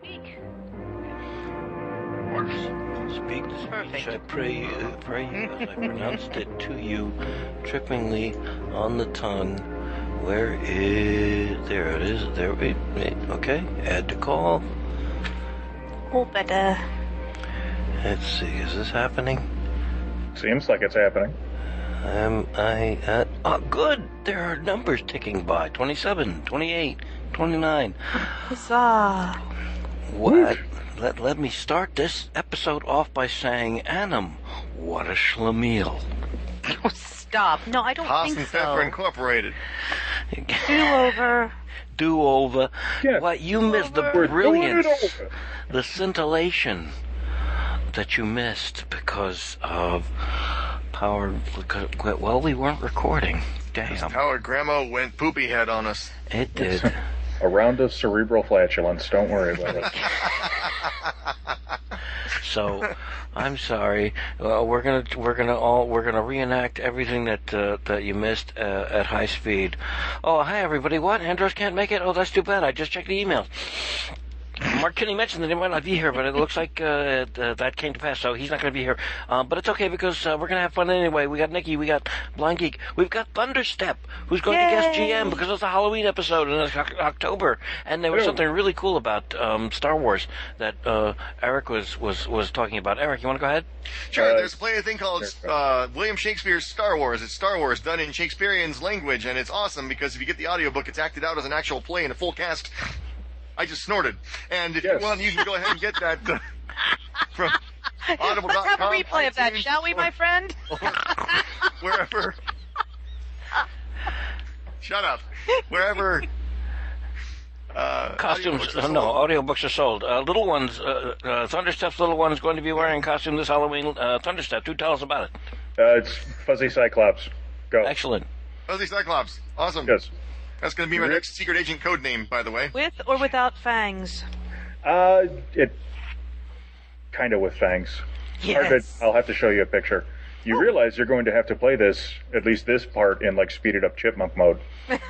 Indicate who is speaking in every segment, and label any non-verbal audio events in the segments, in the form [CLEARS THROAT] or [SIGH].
Speaker 1: Speak.
Speaker 2: Speak to speech, I pray you, I pray you, as I pronounced it to you, trippingly on the tongue. Where is there? It is there. It, it, okay, add to call.
Speaker 1: Oh, but uh,
Speaker 2: Let's see. Is this happening?
Speaker 3: Seems like it's happening.
Speaker 2: Um, I uh, oh, good. There are numbers ticking by. 27, 28, 29.
Speaker 1: huzzah!
Speaker 2: What? Let let me start this episode off by saying, Annam, what a schlemiel. [LAUGHS]
Speaker 1: Oh, stop. No, I don't
Speaker 4: Haas
Speaker 1: think
Speaker 4: and Pfeffer
Speaker 1: so.
Speaker 4: Incorporated.
Speaker 1: Do over.
Speaker 2: do over.
Speaker 3: Yes.
Speaker 2: What you missed the
Speaker 3: We're
Speaker 2: brilliance,
Speaker 3: doing it over.
Speaker 2: the scintillation that you missed because of power. because- Well, we weren't recording. Damn,
Speaker 4: Power Grandma went poopy head on us.
Speaker 2: it did.
Speaker 3: A round of cerebral flatulence. Don't worry about
Speaker 2: [LAUGHS]
Speaker 3: it. Uh,
Speaker 2: So, I'm sorry. Uh, we're gonna we're gonna all we're gonna reenact everything that uh, that you missed uh, at high speed. Oh, hi everybody. What? Andros can't make it. Oh, that's too bad. I just checked the emails. Mark Kinney mentioned that he might not be here, but it looks like uh, th- that came to pass, so he's not going to be here. Uh, but it's okay because uh, we're going to have fun anyway. We got Nikki, we got Blind Geek, we've got Thunderstep, who's going to guest
Speaker 1: Yay!
Speaker 2: GM because it's a Halloween episode and it's Oc- October, and there was
Speaker 3: Ooh.
Speaker 2: something really cool about um, Star Wars that uh, Eric was, was, was talking about. Eric, you want to go ahead?
Speaker 4: Sure,
Speaker 3: Uh,
Speaker 4: there's a play a thing called
Speaker 3: sure.
Speaker 4: uh, William Shakespeare's Star Wars. It's Star Wars done in Shakespearean's language, and it's awesome because if you get the audiobook, it's acted out as an actual play in a full cast. I just snorted. And if you
Speaker 3: Yes.
Speaker 4: want, you can go ahead and get
Speaker 3: [LAUGHS]
Speaker 4: that uh, from audible.com.
Speaker 1: Let's have a replay of that,
Speaker 4: iTunes,
Speaker 1: shall we,
Speaker 4: or
Speaker 1: my friend?
Speaker 4: [LAUGHS] Wherever. Shut up.
Speaker 1: [LAUGHS]
Speaker 4: Wherever. Uh,
Speaker 2: Costumes,
Speaker 4: audiobooks are
Speaker 2: no,
Speaker 4: sold.
Speaker 2: audiobooks are sold. Uh, little ones, uh, uh, Thunderstep's little one is going to be wearing a costume this Halloween. Uh, Thunderstep, do tell us about it.
Speaker 3: Uh, it's Fuzzy Cyclops. Go.
Speaker 2: Excellent.
Speaker 4: Fuzzy Cyclops. Awesome.
Speaker 3: Yes.
Speaker 4: That's going to be my next secret agent code name, by the way.
Speaker 1: With or without fangs?
Speaker 3: Uh, it kind of with fangs. Hard to-
Speaker 1: Yes.
Speaker 3: I'll have to show you a picture.
Speaker 2: Oh.
Speaker 3: You realize you're going to have to play this, at least this part, in like speeded up chipmunk mode.
Speaker 2: I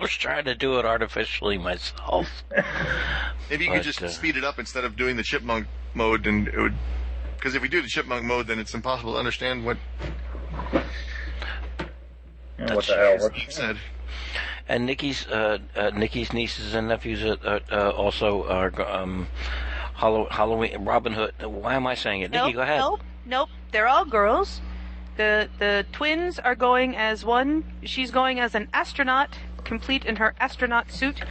Speaker 2: was trying to do it artificially myself.
Speaker 4: Maybe you could
Speaker 2: But,
Speaker 4: just
Speaker 2: uh,
Speaker 4: speed it up instead of doing the chipmunk mode, and it would. Because if we do the chipmunk mode, then it's impossible to understand what
Speaker 3: Yeah, what the hell? What-
Speaker 4: you said.
Speaker 2: And Nikki's uh, uh, Nikki's nieces and nephews are, are, uh, also are um, Hallow- Halloween Robin Hood. Why am I saying it? Nikki,
Speaker 1: Nope,
Speaker 2: go ahead.
Speaker 1: nope, nope. They're all girls. The the twins are going as one. She's going as an astronaut, complete in her astronaut suit,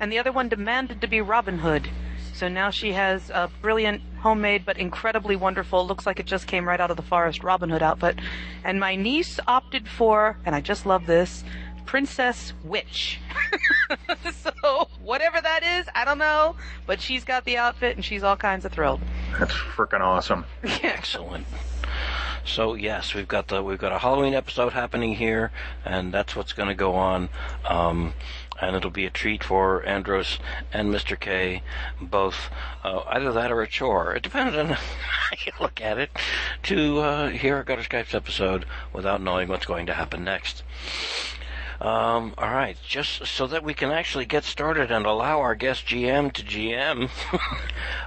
Speaker 1: and the other one demanded to be Robin Hood. So now she has a brilliant, homemade but incredibly wonderful, looks like it just came right out of the forest, Robin Hood outfit. And my niece opted for, and I just love this, Princess Witch. [LAUGHS] so whatever that is, I don't know, but she's got the outfit and she's all kinds of thrilled.
Speaker 3: That's freaking awesome.
Speaker 2: Excellent. So yes, we've got the we've got a Halloween episode happening here, and that's what's going to go on. Um, and it'll be a treat for Andros and Mr. K, both uh, either that or a chore. It depends on [LAUGHS] how you look at it. To uh, hear a Gutter Skypes episode without knowing what's going to happen next. Um, all right, just so that we can actually get started and allow our guest GM to GM, [LAUGHS]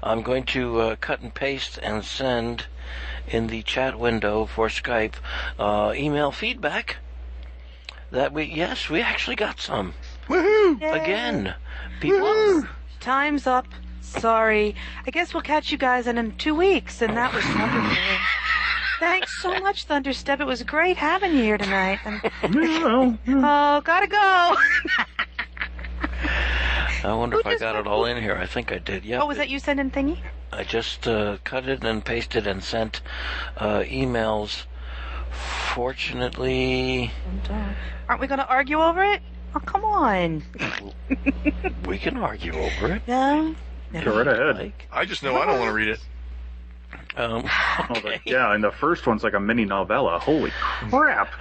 Speaker 2: I'm going to uh, cut and paste and send in the chat window for Skype uh, email feedback that we yes we actually got some
Speaker 4: Woohoo!
Speaker 2: again people
Speaker 1: Time's up. Sorry. I guess we'll catch you guys in, in two weeks. And that was wonderful. Thanks so much, Thunderstep. It was great having you here tonight. And, oh, gotta go.
Speaker 2: I wonder
Speaker 1: Who
Speaker 2: if I
Speaker 1: just
Speaker 2: got
Speaker 1: sent
Speaker 2: it all in here I think I did yeah
Speaker 1: Oh, was that you sending thingy?
Speaker 2: I just uh, cut it and pasted and sent uh, emails Unfortunately,
Speaker 1: Aren't we going to argue over it? Oh, come on.
Speaker 2: we can argue over it.
Speaker 1: No.
Speaker 3: Go
Speaker 2: [LAUGHS]
Speaker 3: right ahead.
Speaker 2: Like,
Speaker 4: I just know I don't want to read it.
Speaker 2: um,
Speaker 3: I was like, yeah, and the first one's like a mini novella. Holy
Speaker 2: [LAUGHS]
Speaker 3: crap!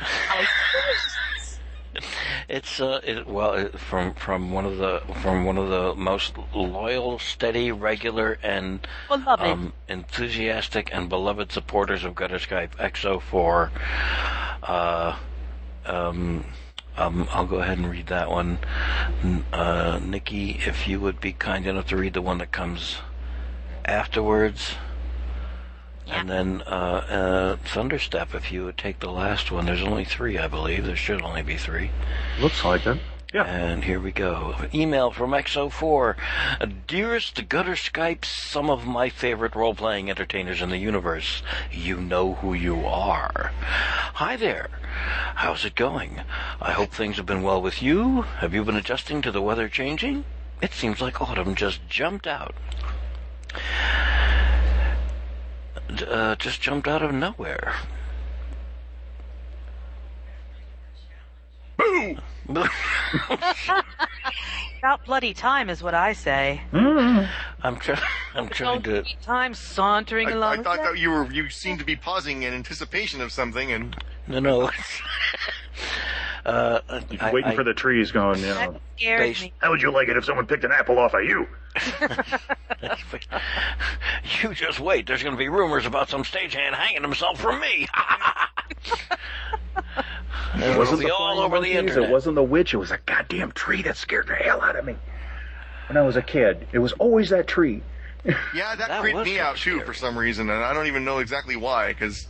Speaker 2: It's uh, it, well, it, from from one of the from one of the most loyal, steady, regular, and
Speaker 1: Beloved.
Speaker 2: um, enthusiastic and beloved supporters of Gutter Skype XO4. Uh, um, um, I'll go ahead and read that one. N- Uh, Nikki, if you would be kind enough to read the one that comes afterwards. And then uh, uh, Thunderstep, if you would take the last one. There's only three, I believe. There should only be three.
Speaker 3: Looks like it. Yeah.
Speaker 2: And here we go. Email from XO4. Dearest Gutter Skype, some of my favorite role playing entertainers in the universe. You know who you are. Hi there. How's it going? I hope things have been well with you. Have you been adjusting to the weather changing? It seems like autumn just jumped out. Uh, just jumped out of nowhere. Boo!
Speaker 1: About bloody time is what I say.
Speaker 2: I'm trying. [LAUGHS] I'm trying to.
Speaker 1: Bloody Time sauntering
Speaker 4: I, I
Speaker 1: along.
Speaker 4: thought that you were you seemed to be pausing in anticipation of something, and
Speaker 2: No, no. [LAUGHS] uh, I-
Speaker 3: Waiting
Speaker 2: I-
Speaker 3: for the trees going, you
Speaker 1: That
Speaker 3: know.
Speaker 1: scared
Speaker 2: Based-
Speaker 1: me.
Speaker 3: How would you like it if someone picked an apple off of you?
Speaker 2: you just wait. There's going to be rumors about some stagehand hanging himself from me. [LAUGHS]
Speaker 3: It
Speaker 2: It'll be all
Speaker 3: flying
Speaker 2: over the
Speaker 3: monkeys,
Speaker 2: internet.
Speaker 3: It wasn't the witch. It was a goddamn tree that scared the hell out of me. When I was a kid, it was always that tree.
Speaker 4: yeah, that,
Speaker 2: That
Speaker 4: creeped
Speaker 2: was
Speaker 4: me
Speaker 2: kinda
Speaker 4: out too
Speaker 2: scary.
Speaker 4: for some reason, and I don't even know exactly why. Because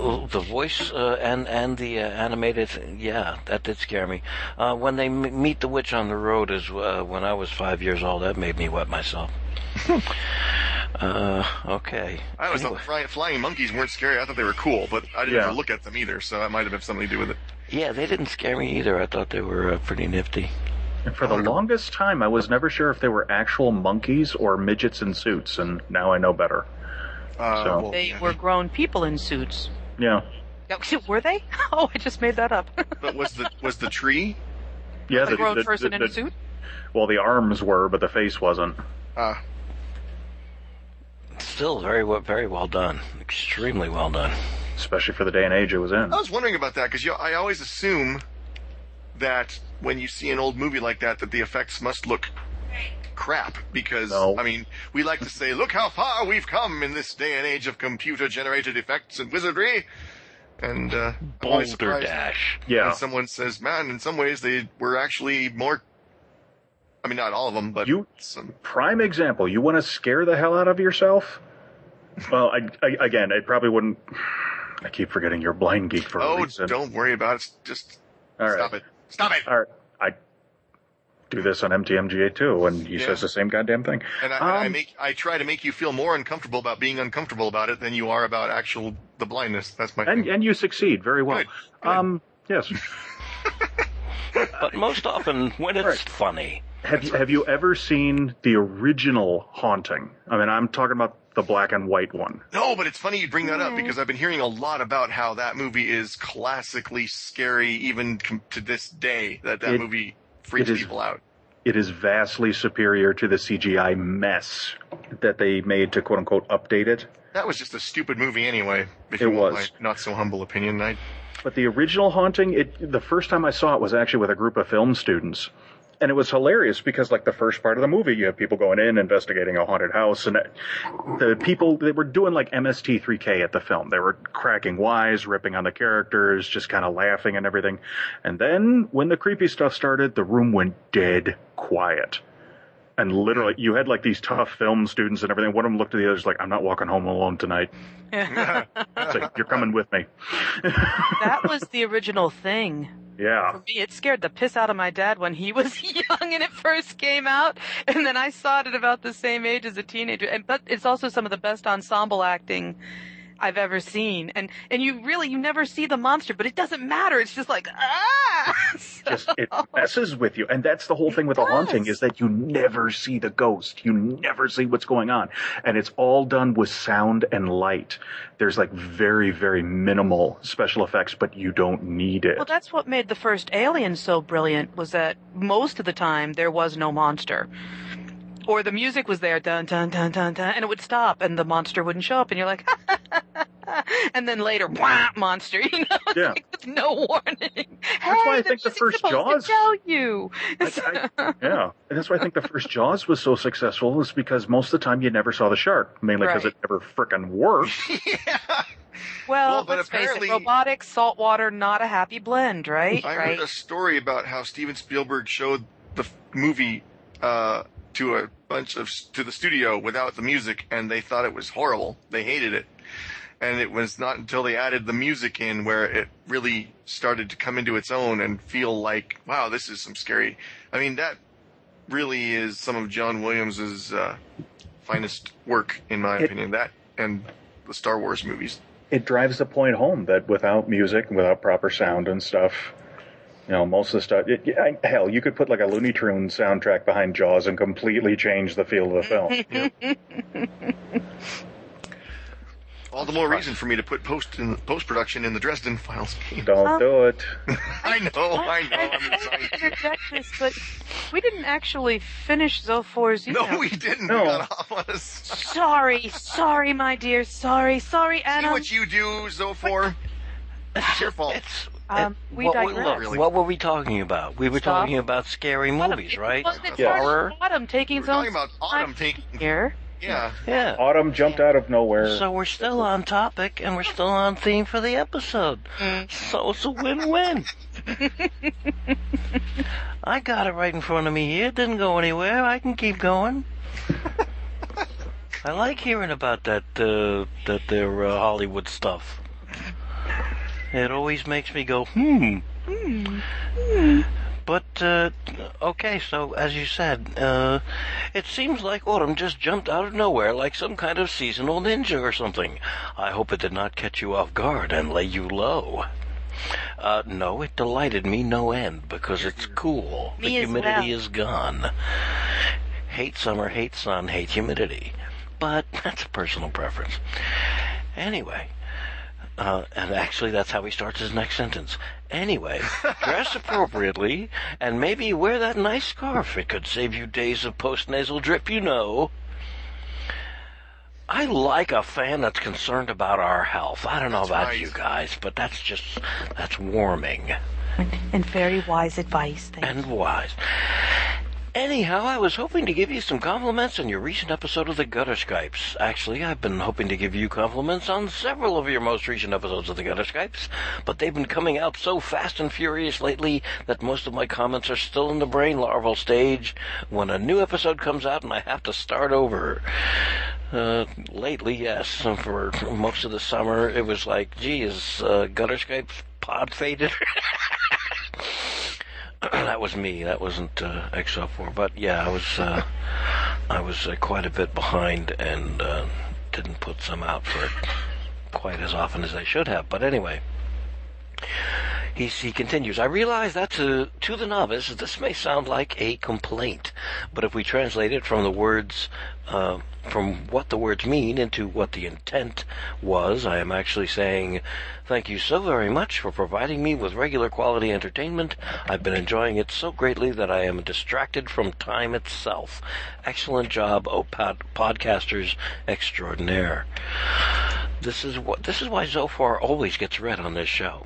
Speaker 2: Oh, the voice uh, and and the uh, animated, thing, yeah, that did scare me. Uh, when they m- meet the witch on the road is uh, when I was five years old. That made me wet myself. uh, okay.
Speaker 4: I always thought fly, flying monkeys weren't scary. I thought they were cool, but I didn't
Speaker 3: Yeah.
Speaker 4: ever look at them either, so that might have had something to do with it.
Speaker 2: Yeah, they didn't scare me either. I thought they were uh, pretty nifty.
Speaker 3: And for the longest time, I was never sure if they were actual monkeys or midgets in suits, and now I know better.
Speaker 4: Uh,
Speaker 3: So-
Speaker 4: well,
Speaker 1: They
Speaker 4: yeah.
Speaker 1: were grown people in suits.
Speaker 3: Yeah.
Speaker 1: No, [LAUGHS] Were they? Oh, I just made that
Speaker 4: [LAUGHS]
Speaker 1: up.
Speaker 4: But was the was the tree?
Speaker 3: Yeah,
Speaker 1: a grown person in a suit?
Speaker 3: Well, the arms were, but the face wasn't.
Speaker 4: Uh,
Speaker 2: Still very well, very well done. Extremely well done.
Speaker 3: Especially for the day and age it was in.
Speaker 4: I
Speaker 1: Oh,
Speaker 4: was wondering about that because I always assume that when you see an old movie like that, that the effects must look crap because
Speaker 3: No.
Speaker 4: I mean we like to say [LAUGHS] look how far we've come in this day and age of computer generated effects and wizardry and uh, I'm always
Speaker 2: Boulder
Speaker 4: surprised
Speaker 2: Dash.
Speaker 3: Yeah.
Speaker 4: when someone says man in some ways they were actually more I mean not all of them but
Speaker 3: You-
Speaker 4: some
Speaker 3: prime example. You want to scare the hell out of yourself? Well, I, I, again, I probably wouldn't. I keep forgetting you're blind geek for a
Speaker 4: oh
Speaker 3: reason.
Speaker 4: don't worry about it just
Speaker 3: All right.
Speaker 4: stop it stop it
Speaker 3: All right. I do this on MTMGA too, and he
Speaker 4: Yeah.
Speaker 3: says the same goddamn thing.
Speaker 4: And I, and I
Speaker 3: Um,
Speaker 4: make I try to make you feel more uncomfortable about being uncomfortable about it than you are about actual the blindness. That's my
Speaker 3: And
Speaker 4: thing.
Speaker 3: and you succeed very well.
Speaker 4: Good, good.
Speaker 3: Um, yes.
Speaker 2: But most often when it's
Speaker 3: Right.
Speaker 2: funny.
Speaker 3: Have you, have you ever seen the original Haunting? I mean, I'm talking about the black and white one.
Speaker 4: No, but it's funny you bring that up because I've been hearing a lot about how that movie is classically scary, even com- to this day. That that
Speaker 3: It-
Speaker 4: movie freaks
Speaker 3: it is-
Speaker 4: people out.
Speaker 3: It is vastly superior to the CGI mess that they made to quote unquote update it.
Speaker 4: That was just a stupid movie anyway. If
Speaker 3: It
Speaker 4: you want
Speaker 3: was.
Speaker 4: my not so humble opinion. I,
Speaker 3: But the original haunting, it the first time I saw it was actually with a group of film students. And it was hilarious because like the first part of the movie, you have people going in investigating a haunted house and it- the people they were doing like MST3K at the film. They were cracking wise, ripping on the characters, just kind of laughing and everything. And then when the creepy stuff started, the room went dead quiet. And literally, you had like these tough film students and everything. One of them looked at the others like, "I'm not walking home alone tonight." It's like, "You're coming with me."
Speaker 1: that was the original thing.
Speaker 3: Yeah.
Speaker 1: For me, it scared the piss out of my dad when he was [LAUGHS] young and it first came out, and then I saw it at about the same age as a teenager. And but it's also some of the best ensemble acting. I've ever seen. And and you really you never see the monster, but it doesn't matter. It's just like ah. [LAUGHS] So-
Speaker 3: Just it messes with you, and that's the whole thing with the
Speaker 1: does.
Speaker 3: haunting is that you never see the ghost, you never see what's going on, and it's all done with sound and light. There's like very very minimal special effects, but you don't need it.
Speaker 1: Well, that's what made the first Alien so brilliant was that most of the time there was no monster. Or the music was there, dun dun dun dun dun, and it would stop, and the monster wouldn't show up, and you're like, [LAUGHS] and then later, wah, monster, [LAUGHS] you know, it's
Speaker 3: Yeah.
Speaker 1: like, with no warning.
Speaker 3: That's why I
Speaker 1: Hey,
Speaker 3: think the
Speaker 1: music's
Speaker 3: first
Speaker 1: supposed to
Speaker 3: Jaws-
Speaker 1: tell you. [LAUGHS]
Speaker 3: I- I- yeah, and that's why I think the first Jaws was so successful is because most of the time you never saw the shark, mainly because
Speaker 1: Right.
Speaker 3: it never frickin' worked. [LAUGHS]
Speaker 4: [LAUGHS]
Speaker 1: Well,
Speaker 4: Well, but
Speaker 1: let's face
Speaker 4: apparently-
Speaker 1: it, robotics, saltwater, not a happy blend, right?
Speaker 4: I
Speaker 1: right.
Speaker 4: read a story about how Steven Spielberg showed the f- movie uh, to a bunch of to the studio without the music, and they thought it was horrible. They hated it, and it was not until they added the music in where it really started to come into its own and feel like, wow, this is some scary. I mean, that really is some of John Williams's uh, finest work, in my
Speaker 3: It-
Speaker 4: opinion. That and the Star Wars movies.
Speaker 3: it drives the point home that without music, without proper sound and stuff, you know, most of the stuff. It, I, hell, you could put like a Looney Tunes soundtrack behind Jaws and completely change the feel of the
Speaker 2: [LAUGHS]
Speaker 3: film.
Speaker 4: All the more reason for me to put post in post production in the Dresden Files.
Speaker 3: Don't do it.
Speaker 4: I know, I
Speaker 2: [LAUGHS]
Speaker 4: know. I'm
Speaker 1: [LAUGHS] I
Speaker 4: excited.
Speaker 1: interject this, but we didn't actually finish Zophor's email.
Speaker 4: No, we didn't.
Speaker 3: No.
Speaker 4: We got off on a s-
Speaker 1: Sorry, sorry, my dear. Sorry, sorry,
Speaker 4: See
Speaker 1: Anna.
Speaker 4: what you do, Zophor. It's your fault.
Speaker 2: It's
Speaker 1: Um,
Speaker 2: it-
Speaker 1: we
Speaker 2: what, we-
Speaker 1: digress.
Speaker 2: look,
Speaker 4: Really.
Speaker 2: what were we talking about? We were
Speaker 1: Stuff.
Speaker 2: talking about scary
Speaker 1: Autumn,
Speaker 2: movies,
Speaker 1: it
Speaker 2: right?
Speaker 1: wasn't- it's
Speaker 3: Yeah.
Speaker 1: part of
Speaker 2: Horror.
Speaker 1: Autumn taking
Speaker 4: We're
Speaker 1: its
Speaker 4: talking
Speaker 1: own
Speaker 4: about
Speaker 1: time
Speaker 4: autumn taking.
Speaker 1: here.
Speaker 4: Yeah.
Speaker 2: Yeah.
Speaker 3: Autumn jumped out of
Speaker 4: Uh,
Speaker 3: nowhere.
Speaker 2: So we're still on topic and we're still on theme for the episode.
Speaker 1: Mm.
Speaker 2: So it's a
Speaker 1: [LAUGHS]
Speaker 2: win-win. I got it right in front of me here. It didn't go anywhere. I can keep
Speaker 1: [LAUGHS]
Speaker 2: going. I like hearing about that uh, that their uh, Hollywood stuff. It always makes me go hmm. But uh, okay, so as you said, uh, it seems like autumn just jumped out of nowhere, like some kind of seasonal ninja or something. I hope it did not catch you off guard and lay you low. Uh, no, it delighted me no end because it's cool. the
Speaker 1: Me as
Speaker 2: humidity
Speaker 1: well.
Speaker 2: is gone. Hate summer, hate sun, hate humidity. But [LAUGHS] that's a personal preference. Anyway, uh, and actually, that's how he starts his next sentence. Anyway, dress appropriately and maybe wear that nice scarf. It could save you days of post nasal drip, you know. I like a fan that's concerned about our health. I don't know about
Speaker 4: right.
Speaker 2: you guys, but that's just, that's warming
Speaker 1: And very wise advice. Thank
Speaker 2: and wise. Anyhow, I was hoping to give you some compliments on your recent episode of the Gutter Skypes. Actually, I've been hoping to give you compliments on several of your most recent episodes of the Gutter Skypes, but they've been coming out so fast and furious lately that most of my comments are still in the brain larval stage when a new episode comes out and I have to start over. Uh, lately, yes. And For most of the summer, it was like, geez, uh, Gutter Skypes pod faded. [LAUGHS] that was me. That wasn't uh, XL4. But yeah, I was uh, I was uh, quite a bit behind and uh, didn't put some out for quite as often as I should have. But anyway. He, he continues, I realize that to, to the novice, this may sound like a complaint, but if we translate it from the words, uh, from what the words mean into what the intent was, I am actually saying, thank you so very much for providing me with regular quality entertainment. I've been enjoying it so greatly that I am distracted from time itself. Excellent job, oh pod, podcasters extraordinaire. This is what this is why Zophar always gets read on this show.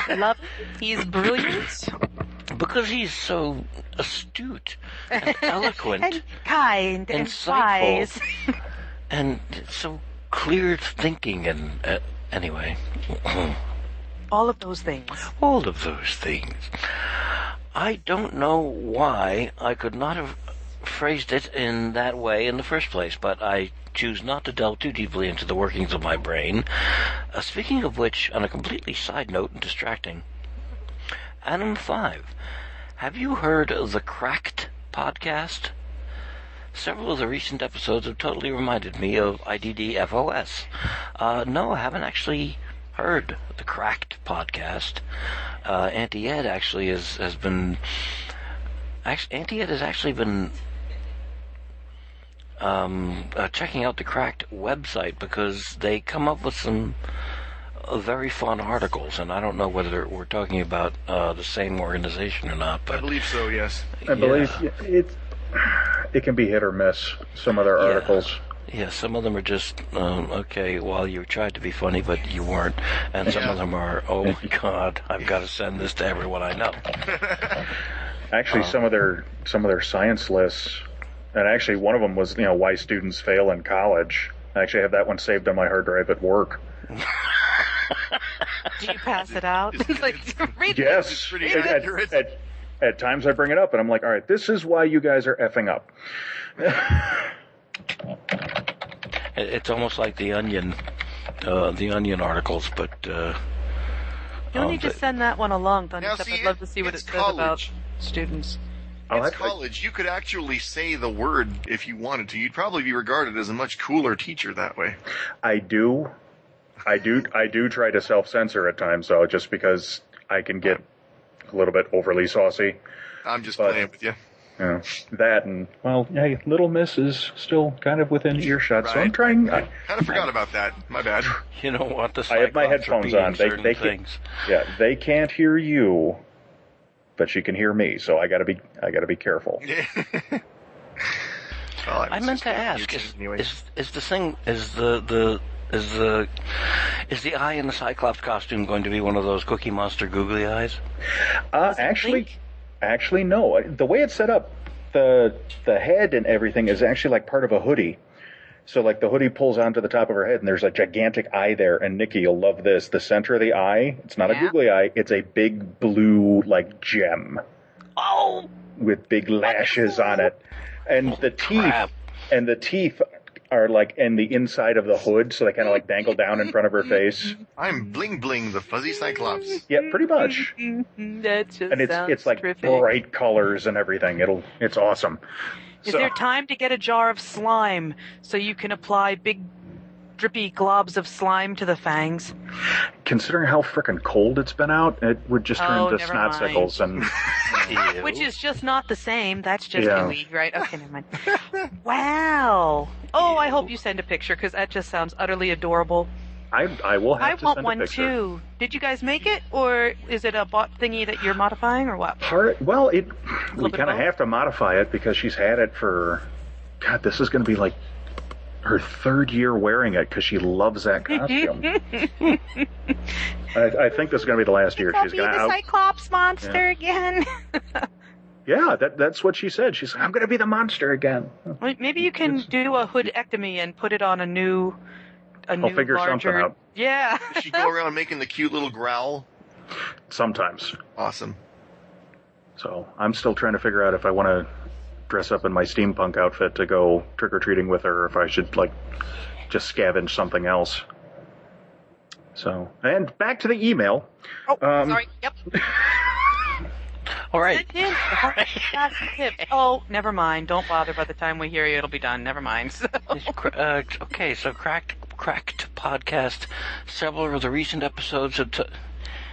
Speaker 1: you. Love. He's
Speaker 4: [CLEARS THROAT]
Speaker 1: brilliant
Speaker 2: Because he's so astute and eloquent
Speaker 1: and kind and
Speaker 2: Insightful.
Speaker 1: wise.
Speaker 2: and so clear thinking and uh, anyway,
Speaker 1: All of those things.
Speaker 2: all of those things. I don't know why I could not have phrased it in that way in the first place, but I choose not to delve too deeply into the workings of my brain. Uh, speaking of which, on a completely side note and distracting, Adam 5, have you heard of the Cracked podcast? Several of the recent episodes have totally reminded me of IDDFOS. Uh, no, I haven't actually heard the Cracked podcast. Uh, Auntie Ed actually is, has been. Actually, Auntie Ed has actually been um, uh, checking out the Cracked website because they come up with some uh, very fun articles, and I don't know whether we're talking about uh, the same organization or not. But
Speaker 4: I believe so. Yes.
Speaker 3: I believe
Speaker 2: Yeah.
Speaker 3: it. It can be hit or miss. Some other articles.
Speaker 2: Yeah, some of them are just um, okay. Well, you tried to be funny, but you weren't, and some
Speaker 4: Yeah.
Speaker 2: of them are. Oh my [LAUGHS] God, I've got to send this to everyone I know.
Speaker 3: Actually, some of their some of their science lists, and actually one of them was you know why students fail in college. I actually have that one saved on my hard drive at work.
Speaker 1: Do you pass it
Speaker 4: [LAUGHS]
Speaker 1: out? It's [LAUGHS] like, read this.
Speaker 3: Yes,
Speaker 4: pretty
Speaker 3: at, at-
Speaker 4: accurate.
Speaker 3: at- at times I bring it up, and I'm like, all right, this is why you guys are effing up.
Speaker 2: It- It's almost like the Onion, uh, the Onion articles, but uh,
Speaker 1: You'll
Speaker 2: um,
Speaker 1: need to
Speaker 2: but-
Speaker 1: send that one along, Thunderstep.
Speaker 4: Now, see,
Speaker 1: I'd love to see what it
Speaker 4: it's
Speaker 1: says
Speaker 4: college.
Speaker 1: about students.
Speaker 3: I'll have
Speaker 4: it's
Speaker 3: to-
Speaker 4: college. You could actually say the word if you wanted to. You'd probably be regarded as a much cooler teacher that way.
Speaker 3: I do, I do, I do try to self censor at times though, just because I can get a little bit overly saucy.
Speaker 4: I'm just
Speaker 3: But-
Speaker 4: playing with you.
Speaker 3: You know, that and well, hey, Little Miss is still kind of within earshot, so I'm
Speaker 4: Right.
Speaker 3: trying. I,
Speaker 4: Kind of forgot about that. My [LAUGHS] bad.
Speaker 2: [LAUGHS] you know what the
Speaker 3: I have my
Speaker 2: Cyclops
Speaker 3: headphones
Speaker 2: repeating
Speaker 3: on. They-
Speaker 2: certain
Speaker 3: they can-
Speaker 2: things.
Speaker 3: yeah, they can't hear you, but she can hear me, so I gotta be, I gotta be careful.
Speaker 4: Well,
Speaker 2: I meant
Speaker 4: was just
Speaker 2: to
Speaker 4: gonna
Speaker 2: ask:
Speaker 4: use
Speaker 2: is,
Speaker 4: it anyway.
Speaker 2: is is the thing is the the is the is the eye in the Cyclops costume going to be one of those Cookie Monster googly eyes?
Speaker 3: Uh,
Speaker 1: it
Speaker 3: actually,
Speaker 1: blink?
Speaker 3: actually, no. Uh, The way it's set up, the the head and everything is actually like part of a hoodie. So like the hoodie pulls onto the top of her head, and there's a gigantic eye there. And Nikki, you'll love this. The center of the eye, it's not a
Speaker 1: Yeah.
Speaker 3: googly eye. It's a big blue like gem
Speaker 1: Oh,
Speaker 3: with big lashes on it, and the teeth
Speaker 2: crap.
Speaker 3: and the teeth are like in the inside of the hood, so they kind of like dangle down in
Speaker 1: [LAUGHS]
Speaker 3: front of her face.
Speaker 4: I'm Bling Bling, the
Speaker 2: [LAUGHS]
Speaker 4: fuzzy cyclops.
Speaker 3: Yeah, pretty much.
Speaker 1: [LAUGHS] that just
Speaker 3: And it's
Speaker 1: sounds
Speaker 3: it's like
Speaker 1: terrific.
Speaker 3: bright colors and everything. It'll it's awesome.
Speaker 1: Is
Speaker 3: So-
Speaker 1: there time to get a jar of slime so you can apply big, drippy globs of slime to the fangs?
Speaker 3: considering how frickin' cold it's been out, it would just turn
Speaker 1: Oh,
Speaker 3: into
Speaker 1: never mind.
Speaker 3: snotsickles.
Speaker 1: [LAUGHS]
Speaker 3: And
Speaker 2: Ew.
Speaker 1: Which is just not the same. That's just
Speaker 3: Yeah.
Speaker 1: gooey, right? Okay,
Speaker 3: [LAUGHS]
Speaker 1: never mind. wow. Oh, I hope you send a picture because that just sounds utterly adorable.
Speaker 3: I, I will have
Speaker 1: I
Speaker 3: to
Speaker 1: want
Speaker 3: send
Speaker 1: one
Speaker 3: a picture.
Speaker 1: too. Did you guys make it, or is it a bot thingy that you're modifying, or what?
Speaker 3: Part well, it we
Speaker 1: bit
Speaker 3: kind
Speaker 1: both?
Speaker 3: of have to modify it because she's had it for God. This is going to be like her third year wearing it because she
Speaker 1: [LAUGHS]
Speaker 3: loves that costume. I, I think this is going to be the last year
Speaker 1: I'll
Speaker 3: she's
Speaker 1: be
Speaker 3: going
Speaker 1: the
Speaker 3: to.
Speaker 1: Cyclops monster again.
Speaker 3: Yeah, that that's what she said. She's I'm going to be the monster again.
Speaker 1: [LAUGHS] Well, Maybe you can do a hoodectomy and put it on a new, a new
Speaker 3: figure something
Speaker 1: larger.
Speaker 3: out. [LAUGHS]
Speaker 1: Yeah. [LAUGHS]
Speaker 4: Does she go around making the cute little growl?
Speaker 3: Sometimes.
Speaker 4: Awesome.
Speaker 3: So I'm still trying to figure out if I want to dress up in my steampunk outfit to go trick or treating with her, or if I should like just scavenge something else. So and back to the email.
Speaker 1: Oh,
Speaker 3: Um,
Speaker 1: sorry. Yep.
Speaker 2: All right.
Speaker 1: Send in the hot tip. [LAUGHS] Oh, never mind. Don't bother. By the time we hear you, it'll be done. Never mind. [LAUGHS] So,
Speaker 2: It's cr- uh, okay, so cracked, cracked podcast. Several of the recent episodes of. T-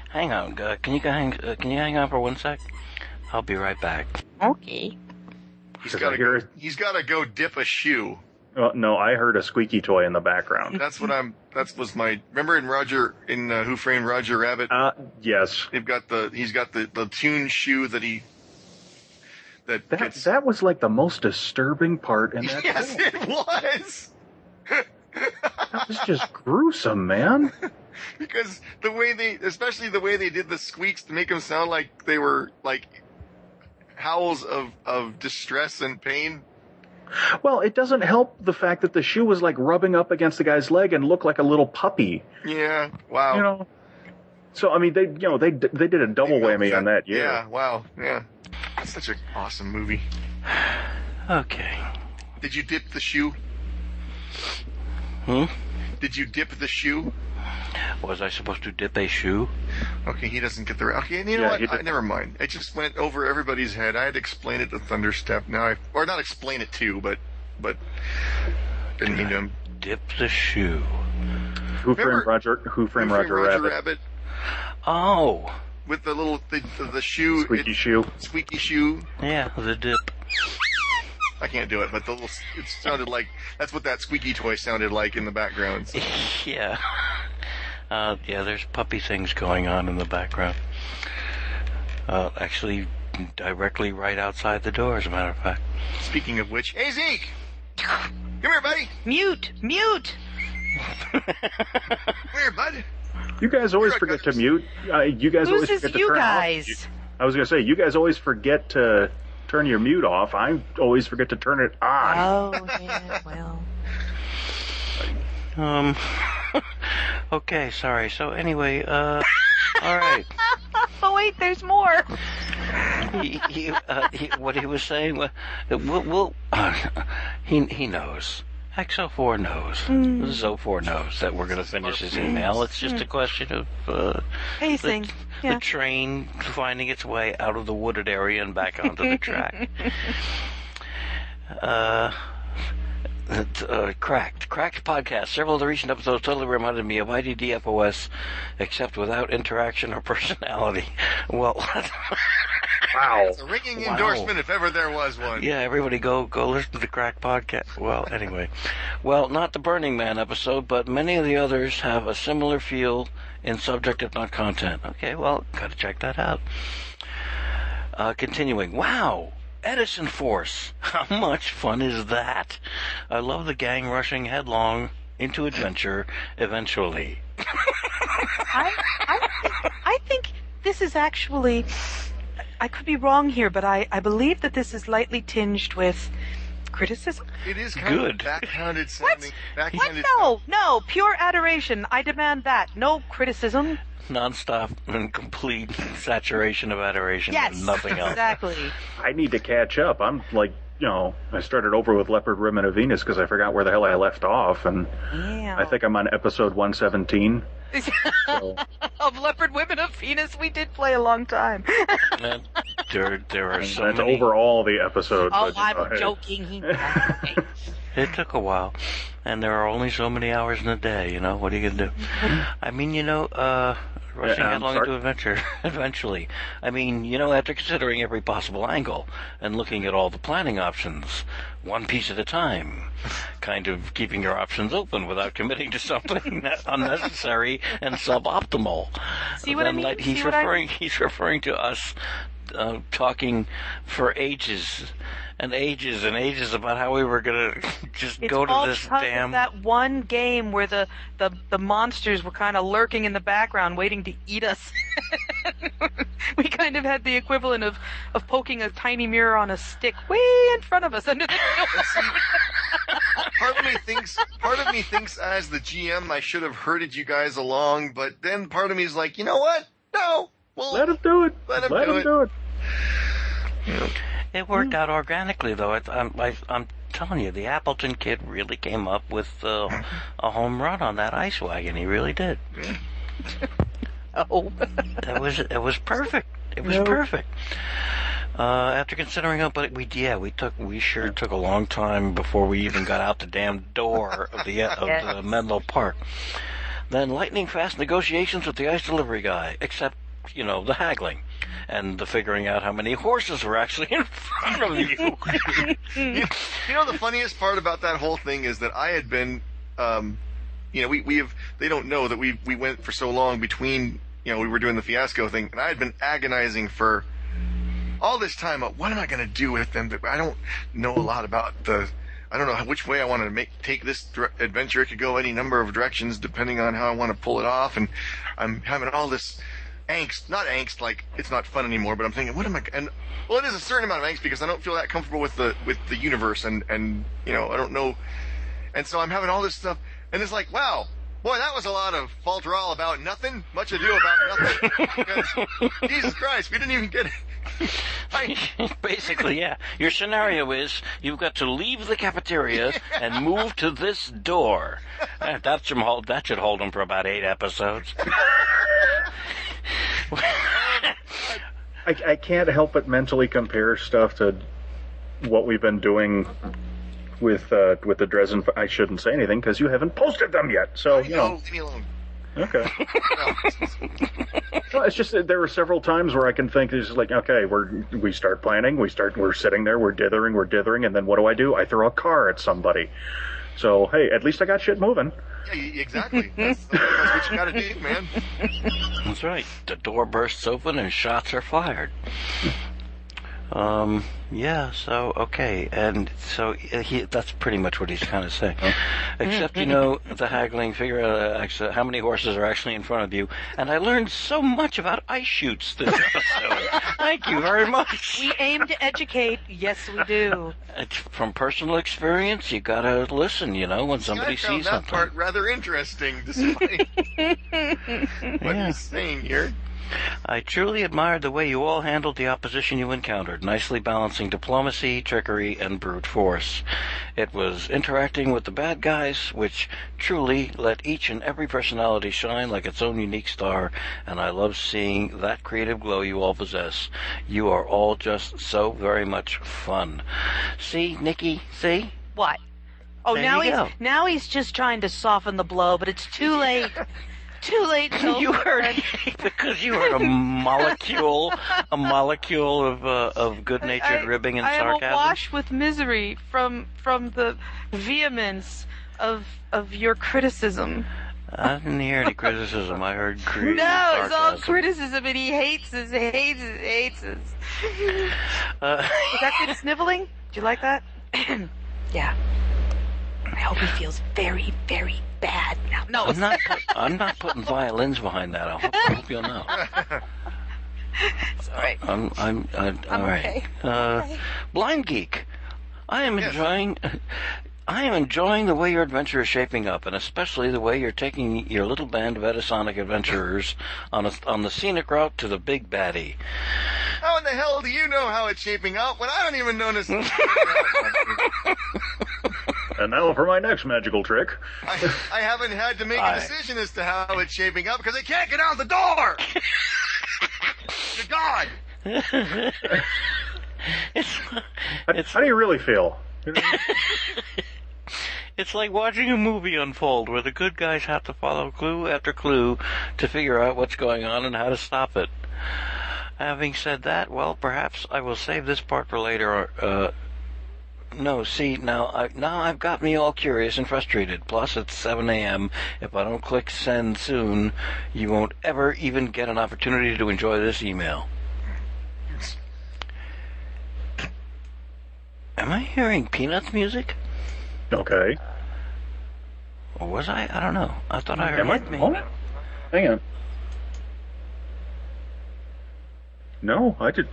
Speaker 2: hang on, uh, can you go hang? Uh, can you hang on for one sec? I'll be right back.
Speaker 1: okay.
Speaker 4: He's
Speaker 3: Does
Speaker 4: got
Speaker 3: I hear
Speaker 4: to.
Speaker 3: it?
Speaker 4: He's got to go dip a shoe.
Speaker 3: Well, no, I heard a squeaky toy in the
Speaker 4: [LAUGHS]
Speaker 3: background.
Speaker 4: That's what I'm. That was my. Remember in Roger in uh, Who Framed Roger Rabbit?
Speaker 3: Uh, yes,
Speaker 4: They've got the. He's got the the tune shoe that he. That
Speaker 3: that
Speaker 4: gets.
Speaker 3: that was like the most disturbing part, and that,
Speaker 4: [LAUGHS] yes, it was.
Speaker 3: that was just gruesome, man.
Speaker 4: because the way they, especially the way they did the squeaks to make them sound like they were like howls of of distress and pain.
Speaker 3: Well, it doesn't help the fact that the shoe was like rubbing up against the guy's leg and looked like a little puppy.
Speaker 4: Yeah. Wow.
Speaker 3: you know. So I mean, they you know they d- they did a double whammy on that. Yeah.
Speaker 4: Yeah. Wow. Yeah. That's such an awesome movie.
Speaker 2: Okay.
Speaker 4: Did you dip the shoe?
Speaker 2: Hmm?
Speaker 4: Did you dip the shoe?
Speaker 2: Was I supposed to dip a shoe?
Speaker 4: Okay, he doesn't get the. ra- Okay, and you know
Speaker 3: Yeah, he
Speaker 4: what? I,
Speaker 3: did-
Speaker 4: never mind. It just went over everybody's head. I had to explain it to Thunderstep. Now I, or not explain it to, but, but didn't mean to him.
Speaker 2: Dip the shoe.
Speaker 3: Who framed
Speaker 4: Remember-
Speaker 3: Roger? Who framed
Speaker 4: Who Framed
Speaker 3: Roger, Rabbit?
Speaker 2: Oh,
Speaker 4: with the little the, the, the shoe,
Speaker 3: Squeaky
Speaker 4: it-
Speaker 3: shoe.
Speaker 4: squeaky shoe.
Speaker 2: yeah, the dip.
Speaker 4: I can't do it, but the little it sounded like that's what that squeaky toy sounded like in the background. So,
Speaker 2: Yeah. [LAUGHS] Uh, yeah, there's puppy things going on in the background. Uh, actually, directly right outside the door, as a matter of fact.
Speaker 4: speaking of which, hey Zeke, come here, buddy.
Speaker 1: Mute! Mute!
Speaker 4: Come here, bud.
Speaker 3: You guys always
Speaker 4: Right,
Speaker 3: forget to
Speaker 4: guys.
Speaker 3: mute. Uh, you guys
Speaker 1: Who's
Speaker 3: always
Speaker 1: this
Speaker 3: forget to
Speaker 1: you
Speaker 3: turn off-
Speaker 1: guys?
Speaker 3: I was gonna say you guys always forget to turn your mute off. I always forget to turn it on.
Speaker 1: Oh, yeah, well.
Speaker 2: Um. [LAUGHS] okay, sorry. So anyway, uh, all right.
Speaker 1: Oh, wait, there's more!
Speaker 2: He, he, uh, he, what he was saying was, we'll, we'll [CLEARS THROAT] he he knows. XO4 knows. Zo4 knows that we're going to finish his email. It's just a question of uh,
Speaker 1: Pacing.
Speaker 2: [LAUGHS] the
Speaker 1: Yeah.
Speaker 2: train finding its way out of the wooded area and back onto the track. uh, it, uh, cracked. Cracked podcast. Several of the recent episodes totally reminded me of IDDFOS, except without interaction or personality. [LAUGHS] Well,
Speaker 3: Wow.
Speaker 4: It's a ringing
Speaker 2: Wow.
Speaker 4: endorsement if ever there was one.
Speaker 2: yeah, everybody go go listen to Crack Podcast. Well, anyway, well, not the Burning Man episode, but many of the others have a similar feel in subject if not content. Okay, well, gotta check that out. Uh, continuing, wow. Edison Force. [LAUGHS] How much fun is that? I love the gang rushing headlong into adventure eventually.
Speaker 1: I, I, think, I think this is actually. I could be wrong here, but I, I believe that this is lightly tinged with criticism.
Speaker 4: It is kind
Speaker 2: Good.
Speaker 4: of backhanded sounding.
Speaker 1: What?
Speaker 4: Backhanded
Speaker 1: No, no, pure adoration. I demand that. No criticism.
Speaker 2: Nonstop and complete saturation of adoration
Speaker 1: Yes.
Speaker 2: and nothing
Speaker 1: [LAUGHS]
Speaker 2: else.
Speaker 1: Exactly.
Speaker 3: I need to catch up. I'm like, you know, I started over with Leopard Women of Venus because I forgot where the hell I left off, and
Speaker 1: Yeah.
Speaker 3: I think I'm on episode
Speaker 1: [LAUGHS]
Speaker 3: 117. So,
Speaker 1: of Leopard Women of Venus, we did play a long time.
Speaker 2: And there, there are so
Speaker 3: that's
Speaker 2: many
Speaker 3: overall the episode.
Speaker 1: oh,
Speaker 3: but, you know,
Speaker 1: I'm
Speaker 3: hey.
Speaker 1: joking. He
Speaker 2: It took a while, and there are only so many hours in a day. You know what are you gonna do? I mean, you know, uh, rushing
Speaker 3: Yeah, I'm
Speaker 2: headlong
Speaker 3: sorry.
Speaker 2: into adventure. [LAUGHS] eventually, I mean, you know, after considering every possible angle and looking at all the planning options, one piece at a time, kind of keeping your options open without committing to something [LAUGHS] that unnecessary and suboptimal.
Speaker 1: See what I
Speaker 2: Then,
Speaker 1: mean?
Speaker 2: like, he's
Speaker 1: See what I mean?
Speaker 2: referring. He's referring to us uh, talking for ages and ages and ages about how we were gonna [LAUGHS] just
Speaker 1: It's
Speaker 2: go to
Speaker 1: all
Speaker 2: this
Speaker 1: because of
Speaker 2: damn.
Speaker 1: that one game where the, the, the monsters were kind of lurking in the background waiting to eat us. [LAUGHS] we kind of had the equivalent of, of poking a tiny mirror on a stick way in front of us under the [LAUGHS] door.
Speaker 4: part of me thinks part of me thinks as the GM I should have herded you guys along, but then part of me is like, you know what? No. Well,
Speaker 3: Let him do it.
Speaker 4: Let him do
Speaker 3: him
Speaker 4: it.
Speaker 3: do it.
Speaker 2: It worked out organically, though. I, I'm, I, I'm telling you, the Appleton kid really came up with uh, a home run on that ice wagon. He really did.
Speaker 1: Oh.
Speaker 2: That was it was perfect. It was perfect. Uh, after considering it, but we yeah we took we sure took a long time before we even got out the damn door of the of the Menlo Park. Then lightning fast negotiations with the ice delivery guy, except you know the haggling and the figuring out how many horses were actually in [LAUGHS] front of you.
Speaker 4: You know, the funniest part about that whole thing is that I had been, um, you know, we, we have, they don't know that we, we went for so long between, you know, we were doing the fiasco thing, and I had been agonizing for all this time about what am I going to do with them? But I don't know a lot about the, I don't know how- which way I want to make, take this dir- adventure. It could go any number of directions depending on how I want to pull it off, and I'm having all this angst, not angst, like it's not fun anymore, but I'm thinking, what am I? And well, it is a certain amount of angst because I don't feel that comfortable with the with the universe, and and you know, I don't know, and so I'm having all this stuff, and it's like, wow. Boy, that was a lot of falterall about nothing. Much ado about nothing. Because, Jesus Christ, we didn't even get. I,
Speaker 2: Basically, yeah. Your scenario is you've got to leave the cafeteria and move to this door. Eh, That should hold. That should hold them for about eight episodes.
Speaker 3: I, I can't help but mentally compare stuff to what we've been doing with uh, with the Dresden. Fi- I shouldn't say anything because you haven't posted them yet. So you
Speaker 4: No, [LAUGHS]
Speaker 3: know,
Speaker 4: leave me alone. [LAUGHS]
Speaker 3: okay.
Speaker 4: No.
Speaker 3: No, it's just that there were several times where I can think it's just like, okay, we're we start planning, we start, we're sitting there, we're dithering, we're dithering, and then what do I do? I throw a car at somebody. So hey, at least I got shit moving.
Speaker 4: Yeah, y-
Speaker 3: [LAUGHS]
Speaker 4: exactly. That's, that's what you gotta do, man.
Speaker 2: That's right. The door bursts open and shots are fired. Um, yeah, so, okay. And so uh, he, that's pretty much what he's kind of saying. Except, you know, the haggling, figure out uh, actually how many horses are actually in front of you. And I learned so much about ice shoots this episode. Thank you very much.
Speaker 1: We aim to educate. Yes, we do.
Speaker 2: It's from personal experience, you gotta listen, you know, when somebody
Speaker 4: I found
Speaker 2: sees
Speaker 4: that
Speaker 2: something.
Speaker 4: part rather interesting,
Speaker 3: [LAUGHS]
Speaker 4: despite what
Speaker 2: Yeah.
Speaker 4: he's saying here.
Speaker 2: I truly admired the way you all handled the opposition you encountered, nicely balancing diplomacy, trickery, and brute force. It was interacting with the bad guys which truly let each and every personality shine like its own unique star, and I love seeing that creative glow you all possess. You are all just so very much fun. See, Nikki, see?
Speaker 1: What? Oh,
Speaker 2: There
Speaker 1: now
Speaker 2: you
Speaker 1: he's
Speaker 2: go.
Speaker 1: now he's just trying to soften the blow, but it's [LAUGHS] too late. too [LAUGHS] late. Joel.
Speaker 2: you heard because you
Speaker 1: [LAUGHS]
Speaker 2: heard a molecule, a molecule of uh, of good-natured
Speaker 1: I-
Speaker 2: ribbing and
Speaker 1: I
Speaker 2: sarcasm.
Speaker 1: am awash with misery from from the vehemence of of your criticism.
Speaker 2: I didn't hear any criticism. I heard creed.
Speaker 1: No, it's all
Speaker 2: sarcasm.
Speaker 1: criticism, and he hates us, hates us, hates us.
Speaker 2: Uh,
Speaker 1: Was that good sniveling? Do you like that? yeah. I hope he feels very, very bad now. No,
Speaker 2: I'm not. Put, I'm not putting violins behind that. I hope, I hope you'll know.
Speaker 1: it's all right.
Speaker 2: I'm. I'm. I'm,
Speaker 1: I'm
Speaker 2: all right.
Speaker 1: okay.
Speaker 2: Uh, Blind geek. I am enjoying. I am enjoying the way your adventure is shaping up, and especially the way you're taking your little band of Edisonic adventurers on a, on the scenic route to the big baddie.
Speaker 4: How in the hell do you know how it's shaping up when I don't
Speaker 3: [LAUGHS]
Speaker 4: even notice? I,
Speaker 3: And now for my next magical trick.
Speaker 4: I haven't had to make
Speaker 2: All
Speaker 4: a
Speaker 2: right.
Speaker 4: decision as to how it's shaping up because I can't get out
Speaker 3: [LAUGHS]
Speaker 4: the door. Good God!
Speaker 2: It's
Speaker 3: How,
Speaker 2: It's-
Speaker 3: how do you really [LAUGHS] feel?
Speaker 2: It's like watching a movie unfold where the good guys have to follow clue after clue to figure out what's going on and how to stop it. Having said that, well, perhaps I will save this part for later. Uh, no, see, now, I, now I've got me all curious and frustrated. Plus, it's 7 a.m. If I don't click send soon, you won't ever even get an opportunity to enjoy this email. Am I hearing Peanuts music?
Speaker 3: Okay.
Speaker 2: Or was I? I don't know. I thought I heard
Speaker 3: Am I?
Speaker 2: Hit Me.
Speaker 3: Hold on. Hang on. No, I did.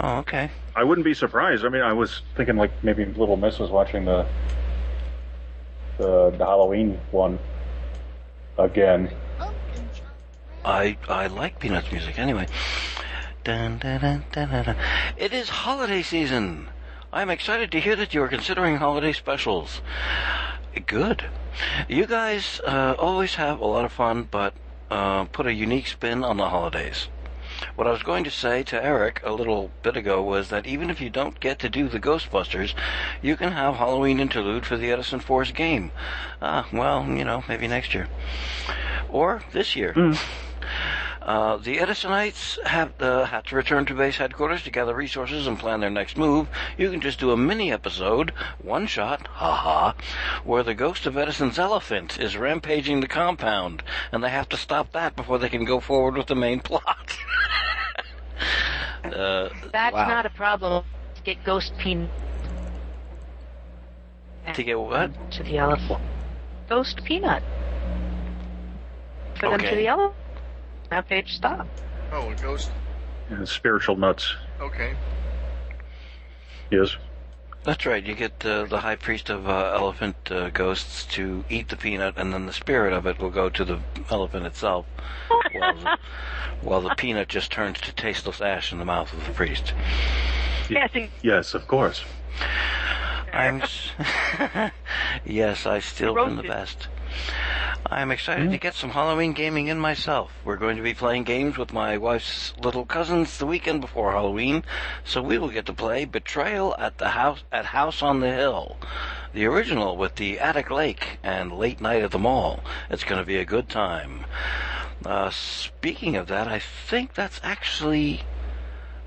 Speaker 2: Oh, okay.
Speaker 3: I wouldn't be surprised. I mean, I was thinking like maybe Little Miss was watching the the, the Halloween one again.
Speaker 2: I I like Peanuts music anyway. Dun, dun, dun, dun, dun, dun. It is holiday season. I'm excited to hear that you are considering holiday specials. Good. You guys uh, always have a lot of fun, but uh, put a unique spin on the holidays. What I was going to say to Eric a little bit ago was that even if you don't get to do the Ghostbusters, you can have Halloween interlude for the Edison Force game. Ah, well, you know, maybe next year. Or this year. Uh, the Edisonites have uh, had to return to base headquarters to gather resources and plan their next move. You can just do a mini episode, one shot, haha, where the ghost of Edison's elephant is rampaging the compound, and they have to stop that before they can go forward with the main plot. [LAUGHS] uh,
Speaker 5: That's
Speaker 2: wow.
Speaker 5: not a problem. Get ghost peen
Speaker 2: to get what?
Speaker 5: to the elephant. Ghost peanut. For them
Speaker 2: Okay.
Speaker 5: to the elephant. That page stop.
Speaker 4: Oh, a ghost.
Speaker 3: And spiritual nuts.
Speaker 4: Okay.
Speaker 3: Yes.
Speaker 2: That's right. You get uh, the high priest of uh, elephant uh, ghosts to eat the peanut, and then the spirit of it will go to the elephant itself, while the, while the peanut just turns to tasteless ash in the mouth of the priest.
Speaker 5: Yes, and
Speaker 3: Yes, of course.
Speaker 2: I'm. s- [LAUGHS] yes, I still been the
Speaker 1: Roasted.
Speaker 2: best. I'm excited to get some Halloween gaming in myself. We're going to be playing games with my wife's little cousins the weekend before Halloween, so we will get to play Betrayal at the House at House on the Hill, the original with the Attic Lake and Late Night at the Mall. It's going to be a good time. Uh, speaking of that, I think that's actually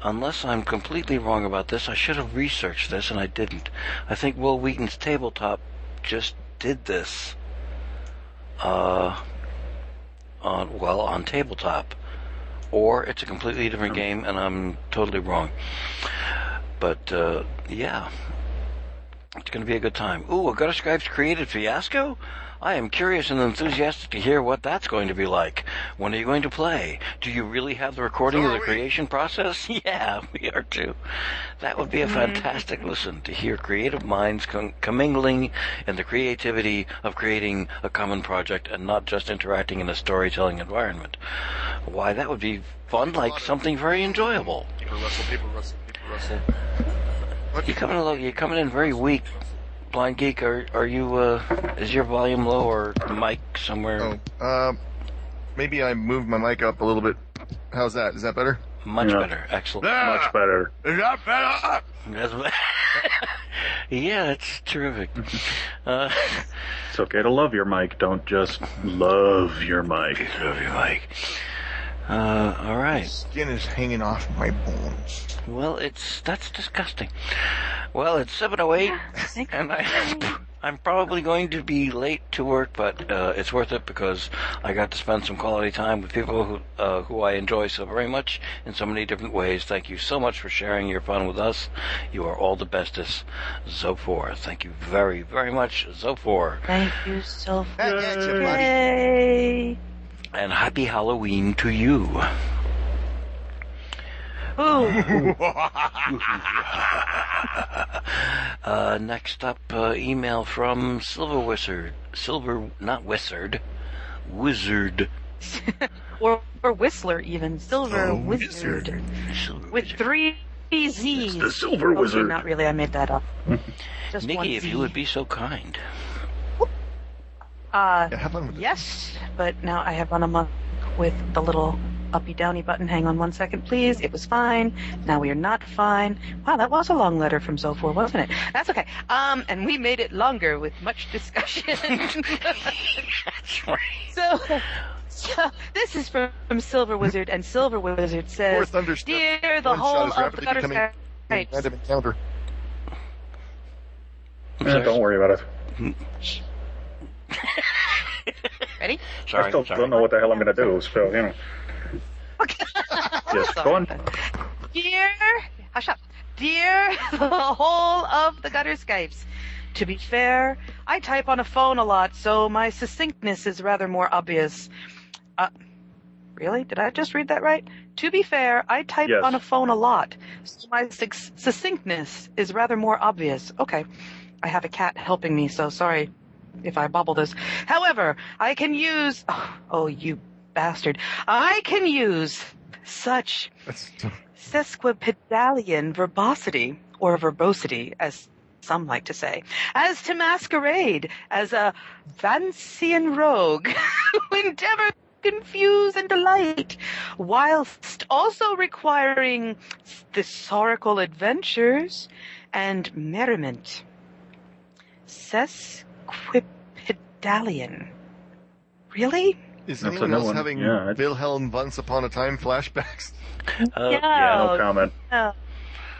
Speaker 2: unless I'm completely wrong about this, I should have researched this and I didn't. I think Will Wheaton's tabletop just did this. Uh, on well on tabletop, or it's a completely different game and I'm totally wrong. But uh, yeah, it's going to be a good time. Ooh, a Gutter Scribes created fiasco. I am curious and enthusiastic to hear what that's going to be like. When are you going to play? Do you really have the recording
Speaker 4: So
Speaker 2: of
Speaker 4: are
Speaker 2: the
Speaker 4: we.
Speaker 2: creation process? [LAUGHS] Yeah, we are too. That would be a fantastic listen to hear creative minds con- commingling in the creativity of creating a common project and not just interacting in a storytelling environment. Why, that would be fun, like something very enjoyable.
Speaker 6: Paper Russell, paper Russell, paper Russell.
Speaker 2: You coming in low? You coming in very weak, blind geek? Are are you? Uh, is your volume low or the mic somewhere?
Speaker 4: Oh, um, maybe I moved my mic up a little bit. How's that? Is that better?
Speaker 2: Much
Speaker 3: Yeah.
Speaker 2: better. Excellent.
Speaker 4: Ah!
Speaker 3: Much better.
Speaker 4: Is that better?
Speaker 2: [LAUGHS] That's- [LAUGHS] yeah, that's terrific. Uh, [LAUGHS]
Speaker 3: It's okay to love your mic. Don't just love your mic.
Speaker 2: love your mic. Uh, all right.
Speaker 4: Skin is hanging off my bones.
Speaker 2: Well, it's that's disgusting. Well, it's seven oh eight, and I [LAUGHS] I'm probably going to be late to work, but uh, it's worth it because I got to spend some quality time with people who uh, who I enjoy so very much in so many different ways. Thank you so much for sharing your fun with us. You are all the bestest, Zophor. Thank you very very much, Zophor,
Speaker 1: Thank you so
Speaker 4: Hey, yeah, it's a buddy.
Speaker 7: Yay!
Speaker 2: and happy Halloween to you.
Speaker 7: Ooh,
Speaker 2: [LAUGHS] Uh, next up, uh, email from Silver Wizard. Silver, not Wizard. Wizard.
Speaker 1: or, or Whistler even Silver
Speaker 4: Oh,
Speaker 1: Wizard
Speaker 2: Silver
Speaker 7: with
Speaker 2: Wizard.
Speaker 7: three Z's.
Speaker 3: The Silver Wizard. Hmm.
Speaker 1: Not really, I made that up. Just one
Speaker 2: Nikki, if
Speaker 1: Z.
Speaker 2: you would be so kind.
Speaker 1: Uh,
Speaker 4: Yeah, have fun with it.
Speaker 1: yes, but now I have run amok with the little uppy downy button. Hang on one second, please. It was fine. Now we are not fine. Wow, that was a long letter from Zophor, wasn't it? That's okay. Um, and we made it longer with much
Speaker 4: [LAUGHS]
Speaker 1: discussion.
Speaker 2: That's right.
Speaker 1: so, so this is from, from Silver Wizard, and Silver Wizard
Speaker 4: Poor
Speaker 1: says,
Speaker 4: Thunderstruck.
Speaker 1: "Dear the
Speaker 4: One shot
Speaker 1: whole
Speaker 4: is
Speaker 1: of the
Speaker 4: rapidly becoming
Speaker 1: Gutter
Speaker 4: a
Speaker 1: Skypes."
Speaker 4: random encounter.
Speaker 3: Eh, don't worry about it.
Speaker 1: Ready?
Speaker 3: I
Speaker 2: Sorry,
Speaker 3: still
Speaker 2: sorry.
Speaker 3: don't know what the hell I'm going to do, so, you
Speaker 2: [LAUGHS]
Speaker 3: know. yes, go on.
Speaker 1: Dear, hush up. Dear [LAUGHS] the whole of the gutter skypes. To be fair, I type on a phone a lot, so my succinctness is rather more obvious. Uh, really? Did I just read that right? To be fair, I type
Speaker 3: Yes.
Speaker 1: on a phone a lot, so my suc- succinctness is rather more obvious. Okay. I have a cat helping me, so sorry if I bobble this. However, I can use. [SIGHS] Oh, you bastard. I can use such
Speaker 4: That's
Speaker 1: sesquipedalian verbosity, or verbosity, as some like to say, as to masquerade as a Vancian rogue [LAUGHS] who endeavor to confuse and delight, whilst also requiring thesaurical adventures and merriment. Sesquipedalian. Really?
Speaker 4: Is
Speaker 3: That's
Speaker 4: anyone
Speaker 3: another
Speaker 4: else
Speaker 3: one.
Speaker 4: having
Speaker 3: Yeah, it's-
Speaker 4: Wilhelm Once Upon a Time flashbacks? [LAUGHS]
Speaker 2: Uh,
Speaker 3: No comment.
Speaker 1: No.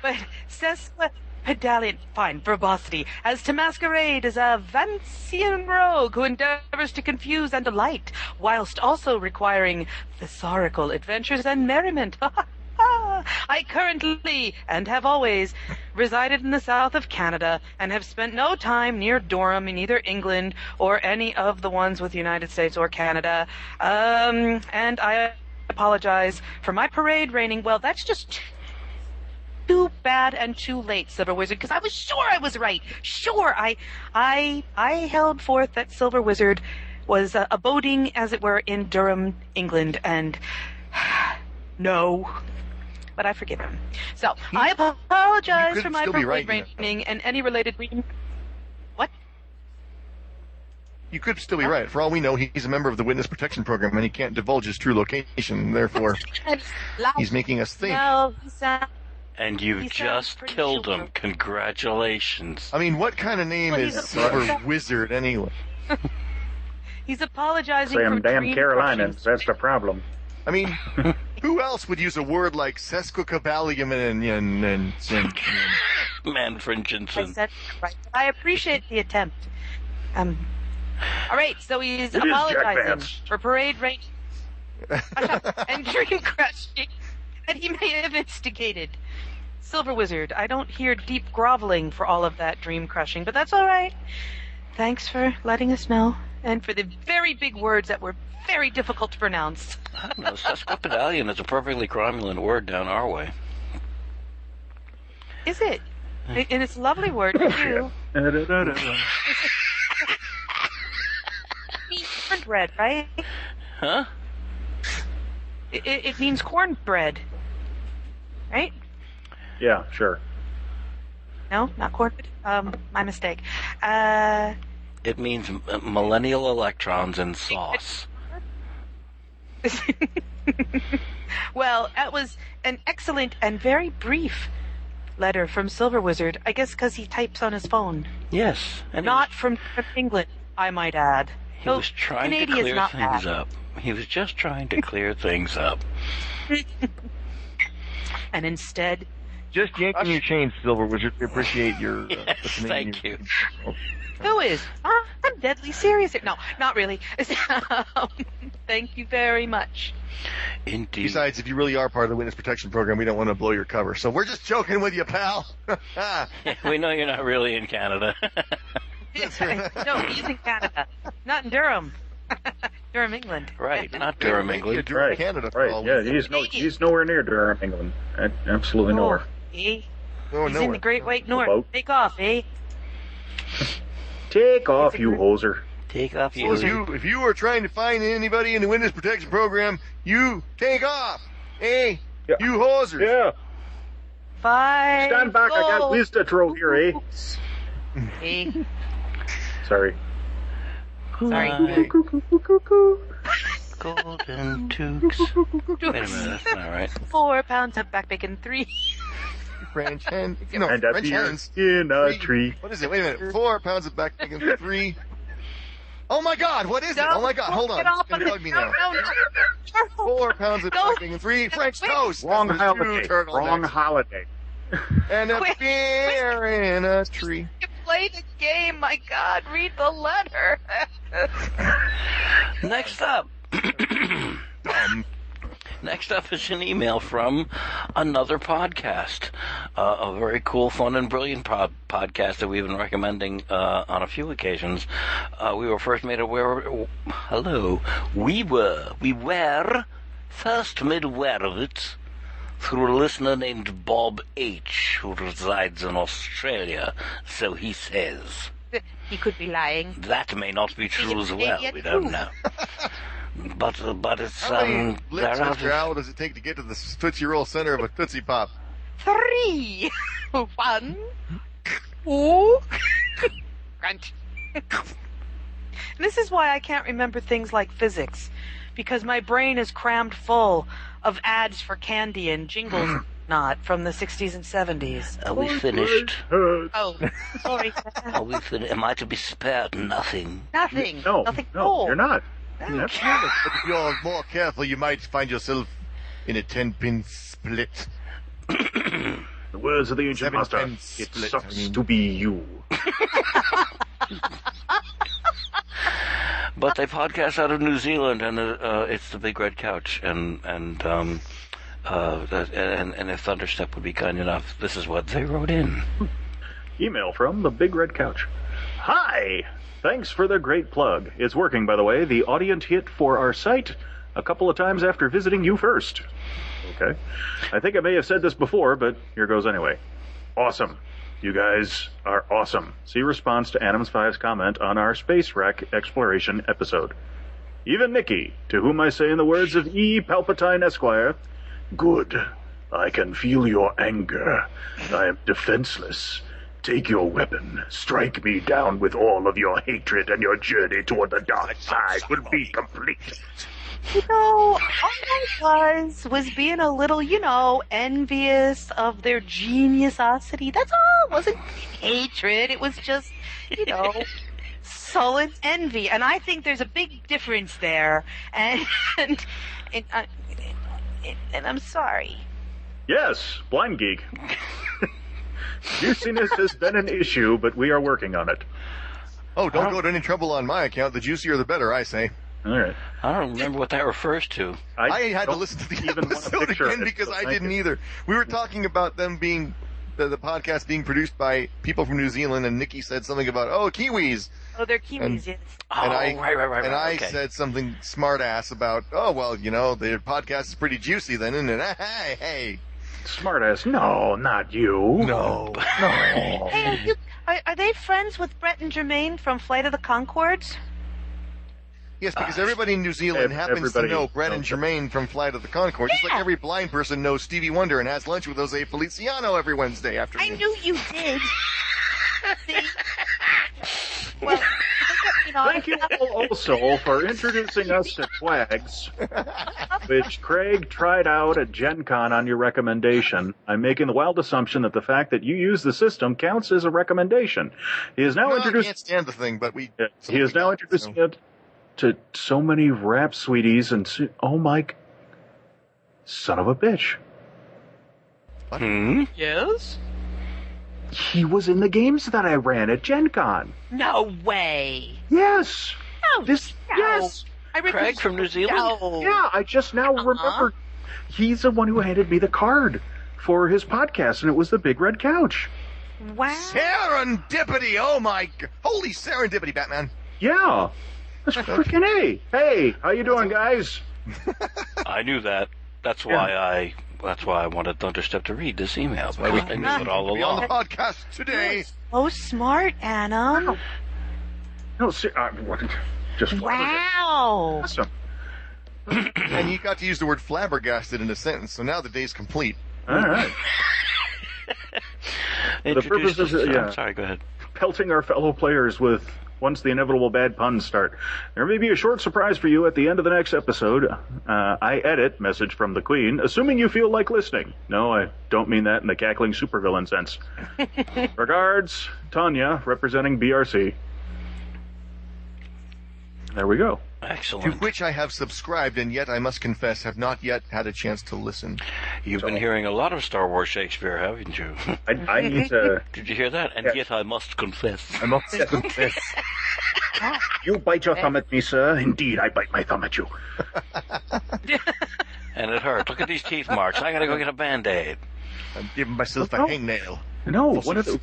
Speaker 1: But sesquipedalian, fine, verbosity, as to masquerade as a Vancian rogue who endeavors to confuse and delight, whilst also requiring thesaurical adventures and merriment. [LAUGHS] I currently, and have always, resided in the south of Canada and have spent no time near Durham in either England or any of the ones with the United States or Canada. Um, and I apologize for my parade raining. Well, that's just too bad and too late, Silver Wizard, because I was sure I was right. Sure, I, I, I held forth that Silver Wizard was uh, aboding, as it were, in Durham, England, and [SIGHS] no. But I forgive him. So I apologize for
Speaker 4: could
Speaker 1: my
Speaker 4: still be
Speaker 1: parade
Speaker 4: right in it, though.
Speaker 1: raining and any related reading. What?
Speaker 4: you could still be right. For all we know, he's a member of the Witness Protection Program and he can't divulge his true location.
Speaker 1: [LAUGHS]
Speaker 4: Therefore, he's making us think.
Speaker 1: Well, uh, he sounds-
Speaker 2: And you've
Speaker 1: He sounds
Speaker 2: just
Speaker 1: pretty
Speaker 2: killed him.
Speaker 1: sure.
Speaker 2: Congratulations.
Speaker 4: I mean, what kind of name
Speaker 1: Well,
Speaker 4: is
Speaker 1: he's a-
Speaker 4: Silver Wizard anyway?
Speaker 1: he's apologizing for
Speaker 3: Sam, damn
Speaker 1: dream
Speaker 3: Carolinas.
Speaker 1: crushing.
Speaker 3: That's the problem.
Speaker 1: [LAUGHS]
Speaker 4: I mean, who else would use a word like sesquicabalium and and and, and,
Speaker 2: Manfred
Speaker 1: I
Speaker 2: Jensen.
Speaker 1: said it right. I appreciate the attempt. Um. All right, so he's
Speaker 3: It is Jack
Speaker 1: apologizing
Speaker 3: Vance.
Speaker 1: for parade rain and dream crushing that he may have instigated. Silver Wizard, I don't hear deep groveling for all of that dream crushing, but that's all right. Thanks for letting us know and for the very big words that were very difficult to pronounce.
Speaker 2: I don't know. Sesquipedalian is a perfectly cromulent word down our way.
Speaker 1: Is it? And it's a lovely word too. It means cornbread, right?
Speaker 2: Huh?
Speaker 1: It, it it means cornbread, right?
Speaker 3: yeah, sure.
Speaker 1: No, not cornbread. Um, my mistake. Uh,
Speaker 2: It means m- millennial electrons in sauce.
Speaker 1: [LAUGHS] well, that was an excellent and very brief letter from Silver Wizard. I guess because he types on his phone,
Speaker 2: Yes. And
Speaker 1: not from from England, I might add.
Speaker 2: He
Speaker 1: No,
Speaker 2: was trying
Speaker 1: Canadia's
Speaker 2: to clear
Speaker 1: not bad.
Speaker 2: things up. He was just trying to clear things up.
Speaker 1: And instead,
Speaker 8: Just yanking your chain, Silver Wizard. We appreciate
Speaker 4: [LAUGHS]
Speaker 8: your. Uh,
Speaker 2: Yes,
Speaker 8: listening and
Speaker 2: thank
Speaker 8: your-
Speaker 2: you.
Speaker 1: who is? Huh? I'm deadly serious. here. No, not really. [LAUGHS] Thank you very much.
Speaker 2: Indeed.
Speaker 4: Besides, if you really are part of the Witness Protection Program, we don't want to blow your cover. So we're just joking with you, pal.
Speaker 2: [LAUGHS]
Speaker 4: [LAUGHS]
Speaker 2: we know you're not really in Canada. [LAUGHS]
Speaker 1: [LAUGHS] no, he's in Canada, not in Durham. [LAUGHS] Durham, England.
Speaker 2: right, not Durham, England.
Speaker 4: You're in
Speaker 3: Right,
Speaker 4: Canada. for
Speaker 3: Right,
Speaker 4: all we
Speaker 3: yeah,
Speaker 4: know.
Speaker 3: he's, no, he's nowhere near Durham, England. A- Absolutely
Speaker 1: Oh,
Speaker 3: nowhere.
Speaker 1: eh?
Speaker 2: Oh,
Speaker 4: No,
Speaker 1: He's
Speaker 4: no
Speaker 1: in the
Speaker 4: one.
Speaker 1: Great White North.
Speaker 3: boat.
Speaker 1: Take off, eh?
Speaker 3: Take off, you hoser.
Speaker 2: Take off
Speaker 4: So
Speaker 2: your
Speaker 4: if you if you are trying to find anybody in the Witness Protection Program, you take off. Hey,
Speaker 3: Yeah.
Speaker 4: you hosers.
Speaker 3: Yeah,
Speaker 1: Five.
Speaker 3: stand back, I got
Speaker 1: goals,
Speaker 3: wisdom throw here, eh?
Speaker 1: eh?
Speaker 3: Sorry.
Speaker 1: Sorry.
Speaker 2: golden
Speaker 1: [LAUGHS]
Speaker 2: toques. Wait a minute, that's not right.
Speaker 1: Four pounds of back bacon, [LAUGHS] three.
Speaker 3: [LAUGHS]
Speaker 4: French hen. No,
Speaker 3: And
Speaker 4: French hens.
Speaker 3: appears in a
Speaker 4: Three-
Speaker 3: tree.
Speaker 4: What is it? Wait a minute. Four pounds of back bacon.
Speaker 1: [LAUGHS]
Speaker 4: Three. Oh my God! What is it? Oh my God! Hold on.
Speaker 1: Get
Speaker 4: It's
Speaker 1: off of
Speaker 4: gonna
Speaker 1: it.
Speaker 4: bug me
Speaker 1: No,
Speaker 4: now.
Speaker 1: no, no.
Speaker 4: Four pounds of
Speaker 1: No.
Speaker 4: back bacon. Three French
Speaker 1: Wait.
Speaker 4: toast.
Speaker 3: Wrong
Speaker 4: That's two
Speaker 3: holiday.
Speaker 4: turtlenecks.
Speaker 3: Wrong holiday.
Speaker 4: And a
Speaker 1: Quick.
Speaker 4: beer in a tree.
Speaker 1: Play the game, my God. Read the letter. [LAUGHS]
Speaker 2: Next up. Next up is an email from another podcast, uh, a very cool, fun, and brilliant pod- podcast that we've been recommending uh, on a few occasions. Uh, we were first made aware. Hello, we were we were first made aware of it through a listener named Bob H, who resides in Australia. So he says.
Speaker 1: he could be lying.
Speaker 2: That may not be true as well. We don't know. But uh, but it's
Speaker 4: How many
Speaker 2: um there
Speaker 4: licks, Mr.
Speaker 2: are
Speaker 4: Owl, does it take to get to the Tootsie Roll center of a Tootsie Pop?
Speaker 1: Three. [LAUGHS] One. Two. [LAUGHS] Crunch. [LAUGHS] this is why I can't remember things like physics, because my brain is crammed full of ads for candy and
Speaker 4: [CLEARS THROAT]
Speaker 1: jingles. Not from the 60s and [LAUGHS] 70s.
Speaker 2: Are we finished?
Speaker 3: Uh,
Speaker 1: Oh, sorry.
Speaker 2: Are we fin- Am I to be spared nothing?
Speaker 1: Nothing.
Speaker 3: no,
Speaker 1: Nothing at
Speaker 3: no,
Speaker 1: all.
Speaker 3: you're not.
Speaker 4: But if you're more careful, you might find yourself in a ten-pin split.
Speaker 3: The words of the ancient
Speaker 4: Seven
Speaker 3: master. It
Speaker 4: pence split,
Speaker 3: sucks
Speaker 4: I mean.
Speaker 3: to be you.
Speaker 2: But they podcast out of New Zealand, and uh, uh, it's the Big Red Couch, and and um, uh, that- and and if Thunderstep would be kind enough, this is what they wrote in.
Speaker 3: Email from the Big Red Couch. Hi! Thanks for the great plug. It's working, by the way. The audience hit for our site a couple of times after visiting you first. Okay. I think I may have said this before, but here goes anyway. Awesome. You guys are awesome. See response to Adams 5's comment on our space wreck exploration episode. Even Nikki, to whom I say in the words of E. Palpatine Esquire, Good. I can feel your anger. I am defenseless. Take your weapon. Strike me down with all of your hatred, and your journey toward the dark side will be complete.
Speaker 1: You know, all I was was being a little, you know, envious of their geniusosity. That's all. It wasn't hatred. It was just, you know,
Speaker 2: [LAUGHS]
Speaker 1: sullen envy. And I think there's a big difference there. And [LAUGHS] and, and, I, and I'm sorry.
Speaker 3: Yes, blind geek.
Speaker 4: [LAUGHS]
Speaker 3: Juiciness has been an issue, but we are working on it.
Speaker 4: Oh, don't go to any trouble on my account. The juicier the better, I say.
Speaker 3: All right.
Speaker 2: I don't remember what that refers to.
Speaker 4: I had to
Speaker 3: don't
Speaker 4: listen to the
Speaker 3: even want a
Speaker 4: episode
Speaker 3: picture of
Speaker 4: again
Speaker 3: it,
Speaker 4: because
Speaker 3: so
Speaker 4: I
Speaker 3: thank
Speaker 4: didn't
Speaker 3: you.
Speaker 4: either. We were talking about them being the, the podcast being produced by people from New Zealand, and Nikki said something about oh Kiwis,
Speaker 1: Oh, they're kiwis.
Speaker 4: And-
Speaker 1: yes.
Speaker 2: Oh,
Speaker 4: and I
Speaker 2: right, right, right,
Speaker 4: and
Speaker 2: right.
Speaker 4: I
Speaker 2: okay.
Speaker 4: said something smart ass about oh well you know the podcast is pretty juicy then isn't it? [LAUGHS] Hey hey
Speaker 3: Smartass. No, not you.
Speaker 4: e- no [LAUGHS]
Speaker 3: No.
Speaker 1: Hey, are, you, are, are they friends with Brett and Jermaine from Flight of the Concords?
Speaker 4: yes because everybody in New Zealand
Speaker 3: Ah, ev-
Speaker 4: happens to
Speaker 3: everybody
Speaker 4: know Brett and
Speaker 3: knows that.
Speaker 4: Jermaine from Flight of the Concord just like
Speaker 1: Yeah.
Speaker 4: every blind person knows Stevie Wonder and has lunch with Jose Feliciano every Wednesday
Speaker 1: I
Speaker 4: afternoon.
Speaker 1: knew you did. [LAUGHS] See? Well, you know,
Speaker 3: Thank you all also for introducing us to Quags, which Craig tried out at Gen Con on your recommendation. I'm making the wild assumption that the fact that you use the system counts as a recommendation. He is now
Speaker 4: No, I
Speaker 3: introducing
Speaker 4: can't stand the thing, but we.
Speaker 3: he is now introducing it to so many rap sweeties and so, oh my son of a bitch.
Speaker 2: Hmm?
Speaker 5: Yes?
Speaker 3: He was in the games that I ran at Gen Con.
Speaker 1: no way.
Speaker 3: Yes.
Speaker 1: No,
Speaker 3: This
Speaker 1: no.
Speaker 3: yes.
Speaker 1: I
Speaker 2: Craig from New Zealand?
Speaker 1: No.
Speaker 3: Yeah, I just now remembered. He's the one who handed me the card for his podcast, and it was the Big Red Couch.
Speaker 1: Wow.
Speaker 4: Serendipity! Oh my! g- Holy serendipity, Batman!
Speaker 3: Yeah, that's freaking a. Hey, how you doing, guys?
Speaker 2: [LAUGHS] I knew that. That's why I. That's why I wanted Thunderstep to read this email. That's
Speaker 4: we
Speaker 2: I knew it all
Speaker 4: Be on the
Speaker 2: along.
Speaker 4: podcast today.
Speaker 1: So smart, Anna.
Speaker 3: No, ser- I, what- just
Speaker 1: Wow.
Speaker 3: awesome.
Speaker 4: And you got to use the word flabbergasted in a sentence, so now the day's complete.
Speaker 3: All right, the
Speaker 2: Introduce
Speaker 3: purpose is-
Speaker 2: us-
Speaker 3: yeah.
Speaker 2: I'm sorry. Go ahead.
Speaker 3: pelting our fellow players with. Once the inevitable bad puns start, there may be a short surprise for you at the end of the next episode. Uh, I edit message from the Queen, assuming you feel like listening. No, I don't mean that in the cackling supervillain sense. Regards, Tanya, representing BRC. There we go.
Speaker 4: To
Speaker 2: Excellent.
Speaker 4: which I have subscribed, and yet I must confess, have not yet had a chance to listen.
Speaker 2: You've been hearing a lot of Star Wars Shakespeare, haven't you? [LAUGHS]
Speaker 3: I, I need to.
Speaker 2: Did you hear that? And yet I must confess.
Speaker 4: I must confess.
Speaker 3: You bite your thumb at me, sir. Indeed, I bite my thumb at you.
Speaker 2: And it hurt. Look at these teeth marks. I gotta go get a band aid.
Speaker 4: I'm giving myself a
Speaker 3: No.
Speaker 4: hangnail.
Speaker 3: No, one of the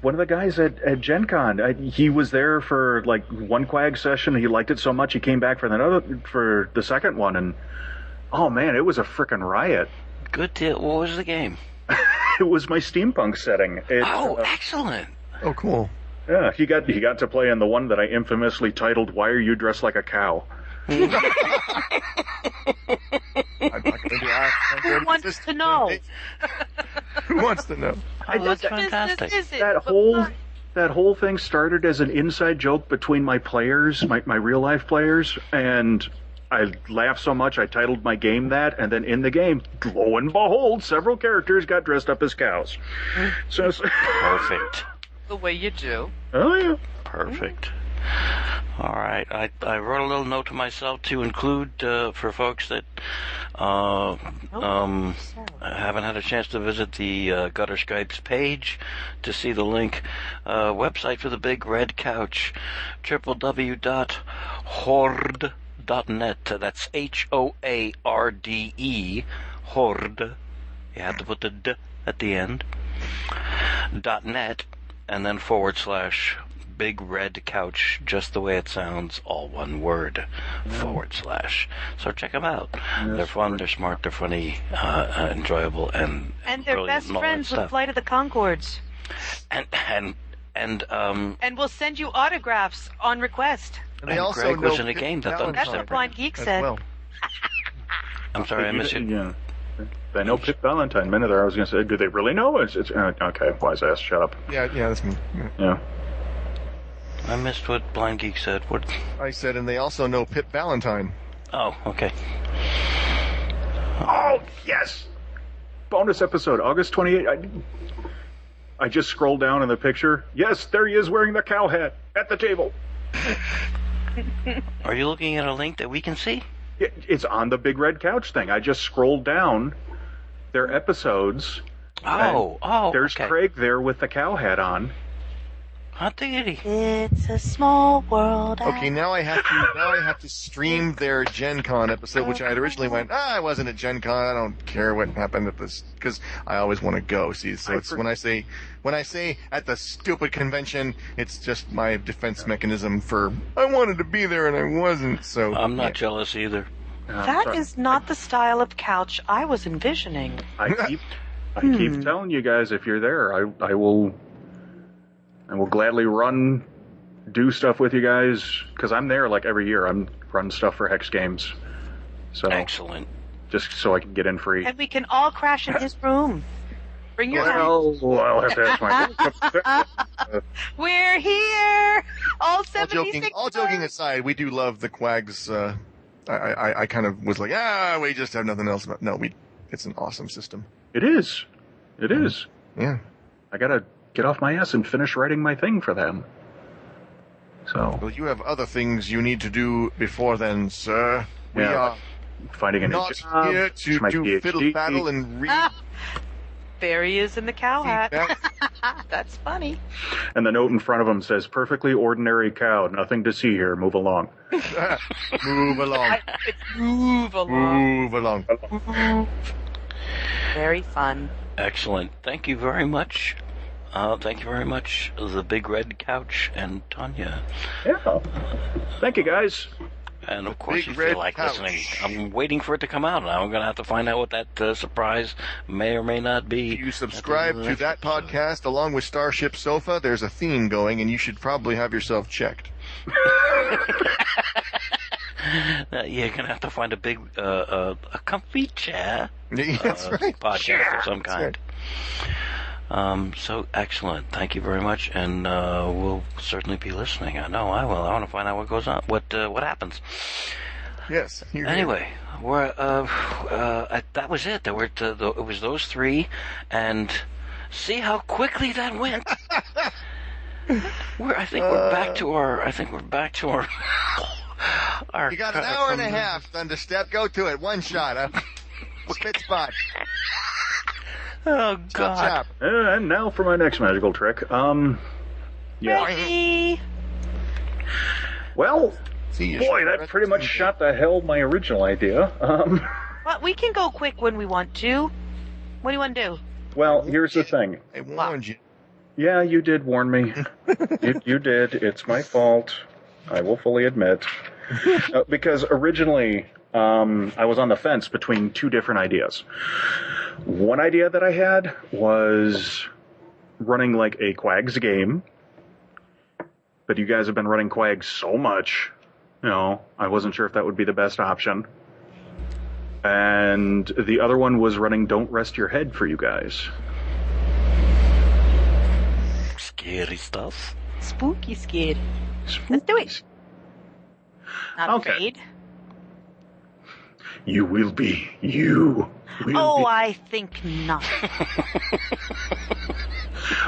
Speaker 3: one of the guys at, at Gen Con, I, he was there for like one quag session. He liked it so much he came back for another for the second one, and oh man, it was a frickin' riot. [LAUGHS]
Speaker 2: Good deal. What was the game?
Speaker 3: It was my steampunk setting. It,
Speaker 2: Oh,
Speaker 3: uh,
Speaker 2: excellent.
Speaker 4: Oh, cool.
Speaker 3: yeah, he got he got to play in the one that I infamously titled "Why Are You Dressed Like a Cow."
Speaker 4: I'm not going to ask.
Speaker 1: Who wants to know?
Speaker 4: [LAUGHS] Who wants to know?
Speaker 3: I
Speaker 2: Oh, that's
Speaker 3: did
Speaker 2: fantastic.
Speaker 1: This is it.
Speaker 3: that
Speaker 1: But
Speaker 3: whole
Speaker 1: why?
Speaker 3: that whole thing started as an inside joke between my players, my, my real life players, and I laughed so much I titled my game that, and then in the game, lo and behold, several characters got dressed up as cows. So, [LAUGHS] it's-
Speaker 2: Perfect.
Speaker 5: The way you do.
Speaker 3: oh yeah,
Speaker 2: Perfect. All right. I, I wrote a little note to myself to include uh, for folks that uh, um, haven't had a chance to visit the uh, Gutter Skypes page to see the link. Uh, website for the Big Red Couch, www.horde.net. That's H O A R D E, Horde. You have to put the D at the end dot net and then forward slash big red couch just the way it sounds all one word forward slash so check them out they're fun they're smart they're funny uh, uh, enjoyable and
Speaker 1: And they're
Speaker 2: brilliant
Speaker 1: best
Speaker 2: and all that
Speaker 1: friends with
Speaker 2: stuff.
Speaker 1: Flight of the Concords.
Speaker 2: and and and um
Speaker 1: And will send you autographs on request.
Speaker 4: And they
Speaker 2: And
Speaker 4: also
Speaker 2: Greg
Speaker 4: know
Speaker 2: was in a game that
Speaker 4: Valentine
Speaker 2: doesn't
Speaker 1: That's what Blind Geek
Speaker 4: as
Speaker 1: said.
Speaker 4: well.
Speaker 2: i'm sorry i missed you
Speaker 3: yeah. They know Pip Valentine. Minute there, I was going to say, do they really know? It's, it's uh, okay. Wise ass, shut up.
Speaker 4: Yeah, yeah, that's me. Yeah.
Speaker 3: Yeah.
Speaker 2: I missed what Blind Geek said. What?
Speaker 4: I said, and they also know Pip Valentine.
Speaker 2: Oh, okay.
Speaker 3: Oh yes. Bonus episode, August twenty eighth. I, I just scrolled down in the picture. Yes, there he is wearing the cow hat at the table.
Speaker 2: Are you looking at a link that we can see?
Speaker 3: It, it's on the big red couch thing. I just scrolled down their episodes.
Speaker 2: Oh, oh,
Speaker 3: There's
Speaker 2: okay.
Speaker 3: Craig there with the cow hat on.
Speaker 2: Hot diggity.
Speaker 3: Mm.
Speaker 5: It's a small world.
Speaker 4: Okay, now I have to now I have to stream their Gen Con episode, which I had originally went. Ah, I wasn't at Gen Con. I don't care what happened at this because I always want to go. See, so
Speaker 3: I
Speaker 4: it's when I say when I say at the stupid convention, it's just my defense mechanism for I wanted to be there and I wasn't. So
Speaker 2: I'm not jealous either.
Speaker 3: I'm
Speaker 1: That
Speaker 3: Um, sorry.
Speaker 1: is not the style of couch I was envisioning.
Speaker 3: I keep I keep telling you guys if you're there, I I will I will gladly run do stuff with you guys because I'm there like every year. I'm run stuff for Hex Games, so
Speaker 2: Excellent.
Speaker 3: just so I can get in free.
Speaker 1: And we can all crash in his room. Bring your hat.
Speaker 3: Well, I'll have to ask my.
Speaker 1: We're here! All
Speaker 4: all
Speaker 1: 76
Speaker 4: joking all joking aside, we do love the Quags. Uh, I, I I kind of was like, ah, we just have nothing else. But no, we it's an awesome system.
Speaker 3: it is, it is.
Speaker 4: Yeah.
Speaker 3: I gotta get off my ass and finish writing my thing for them. So
Speaker 4: Well, you have other things you need to do before then, sir. We
Speaker 3: Yeah.
Speaker 4: are
Speaker 3: finding a new
Speaker 4: not
Speaker 3: job,
Speaker 4: here to
Speaker 3: it's my
Speaker 4: do
Speaker 3: PhD.
Speaker 4: fiddle battle [LAUGHS] and read
Speaker 1: There he is in the cow hat.
Speaker 4: feedback.
Speaker 1: That's funny.
Speaker 3: and the note in front of him says "perfectly ordinary cow, nothing to see here. Move along."
Speaker 4: Move along.
Speaker 1: Move along.
Speaker 4: Move along. Mm.
Speaker 1: Very fun.
Speaker 2: Excellent. Thank you very much. Uh, thank you very much, the Big Red Couch and Tanya.
Speaker 3: Yeah. Thank you guys.
Speaker 2: And of course,
Speaker 4: Big
Speaker 2: if
Speaker 4: Red
Speaker 2: you like
Speaker 4: Couch.
Speaker 2: listening, I'm waiting for it to come out. Now I'm going to have to find out what that uh, surprise may or may not be. Uh,
Speaker 4: If You subscribe to
Speaker 2: That's- [LAUGHS]
Speaker 4: that podcast along with Starship Sofa. There's a theme going, and you should probably have yourself checked. [LAUGHS]
Speaker 2: Uh, you're going to have to find a big, uh, uh, a comfy chair.
Speaker 4: That's
Speaker 2: uh,
Speaker 4: [LAUGHS] right.
Speaker 2: podcast of some kind. Um, so excellent. Thank you very much, and uh, we'll certainly be listening. I know I will. I want to find out what goes on, what uh, what happens.
Speaker 4: Yes. here-
Speaker 2: Anyway, we're uh, uh, I- that was it. There were the, the, it was those three, and see how quickly that
Speaker 4: [LAUGHS]
Speaker 2: went. we're, I think we're back to our. I think we're back to our. [LAUGHS] our
Speaker 4: Uh. You got an hour and a half done to step. Go to it. One shot. Huh? Spit spot.
Speaker 2: Oh
Speaker 4: Chop,
Speaker 2: God.
Speaker 4: chop.
Speaker 3: Uh, and now for my next magical trick. Um, yeah.
Speaker 1: Hey.
Speaker 3: Well,
Speaker 4: See you.
Speaker 3: boy, that pretty much shot the hell my original idea. Um, [LAUGHS]
Speaker 1: Well, we can go quick when we want to. What do you want to do?
Speaker 3: well, here's the thing.
Speaker 4: I warned you.
Speaker 3: Yeah, you did warn me. you, you did. It's my fault. I will fully admit. Uh, because originally, um, I was on the fence between two different ideas. One idea that I had was running like a Quags game, but you guys have been running Quags so much, you know, I wasn't sure if that would be the best option. And the other one was running Don't Rest Your Head for you guys.
Speaker 2: Scary stuff.
Speaker 1: Spooky skid. Let's do it. Not
Speaker 3: Okay.
Speaker 1: afraid.
Speaker 3: You will be. You will
Speaker 1: Oh, I think
Speaker 4: [LAUGHS]
Speaker 1: not.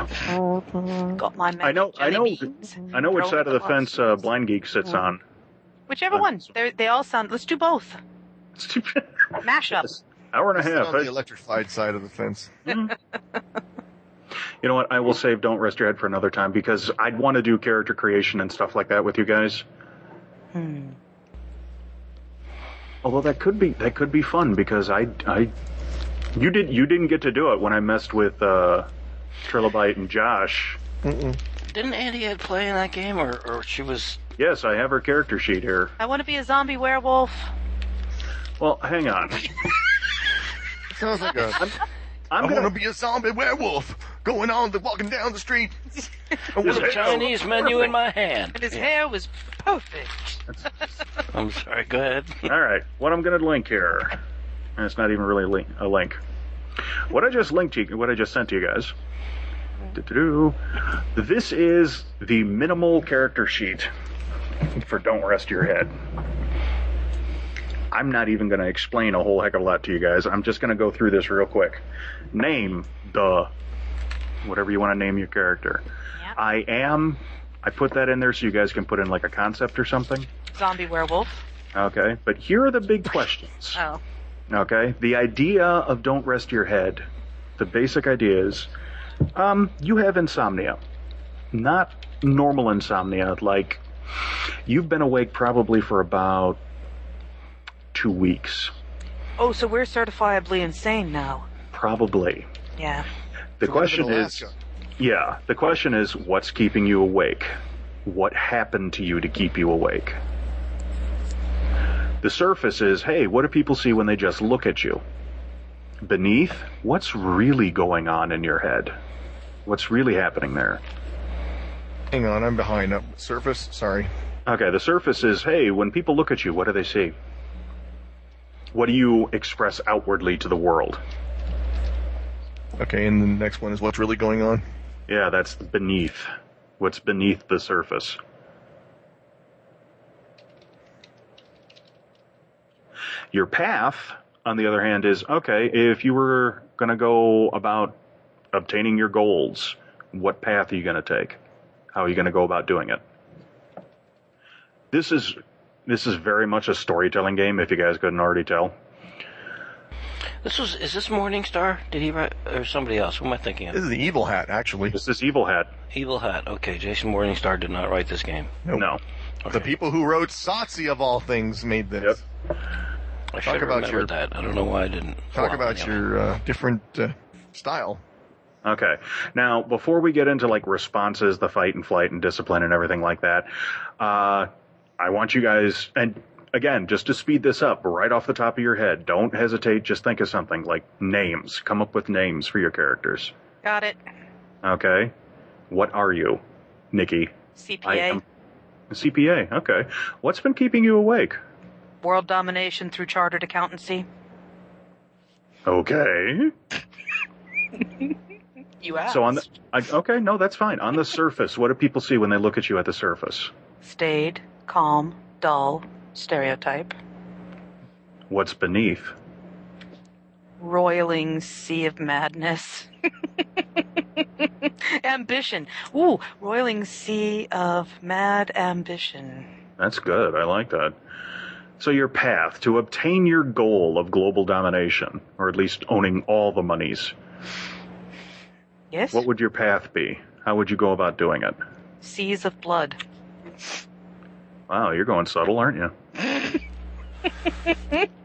Speaker 1: Got my
Speaker 3: I know-
Speaker 1: magic
Speaker 3: I know-
Speaker 1: jelly beans. Mm.
Speaker 3: be. I know which
Speaker 1: Throw
Speaker 3: side of
Speaker 1: it
Speaker 3: the
Speaker 1: across.
Speaker 3: fence uh, Blind Geek sits on. [LAUGHS]
Speaker 1: Whichever one. They're, they all sound. Let's do both. Mash up.
Speaker 3: Hour and a half.
Speaker 4: On the
Speaker 3: I-
Speaker 4: electrified side of the fence.
Speaker 3: you know what? I will save Don't Rest Your Head for another time because I'd want to do character creation and stuff like that with you guys.
Speaker 1: Hmm.
Speaker 3: Although that could be that could be fun because I I you did you didn't get to do it when I messed with uh, Trilobite and Josh.
Speaker 2: Didn't Andy had play in that game, or, or she was?
Speaker 3: Yes, I have her character sheet here.
Speaker 1: I want to be a zombie werewolf.
Speaker 3: Well, hang on.
Speaker 4: Sounds like a.
Speaker 3: I'm
Speaker 4: I
Speaker 3: gonna
Speaker 4: want
Speaker 3: [LAUGHS]
Speaker 4: to be a zombie werewolf going on the walking down the [LAUGHS] street. I
Speaker 2: With
Speaker 4: wanna
Speaker 2: a Chinese menu in my hand.
Speaker 1: And his hair was perfect.
Speaker 2: I'm sorry. Go ahead.
Speaker 3: All right, what I'm going to link here, and it's not even really a link, a link. What I just linked to you, what I just sent to you guys. Do-do-do. This is the minimal character sheet for Don't Rest Your Head. I'm not even going to explain a whole heck of a lot to you guys. I'm just going to go through this real quick. Name the whatever you want to name your character.
Speaker 1: Yep.
Speaker 3: I am. I put that in there so you guys can put in like a concept or something.
Speaker 1: Zombie werewolf.
Speaker 3: Okay. But here are the big questions.
Speaker 1: Oh.
Speaker 3: Okay. The idea of don't rest your head. The basic idea is um, you have insomnia. Not normal insomnia. Like, you've been awake probably for about two weeks.
Speaker 1: Oh, so we're certifiably insane now.
Speaker 3: Probably.
Speaker 1: Yeah.
Speaker 3: The
Speaker 9: From
Speaker 3: question is
Speaker 9: Alaska.
Speaker 3: yeah, the question is what's keeping you awake? What happened to you to keep you awake? The surface is hey, what do people see when they just look at you? Beneath, what's really going on in your head? What's really happening there?
Speaker 4: Hang on, I'm behind. Up surface. Sorry.
Speaker 3: Okay, the surface is hey, when people look at you, what do they see? What do you express outwardly to the world?
Speaker 4: Okay, and the next one is what's really going on.
Speaker 3: Yeah, that's beneath. What's beneath the surface? Your path, on the other hand, is okay, if you were going to go about obtaining your goals, what path are you going to take? How are you going to go about doing it? This is this is very much a storytelling game if you guys couldn't already tell.
Speaker 2: This was is this Morningstar? Did he write or somebody else? Who am I thinking
Speaker 4: This
Speaker 2: of?
Speaker 4: is the evil hat, actually.
Speaker 3: It's this evil hat.
Speaker 2: Evil Hat. Okay, Jason Morningstar did not write this game.
Speaker 4: Nope.
Speaker 3: No.
Speaker 4: The people who wrote Satsi of all things made this.
Speaker 3: Yep.
Speaker 2: I should have
Speaker 4: about
Speaker 2: remembered
Speaker 4: your-
Speaker 2: that. I don't know why I didn't.
Speaker 4: Talk
Speaker 2: Well,
Speaker 4: about
Speaker 2: anyway.
Speaker 4: your uh, different uh, style.
Speaker 3: Okay. Now, before we get into like responses, the fight and flight and discipline and everything like that, uh, I want you guys, and again, just to speed this up right off the top of your head, don't hesitate. Just think of something like names. Come up with names for your characters.
Speaker 1: Got it.
Speaker 3: Okay. What are you, Nikki?
Speaker 1: CPA.
Speaker 3: I am a CPA. Okay. What's been keeping you awake?
Speaker 1: World domination through chartered accountancy.
Speaker 3: Okay.
Speaker 1: You asked.
Speaker 3: So on the I, okay, no, that's fine. On the surface, what do people see when they look at you at the surface?
Speaker 1: Stayed, calm, dull, stereotype.
Speaker 3: What's beneath?
Speaker 1: Roiling sea of madness. [LAUGHS] ambition. Ooh, roiling sea of mad ambition.
Speaker 3: That's good. I like that. So your path to obtain your goal of global domination, or at least owning all the monies,
Speaker 1: Yes?
Speaker 3: what would your path be? How would you go about doing it?
Speaker 1: Seas of blood.
Speaker 3: Wow, you're going subtle, aren't you?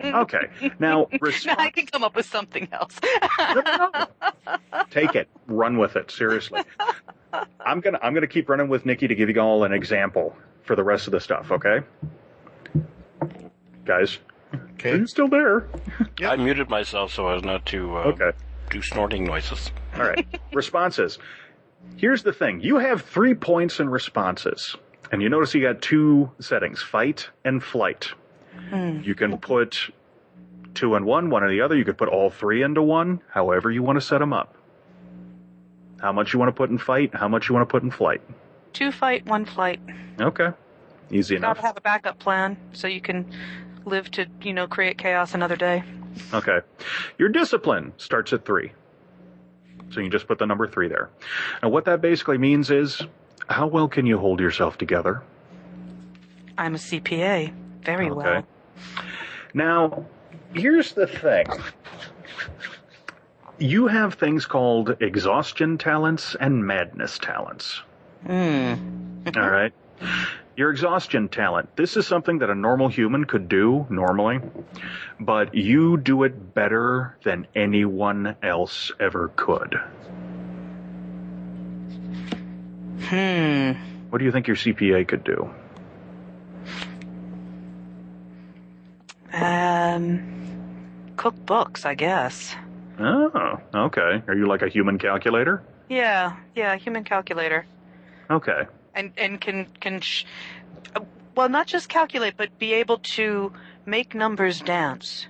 Speaker 3: okay. Now,
Speaker 1: I
Speaker 3: respect.
Speaker 1: can come up with something else.
Speaker 3: Take it. Run with it. Seriously. I'm gonna I'm gonna keep running with Nikki to give you all an example for the rest of the stuff. Okay, guys. Are
Speaker 4: Okay.
Speaker 3: you still there?
Speaker 4: Yeah.
Speaker 2: I muted myself so as not to uh,
Speaker 3: Okay.
Speaker 2: do snorting noises.
Speaker 3: All right. responses. Here's the thing. You have three points in responses. And you notice you got two settings, fight and flight. You can put two in one, one in the other. You could put all three into one, however you want to set them up. How much you want to put in fight, how much you want to put in flight.
Speaker 1: Two fight, one flight.
Speaker 3: Okay. Easy
Speaker 1: Gotta
Speaker 3: enough.
Speaker 1: have a backup plan so you can live to, you know, create chaos another day.
Speaker 3: Okay. Your discipline starts at three. So you just put the number three there. And what that basically means is how well can you hold yourself together?
Speaker 1: I'm a CPA. Very well.
Speaker 3: Now, here's the thing. You have things called exhaustion talents and madness talents.
Speaker 1: Hmm.
Speaker 3: All right. Your exhaustion talent. This is something that a normal human could do normally, but you do it better than anyone else ever could.
Speaker 1: Hmm.
Speaker 3: What do you think your CPA could do?
Speaker 1: Um, cook books, I guess.
Speaker 3: Oh, okay. Are you like a human calculator?
Speaker 1: Yeah, yeah, human calculator,
Speaker 3: Okay.
Speaker 1: and and can can, sh- uh, well, not just calculate, but be able to make numbers dance.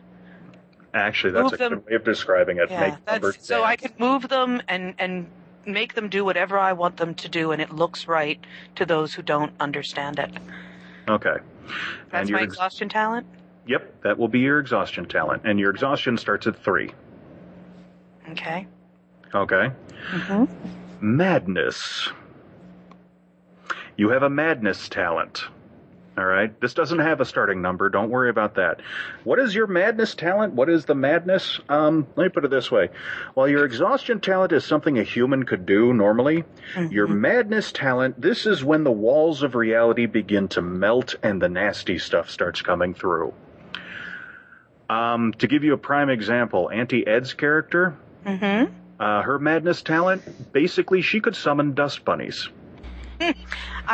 Speaker 3: Actually, that's
Speaker 1: Move
Speaker 3: a good
Speaker 1: them-
Speaker 3: way of describing it.
Speaker 1: Yeah,
Speaker 3: Make numbers
Speaker 1: that's, so I
Speaker 3: dance.
Speaker 1: can move them and and make them do whatever I want them to do, and it looks right to those who don't understand it.
Speaker 3: Okay.
Speaker 1: That's
Speaker 3: your
Speaker 1: my
Speaker 3: ex-
Speaker 1: exhaustion talent.
Speaker 3: Yep, that will be your exhaustion talent, and your exhaustion starts at three.
Speaker 1: Okay.
Speaker 3: Okay. Madness. You have a madness talent. All right. This doesn't have a starting number. Don't worry about that. What is your madness talent? What is the madness? Um, let me put it this way. While your exhaustion talent is something a human could do normally, your madness talent, this is when the walls of reality begin to melt and the nasty stuff starts coming through. Um, to give you a prime example, Auntie Ed's character,
Speaker 1: Mm-hmm.
Speaker 3: uh, her madness talent, basically, she could summon dust bunnies.
Speaker 1: I was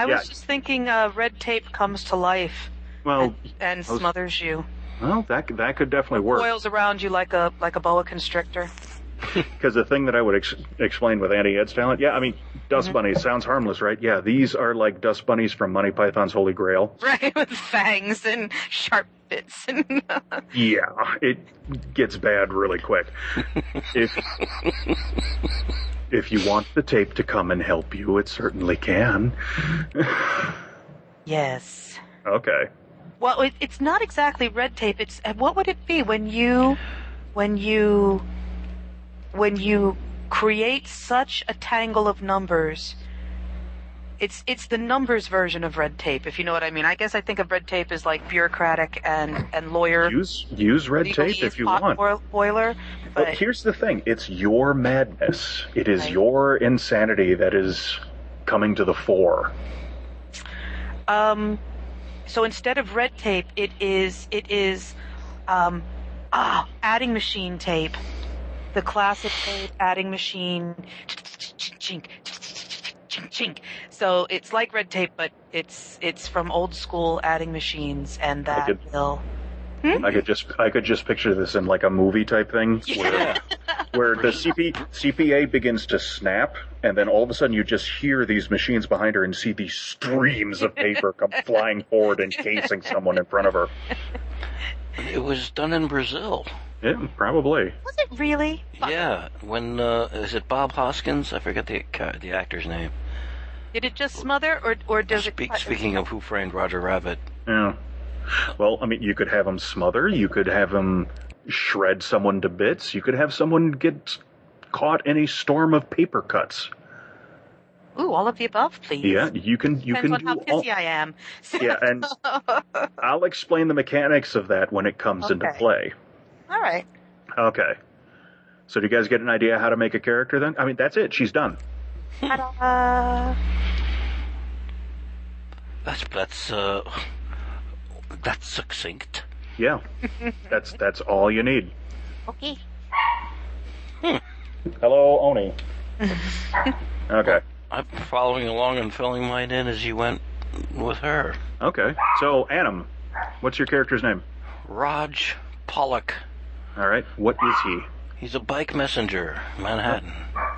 Speaker 3: Yeah. Oh,
Speaker 1: just thinking, uh, red tape comes to life
Speaker 3: Well,
Speaker 1: and
Speaker 3: I was-
Speaker 1: smothers you,
Speaker 3: well, that could- that could definitely work.
Speaker 1: coils around you like a like a boa constrictor. [LAUGHS]
Speaker 3: Because the thing that I would ex- explain with Annie Ed's talent, yeah, I mean, dust bunnies sounds harmless, right? Yeah, these are like dust bunnies from Monty Python's Holy Grail.
Speaker 1: Right, with fangs and sharp bits. And [LAUGHS]
Speaker 3: Yeah, it gets bad really quick. if if you want the tape to come and help you, it certainly can.
Speaker 1: yes.
Speaker 3: Okay.
Speaker 1: Well, it, it's not exactly red tape. It's uh, what would it be when you, when you, when you create such a tangle of numbers. It's it's the numbers version of red tape, if you know what I mean. I guess I think of red tape as like bureaucratic and and lawyer
Speaker 3: Use use red tape if you
Speaker 1: pot
Speaker 3: want.
Speaker 1: boil- boiler.
Speaker 3: But
Speaker 1: But
Speaker 3: here's the thing it's your madness, it is
Speaker 1: Right.
Speaker 3: your insanity that is coming to the fore.
Speaker 1: um, so instead of red tape, it is it is um, ah adding machine tape, the classic tape adding machine. Chink, chink, chink. So it's like red tape, but it's it's from old school adding machines, and that
Speaker 3: could-
Speaker 1: will
Speaker 3: I could just I could just picture this in like a movie type thing where where the CP, CPA begins to snap and then all of a sudden you just hear these machines behind her and see these streams of paper come flying forward encasing someone in front of her.
Speaker 2: It was done in Brazil.
Speaker 3: Yeah, probably.
Speaker 1: was it really?
Speaker 2: Yeah, when uh, is it Bob Hoskins? I forget the ca- the actor's name.
Speaker 1: Did it just smother, or or does it?
Speaker 2: Speak,
Speaker 1: cut?
Speaker 2: speaking of Who Framed Roger Rabbit,
Speaker 3: Yeah. Well, I mean, you could have them smother. You could have them shred someone to bits. You could have someone get caught in a storm of paper cuts.
Speaker 1: Ooh, all of the above, please.
Speaker 3: Yeah, you can. You
Speaker 1: Depends
Speaker 3: can
Speaker 1: on
Speaker 3: do
Speaker 1: how
Speaker 3: all.
Speaker 1: pissy I am. [LAUGHS] So-
Speaker 3: Yeah, and I'll explain the mechanics of that when it comes into
Speaker 1: Okay.
Speaker 3: play.
Speaker 1: all right.
Speaker 3: Okay. So, do you guys get an idea how to make a character? Then, I mean, that's it. She's done.
Speaker 1: Ta-da.
Speaker 2: that's that's uh, that's succinct.
Speaker 1: [LAUGHS]
Speaker 3: Yeah, that's that's all you need.
Speaker 1: Okay.
Speaker 3: Hello,
Speaker 1: [LAUGHS]
Speaker 3: Oni. okay.
Speaker 2: I'm following along and filling mine in as you went with her.
Speaker 3: Okay. So, Adam, what's your character's name?
Speaker 2: Raj Pollock.
Speaker 3: All right. What is he?
Speaker 2: He's a bike messenger, Manhattan.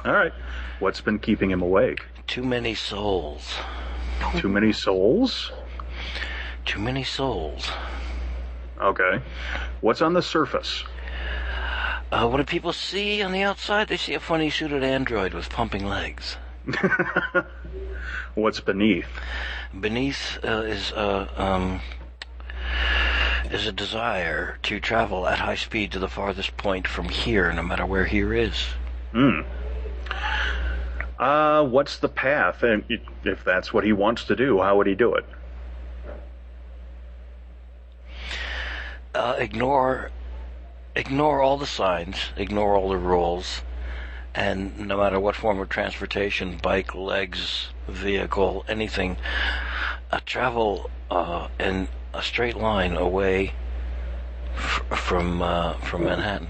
Speaker 3: All right. What's been keeping him awake?
Speaker 2: Too many souls.
Speaker 3: Too many souls?
Speaker 2: Too many souls.
Speaker 3: Okay. What's on the surface?
Speaker 2: Uh, what do people see on the outside? They see a funny suited android with pumping legs.
Speaker 3: What's beneath?
Speaker 2: Beneath uh, is a um, is a desire to travel at high speed to the farthest point from here, no matter where here is.
Speaker 3: Uh, what's the path? And i- if that's what he wants to do, how would he do it?
Speaker 2: Uh, ignore ignore all the signs, ignore all the rules, and no matter what form of transportation, bike, legs, vehicle, anything, uh, travel uh, in a straight line away f- from uh, from Manhattan.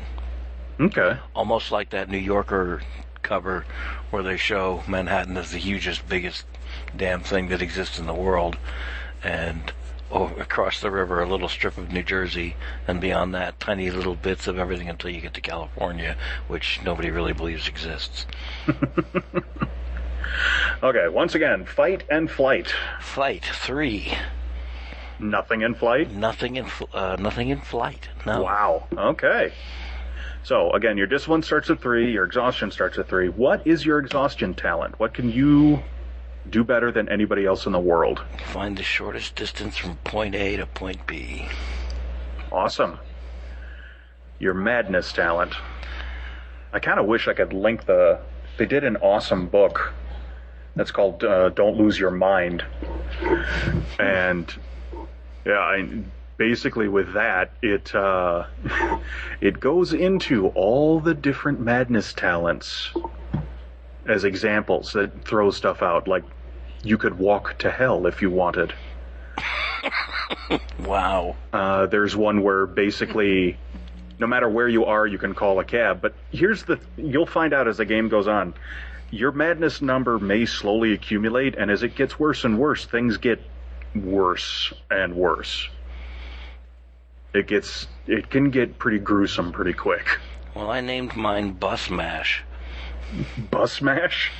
Speaker 3: Okay.
Speaker 2: almost like that New Yorker cover where they show Manhattan as the hugest, biggest damn thing that exists in the world, and oh, across the river, a little strip of New Jersey, and beyond that, tiny little bits of everything until you get to California, which nobody really believes exists.
Speaker 3: Okay. Once again, fight and flight.
Speaker 2: Fight three.
Speaker 3: Nothing in flight.
Speaker 2: Nothing in fl- uh, nothing in flight. No.
Speaker 3: Wow. Okay. So again, your discipline starts at three. Your exhaustion starts at three. What is your exhaustion talent? What can you do better than anybody else in the world?
Speaker 2: Find the shortest distance from point A to point B.
Speaker 3: Awesome. Your madness talent. I kind of wish I could link the. They did an awesome book that's called uh, "Don't Lose Your Mind," and yeah, I, basically with that it uh, [LAUGHS] it goes into all the different madness talents as examples that throw stuff out. Like you could walk to hell if you wanted.
Speaker 2: Wow.
Speaker 3: Uh, there's one where basically, no matter where you are, you can call a cab. But here's the you'll find out as the game goes on. Your madness number may slowly accumulate, and as it gets worse and worse, things get worse and worse. It gets it can get pretty gruesome pretty quick.
Speaker 2: Well, I named mine Bus Mash.
Speaker 3: Bus smash?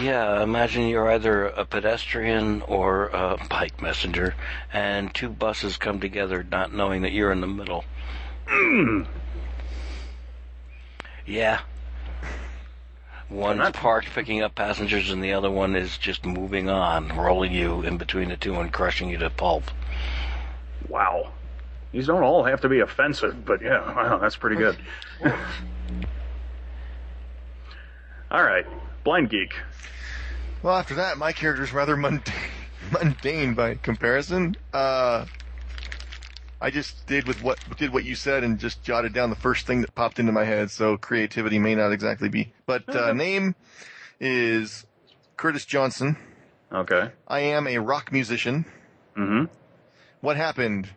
Speaker 2: Yeah, imagine you're either a pedestrian or a bike messenger, and two buses come together not knowing that you're in the middle.
Speaker 3: [CLEARS THROAT]
Speaker 2: Yeah. One's parked picking up passengers, and the other one is just moving on, rolling you in between the two and crushing you to pulp.
Speaker 3: Wow. These don't all have to be offensive, but yeah, wow, that's pretty good. all right, blind geek.
Speaker 4: Well, after that, my character is rather mundane, [LAUGHS] mundane by comparison. Uh, I just did with what did what you said and just jotted down the first thing that popped into my head. So creativity may not exactly be, but uh, name is Curtis Johnson.
Speaker 3: Okay.
Speaker 4: I am a rock musician.
Speaker 3: Mm-hmm.
Speaker 4: What happened?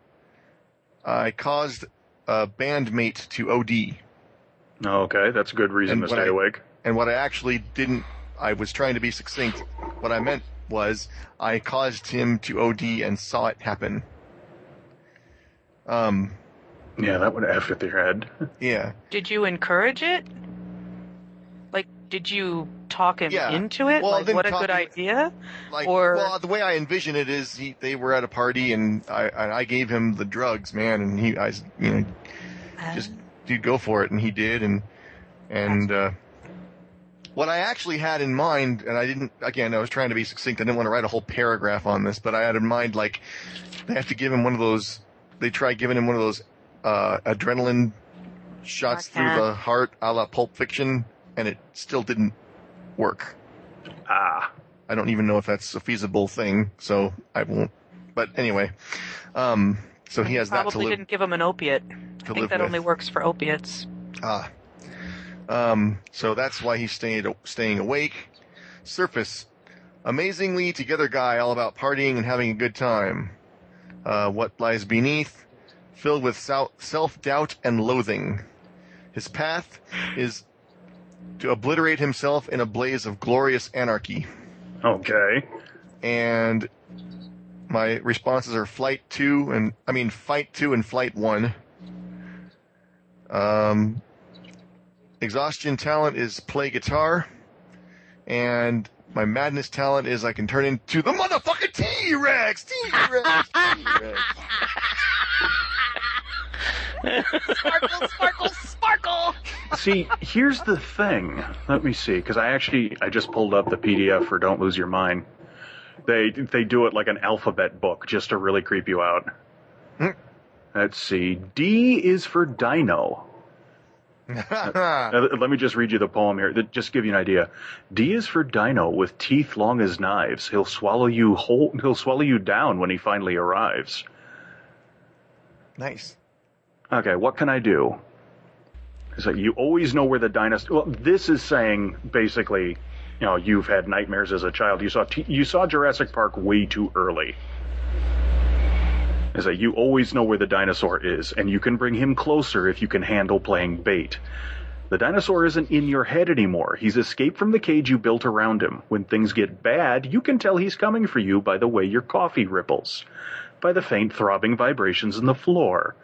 Speaker 4: I caused a bandmate to OD.
Speaker 3: Okay, that's a good reason
Speaker 4: And
Speaker 3: to
Speaker 4: when
Speaker 3: stay
Speaker 4: I-
Speaker 3: awake.
Speaker 4: And what I actually didn't, I was trying to be succinct. What I meant was I caused him to OD and saw it happen. Um,
Speaker 3: Yeah, that would F with your head. [LAUGHS]
Speaker 4: yeah.
Speaker 1: Did you encourage it? Like, did you talk him
Speaker 4: Yeah.
Speaker 1: into it?
Speaker 4: Well, I
Speaker 1: like,
Speaker 4: didn't
Speaker 1: what a
Speaker 4: talk
Speaker 1: good
Speaker 4: him-
Speaker 1: idea.
Speaker 4: Like,
Speaker 1: Or-
Speaker 4: well, the way I envision it is he, they were at a party and I, and I gave him the drugs, man, and he, I, s- you know, just dude go for it and he did and and uh what I actually had in mind, and I didn't, again, I was trying to be succinct. I didn't want to write a whole paragraph on this, but I had in mind, like, they have to give him one of those, they try giving him one of those, uh, adrenaline shots through the heart a la Pulp Fiction, and it still didn't work.
Speaker 3: Ah,
Speaker 4: I don't even know if that's a feasible thing, so I won't. But anyway, um, so he has that to
Speaker 1: Probably
Speaker 4: live.
Speaker 1: didn't give him an opiate.
Speaker 4: to
Speaker 1: I think
Speaker 4: live
Speaker 1: that
Speaker 4: with.
Speaker 1: only works for opiates.
Speaker 4: Ah. Um, so that's why he's staying staying awake. Surface, amazingly together guy, all about partying and having a good time. Uh, what lies beneath, filled with self doubt and loathing. His path is to obliterate himself in a blaze of glorious anarchy.
Speaker 3: okay.
Speaker 4: And my responses are flight two and I mean fight two and flight one. Um, exhaustion talent is play guitar, and my madness talent is I can turn into the motherfucking T Rex, T Rex, T Rex.
Speaker 5: Sparkle, sparkle, sparkle!
Speaker 3: See, here's the thing. Let me see, because I actually I just pulled up the PDF for "Don't Lose Your Mind." They they do it like an alphabet book just to really creep you out.
Speaker 4: Hmm.
Speaker 3: Let's see. D is for dino. Now, let me just read you the poem here. that- Just give you an idea. D is for dino with teeth long as knives. He'll swallow you whole. He'll swallow you down when he finally arrives.
Speaker 4: [LAUGHS] nice.
Speaker 3: Okay, what can I do? It's like you always know where the dinosaur. Well, this is saying basically, you know, you've had nightmares as a child. You saw t- you saw Jurassic Park way too early. It's like you always know where the dinosaur is, and you can bring him closer if you can handle playing bait. The dinosaur isn't in your head anymore. He's escaped from the cage you built around him. When things get bad, you can tell he's coming for you by the way your coffee ripples, by the faint throbbing vibrations in the floor.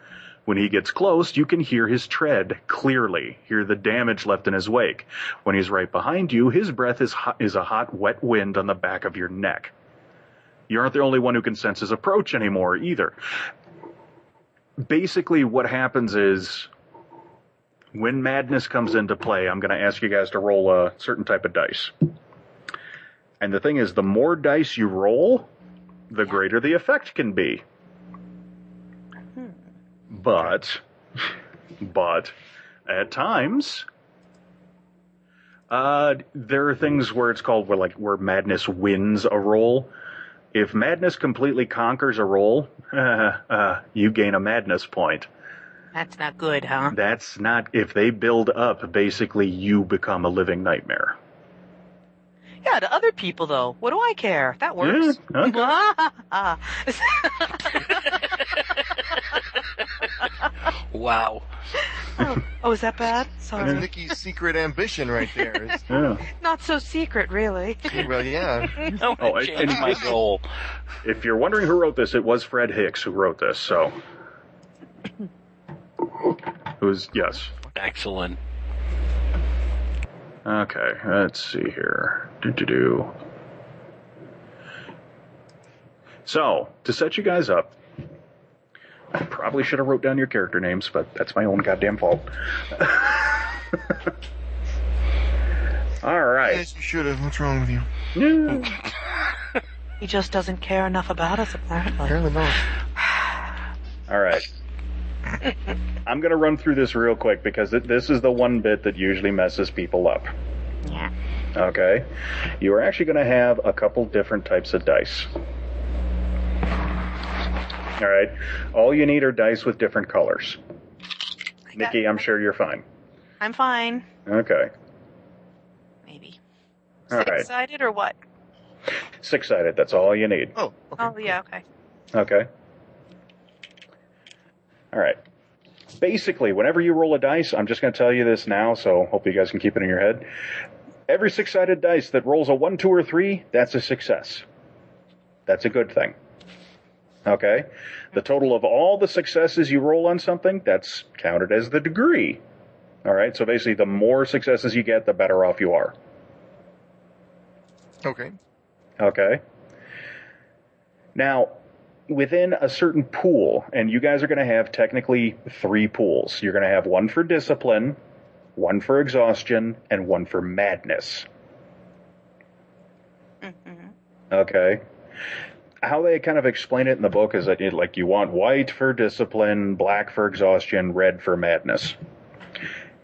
Speaker 3: When he gets close, you can hear his tread clearly, hear the damage left in his wake. When he's right behind you, his breath is, hot, is a hot, wet wind on the back of your neck. You aren't the only one who can sense his approach anymore either. Basically, what happens is when madness comes into play, I'm going to ask you guys to roll a certain type of dice. And the thing is, the more dice you roll, the greater the effect can be. But, but, at times, uh, there are things where it's called where like where madness wins a roll. If madness completely conquers a roll, [LAUGHS] uh, you gain a madness point.
Speaker 1: That's not good, huh?
Speaker 3: That's not if they build up. Basically, you become a living nightmare.
Speaker 1: Yeah, to other people though. What do I care? That works.
Speaker 3: Yeah, okay.
Speaker 1: [LAUGHS]
Speaker 3: [LAUGHS]
Speaker 2: Wow.
Speaker 1: oh, oh, is that bad?
Speaker 4: That's
Speaker 1: Sorry.
Speaker 4: Nikki's secret ambition right there. [LAUGHS] It's-
Speaker 3: Yeah.
Speaker 1: Not so secret, really.
Speaker 4: well, yeah.
Speaker 2: No,
Speaker 3: Oh,
Speaker 2: I
Speaker 3: and-
Speaker 2: changed
Speaker 3: and-
Speaker 2: my goal.
Speaker 3: If you're wondering who wrote this, it was Fred Hicks who wrote this. So, who's yes?
Speaker 2: Excellent.
Speaker 3: Okay, let's see here. Do do do. So to set you guys up, I probably should have wrote down your character names, but that's my own goddamn fault. [LAUGHS] All right.
Speaker 4: Yes, you should have. What's wrong with you?
Speaker 3: Yeah.
Speaker 1: He just doesn't care enough about us, apparently.
Speaker 4: Apparently not.
Speaker 3: All right. I'm gonna run through this real quick because th- this is the one bit that usually messes people up.
Speaker 1: Yeah.
Speaker 3: Okay. You are actually going to have a couple different types of dice. All right. All you need are dice with different colors. Nikki, I'm sure you're fine.
Speaker 1: I'm fine.
Speaker 3: Okay.
Speaker 1: Maybe.
Speaker 3: All right.
Speaker 1: Excited or what?
Speaker 3: Six sided. That's all you need.
Speaker 4: Oh, okay.
Speaker 1: Oh yeah, okay.
Speaker 3: Okay. All right. Basically, whenever you roll a dice, I'm just going to tell you this now, so hope you guys can keep it in your head. Every six sided dice that rolls a one, two, or three, that's a success. That's a good thing. Okay? The total of all the successes you roll on something, that's counted as the degree. All right? So basically, the more successes you get, the better off you are.
Speaker 4: Okay.
Speaker 3: Okay. Now, within a certain pool, and you guys are going to have technically three pools. You're going to have one for discipline, one for exhaustion, and one for madness. Okay. How they kind of explain it in the book is that you, like you want white for discipline, black for exhaustion, red for madness.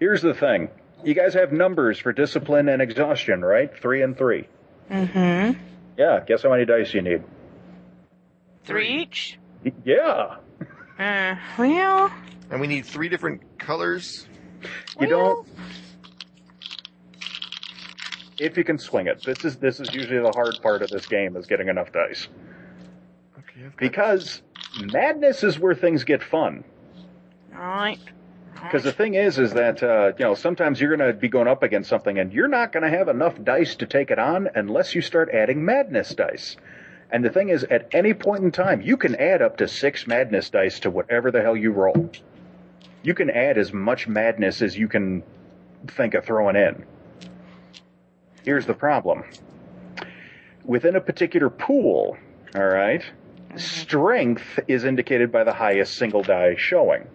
Speaker 3: Here's the thing. You guys have numbers for discipline and exhaustion, right? 3 and 3.
Speaker 1: Mm-hmm.
Speaker 3: Yeah, guess how many dice you need?
Speaker 1: Three each.
Speaker 3: Yeah.
Speaker 1: Uh, well,
Speaker 4: And we need three different colors.
Speaker 3: You don't if you can swing it. This is this is usually the hard part of this game is getting enough dice.
Speaker 4: Okay. I've got-
Speaker 3: Because madness is where things get fun.
Speaker 1: all right.
Speaker 3: Because the thing is, is that uh, you know sometimes you're going to be going up against something, and you're not going to have enough dice to take it on unless you start adding madness dice. And the thing is, at any point in time, you can add up to six madness dice to whatever the hell you roll. You can add as much madness as you can think of throwing in. Here's the problem: within a particular pool, all right, strength is indicated by the highest single die showing.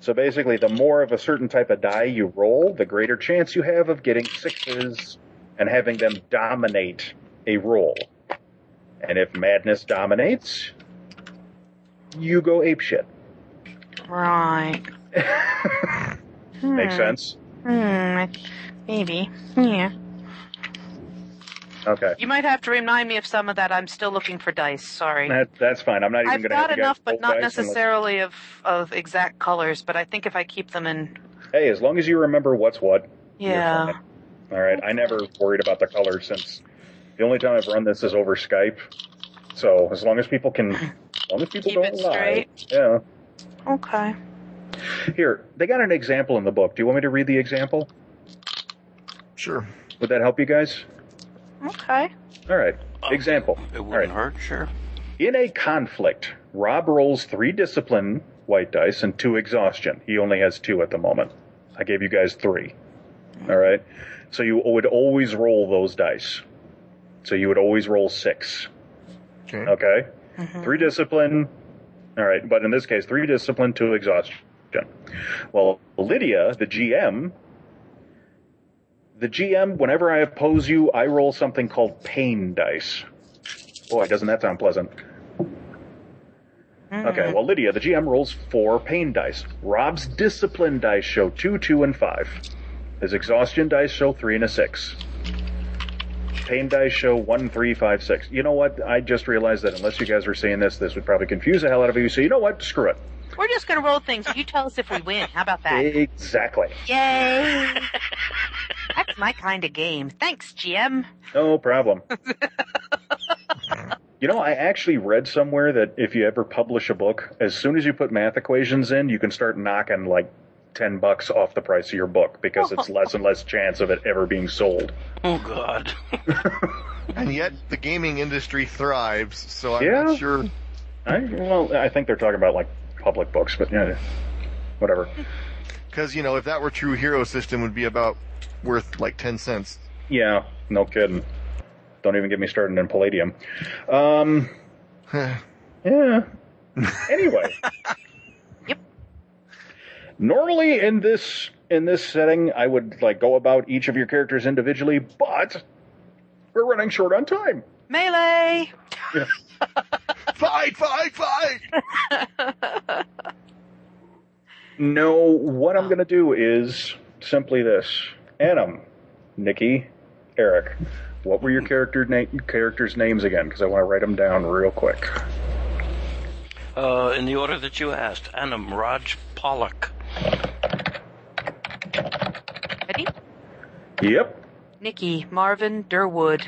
Speaker 3: So basically, the more of a certain type of die you roll, the greater chance you have of getting sixes and having them dominate a roll. And if madness dominates, you go apeshit.
Speaker 1: Right.
Speaker 3: Makes sense?
Speaker 1: Hmm. Maybe. Yeah.
Speaker 3: Okay.
Speaker 1: You might have to remind me of some of that. I'm still looking for dice. Sorry.
Speaker 3: That, that's fine. I'm not even
Speaker 1: I've
Speaker 3: going to have
Speaker 1: got
Speaker 3: you guys
Speaker 1: enough,
Speaker 3: roll
Speaker 1: but not
Speaker 3: dice unless-
Speaker 1: necessarily of of exact colors. But I think if I keep them in,
Speaker 3: Hey, as long as you remember what's what. you're
Speaker 1: yeah.
Speaker 3: fine. All right. I never worried about the color since the only time I've run this is over Skype. So as long as people can, as long as people
Speaker 1: Keep it
Speaker 3: don't lie, yeah.
Speaker 1: Okay.
Speaker 3: Here, they got an example in the book. Do you want me to read the example?
Speaker 4: Sure.
Speaker 3: Would that help you guys?
Speaker 1: Okay.
Speaker 3: All right. Example.
Speaker 2: Uh, It
Speaker 3: All
Speaker 2: wouldn't
Speaker 3: right.
Speaker 2: hurt, sure.
Speaker 3: In a conflict, Rob rolls three discipline white dice and two exhaustion. He only has two at the moment. I gave you guys three. All right. So you would always roll those dice. So you would always roll six.
Speaker 4: Okay.
Speaker 3: Okay. Three discipline. All right, but in this case, three discipline, two exhaustion. Well, Lydia, the GM, the GM, whenever I oppose you, I roll something called pain dice. Boy, doesn't that sound pleasant? Okay, well, Lydia, the GM, rolls four pain dice. Rob's discipline dice show two, two, and five. His exhaustion dice show three and a six. Pain dice show one, three, five, six. You know what? I just realized that unless you guys were seeing this, this would probably confuse the hell out of you. So you know what? Screw it.
Speaker 1: We're just gonna roll things. You tell us if we win. How about
Speaker 3: [LAUGHS]
Speaker 1: that?
Speaker 3: Exactly.
Speaker 1: Yay!
Speaker 3: [LAUGHS]
Speaker 1: That's my kind of game. Thanks, GM.
Speaker 3: No problem. you know, I actually read somewhere that if you ever publish a book, as soon as you put math equations in, you can start knocking like 10 bucks off the price of your book because it's less and less chance of it ever being sold.
Speaker 2: Oh God.
Speaker 4: And yet the gaming industry thrives, so I'm
Speaker 3: Yeah.
Speaker 4: not sure.
Speaker 3: I, well, I think they're talking about like public books, but yeah, whatever.
Speaker 4: Because, you know, if that were true, Hero System would be about worth like 10 cents.
Speaker 3: Yeah, no kidding. Don't even get me started in Palladium. Um, yeah. Anyway. yep. Normally in this in this setting, I would like go about each of your characters individually, but we're running short on time.
Speaker 1: Melee!
Speaker 4: fight, fight, fight!
Speaker 3: No, what I'm going to do is simply this: Adam, Nikki, Eric. What were your character na- characters' names again? Because I want to write them down real quick.
Speaker 2: Uh, in the order that you asked, Anam Raj Pollock.
Speaker 1: Ready?
Speaker 3: Yep.
Speaker 1: Nikki, Marvin, Durwood,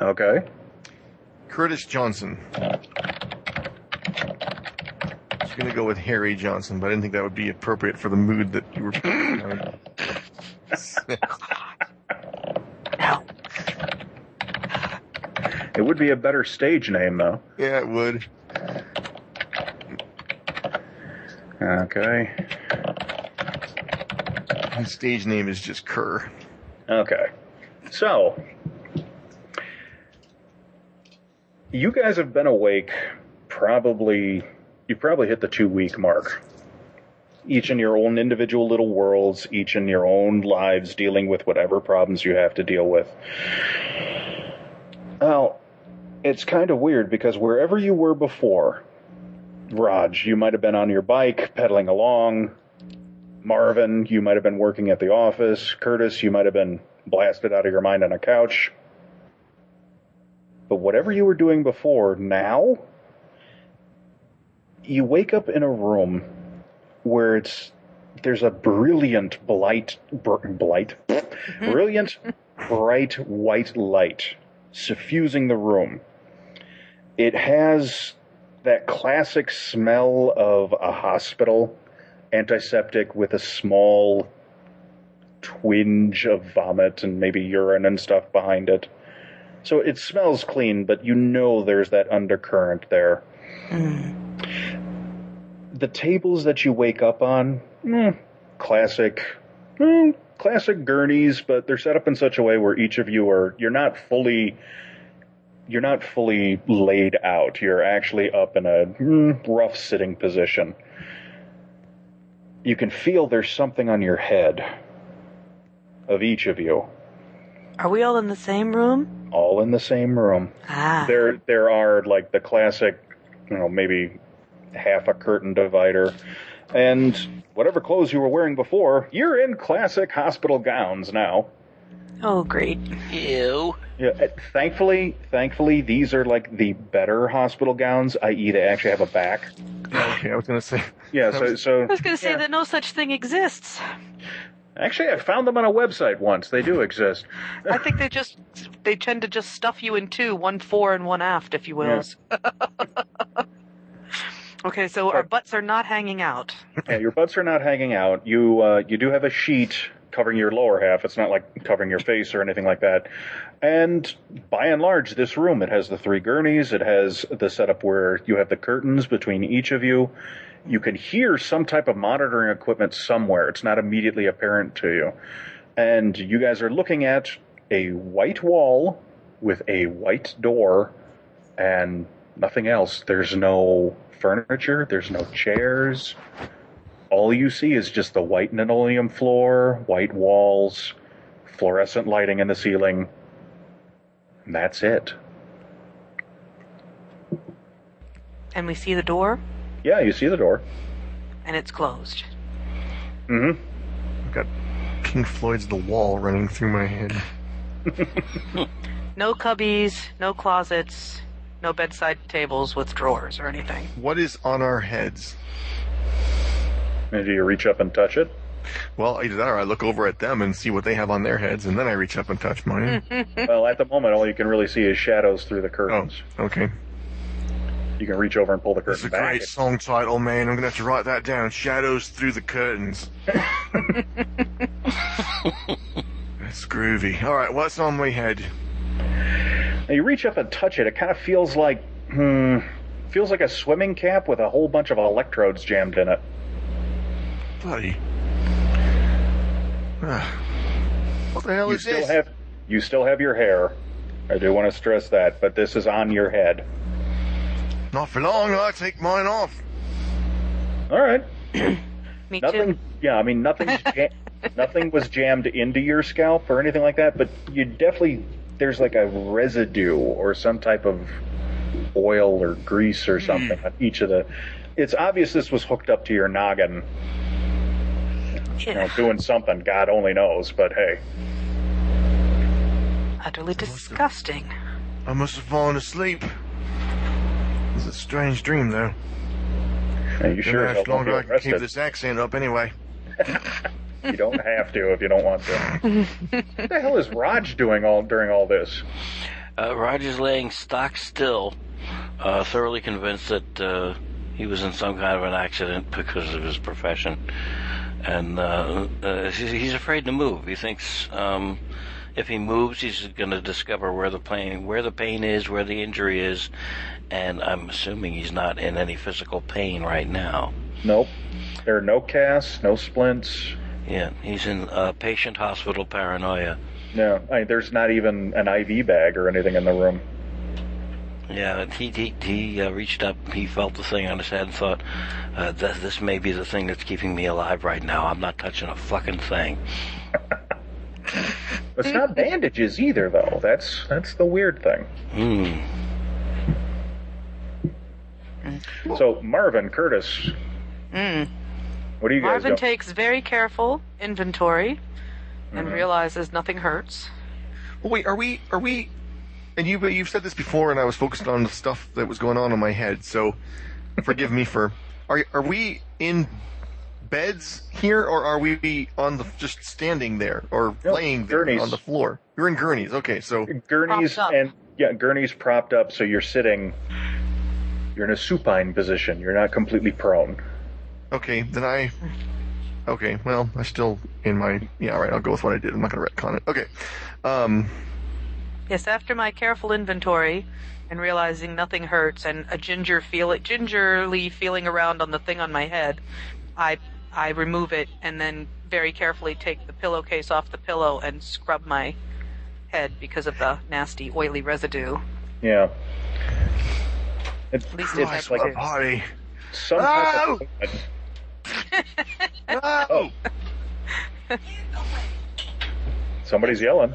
Speaker 3: Okay.
Speaker 4: Curtis Johnson. I was going to go with Harry Johnson, but I didn't think that would be appropriate for the mood that you were.
Speaker 3: It would be a better stage name, though.
Speaker 4: [LAUGHS] yeah, it would.
Speaker 3: Okay.
Speaker 4: His stage name is just Kerr.
Speaker 3: Okay. So, you guys have been awake probably, you probably hit the two week mark. Each in your own individual little worlds, each in your own lives, dealing with whatever problems you have to deal with. Now, it's kind of weird because wherever you were before, Raj, you might have been on your bike, pedaling along, Marvin, you might have been working at the office. Curtis, you might have been blasted out of your mind on a couch. But whatever you were doing before, now, you wake up in a room where it's there's a brilliant blight, br- blight, brilliant, bright white light suffusing the room. It has that classic smell of a hospital antiseptic with a small twinge of vomit and maybe urine and stuff behind it. So it smells clean, but you know there's that undercurrent there. The tables that you wake up on, mm, classic, mm, classic gurneys, but they're set up in such a way where each of you are you're not fully you're not fully laid out. You're actually up in a mm, rough sitting position you can feel there's something on your head of each of you
Speaker 1: Are we all in the same room?
Speaker 3: all in the same room
Speaker 1: Ah.
Speaker 3: there there are like the classic you know maybe half a curtain divider and whatever clothes you were wearing before you're in classic hospital gowns now
Speaker 1: Oh, great.
Speaker 2: Ew.
Speaker 3: yeah, uh, thankfully thankfully these are like the better hospital gowns i.e. they actually have a back
Speaker 4: Okay, I was going to say.
Speaker 3: yeah so so
Speaker 1: I was gonna say that no such thing exists.
Speaker 3: actually i found them on a website once they do exist
Speaker 1: I think they just they tend to just stuff you in two, one fore and one aft, if you will. [LAUGHS] okay, so our butts are not hanging out.
Speaker 3: Yeah, your butts are not hanging out. You uh, you do have a sheet covering your lower half. It's not like covering your face or anything like that. And by and large, this room it has the three gurneys. It has the setup where you have the curtains between each of you. You can hear some type of monitoring equipment somewhere. It's not immediately apparent to you, and you guys are looking at a white wall with a white door and nothing else. There's no furniture, there's no chairs. All you see is just the white linoleum floor, white walls, fluorescent lighting in the ceiling. And that's it.
Speaker 1: And we see the door,
Speaker 3: Yeah, you see the door.
Speaker 1: and it's closed.
Speaker 3: hmm
Speaker 4: I've got King Floyd's The Wall running through my head.
Speaker 1: No cubbies, no closets, no bedside tables with drawers or anything.
Speaker 4: What is on our heads?
Speaker 3: And do you reach up and touch
Speaker 4: [LAUGHS]
Speaker 3: it?
Speaker 4: Well, either that or I look over at them and see what they have on their heads, and then I reach up and touch mine.
Speaker 3: well, at the moment, all you can really see is shadows through the
Speaker 4: oh,
Speaker 3: curtains.
Speaker 4: okay.
Speaker 3: You can reach over and pull the
Speaker 4: That's
Speaker 3: curtain
Speaker 4: a
Speaker 3: back.
Speaker 4: great song title, man. I'm gonna have to write that down. Shadows through the curtains. That's groovy. All right, what's on my head?
Speaker 3: And you reach up and touch it. It kind of feels like, hmm, feels like a swimming cap with a whole bunch of electrodes jammed in it.
Speaker 4: Bloody. Ah. What the hell
Speaker 3: you
Speaker 4: is
Speaker 3: still
Speaker 4: this?
Speaker 3: have, you still have your hair. I do want to stress that, but this is on your head.
Speaker 4: Not for long. I take mine off.
Speaker 3: All right.
Speaker 1: [CLEARS THROAT] Me
Speaker 3: Nothing.
Speaker 1: too.
Speaker 3: Yeah, I mean
Speaker 1: [LAUGHS]
Speaker 3: nothing's jam- nothing was jammed into your scalp or anything like that, but you definitely there's like a residue or some type of oil or grease
Speaker 1: Hmm.
Speaker 3: or something on each of the. It's obvious this was hooked up to your noggin, you know,
Speaker 1: Yeah,
Speaker 3: doing something. God only knows, but hey,
Speaker 1: utterly disgusting.
Speaker 4: I must have fallen asleep. It's a strange dream, though.
Speaker 3: Hey, you sure
Speaker 4: Gonna
Speaker 3: as
Speaker 4: have
Speaker 3: hell don't
Speaker 4: longer
Speaker 3: get
Speaker 4: I can keep
Speaker 3: arrested.
Speaker 4: this accent up anyway.
Speaker 3: You don't have to if you don't want to.
Speaker 1: [LAUGHS]
Speaker 3: what the hell is Raj doing all during all this?
Speaker 2: Uh, Roger's laying stock still, uh, thoroughly convinced that uh, he was in some kind of an accident because of his profession, and uh, uh, he's he's afraid to move. He thinks um, if he moves, he's going to discover where the pain, where the pain is, where the injury is, and I'm assuming he's not in any physical pain right now.
Speaker 3: Nope. There are no casts, no splints,
Speaker 2: Yeah, he's in uh, patient hospital paranoia.
Speaker 3: No, I, there's not even an IV bag or anything in the room.
Speaker 2: Yeah, and he he, he uh, reached up. He felt the thing on his head and thought, uh, th- "This may be the thing that's keeping me alive right now. I'm not touching a fucking thing."
Speaker 3: It's
Speaker 1: Mm-hmm.
Speaker 3: not bandages either, though. That's that's the weird thing.
Speaker 2: Hmm.
Speaker 3: So Marvin Curtis,
Speaker 1: Mm.
Speaker 3: what do you guys
Speaker 1: Marvin
Speaker 3: do?
Speaker 1: takes very careful inventory and realizes nothing hurts.
Speaker 4: Well, wait, are we? Are we? And you, you've said this before, and I was focused on the stuff that was going on in my head. So, forgive me for. Are are we in beds here, or are we on the just standing there or
Speaker 3: No,
Speaker 4: laying there
Speaker 3: gurneys.
Speaker 4: on the floor? You're in gurneys. Okay, so
Speaker 3: gurneys
Speaker 1: Propped up.
Speaker 3: and yeah, gurneys propped up, so you're sitting. You're in a supine position. You're not completely prone.
Speaker 4: okay, then I. Okay, well, I'm still in my. Yeah, all right. I'll go with what I did. I'm not gonna retcon it. Okay, um,
Speaker 1: Yes, after my careful inventory and realizing nothing hurts and a ginger feel it gingerly feeling around on the thing on my head, I I remove it and then very carefully take the pillowcase off the pillow and scrub my head because of the nasty oily residue.
Speaker 3: Yeah. It's,
Speaker 1: least
Speaker 3: it's
Speaker 1: that's
Speaker 3: like
Speaker 4: my body.
Speaker 3: some type of-
Speaker 4: Oh,
Speaker 3: [LAUGHS] somebody's yelling.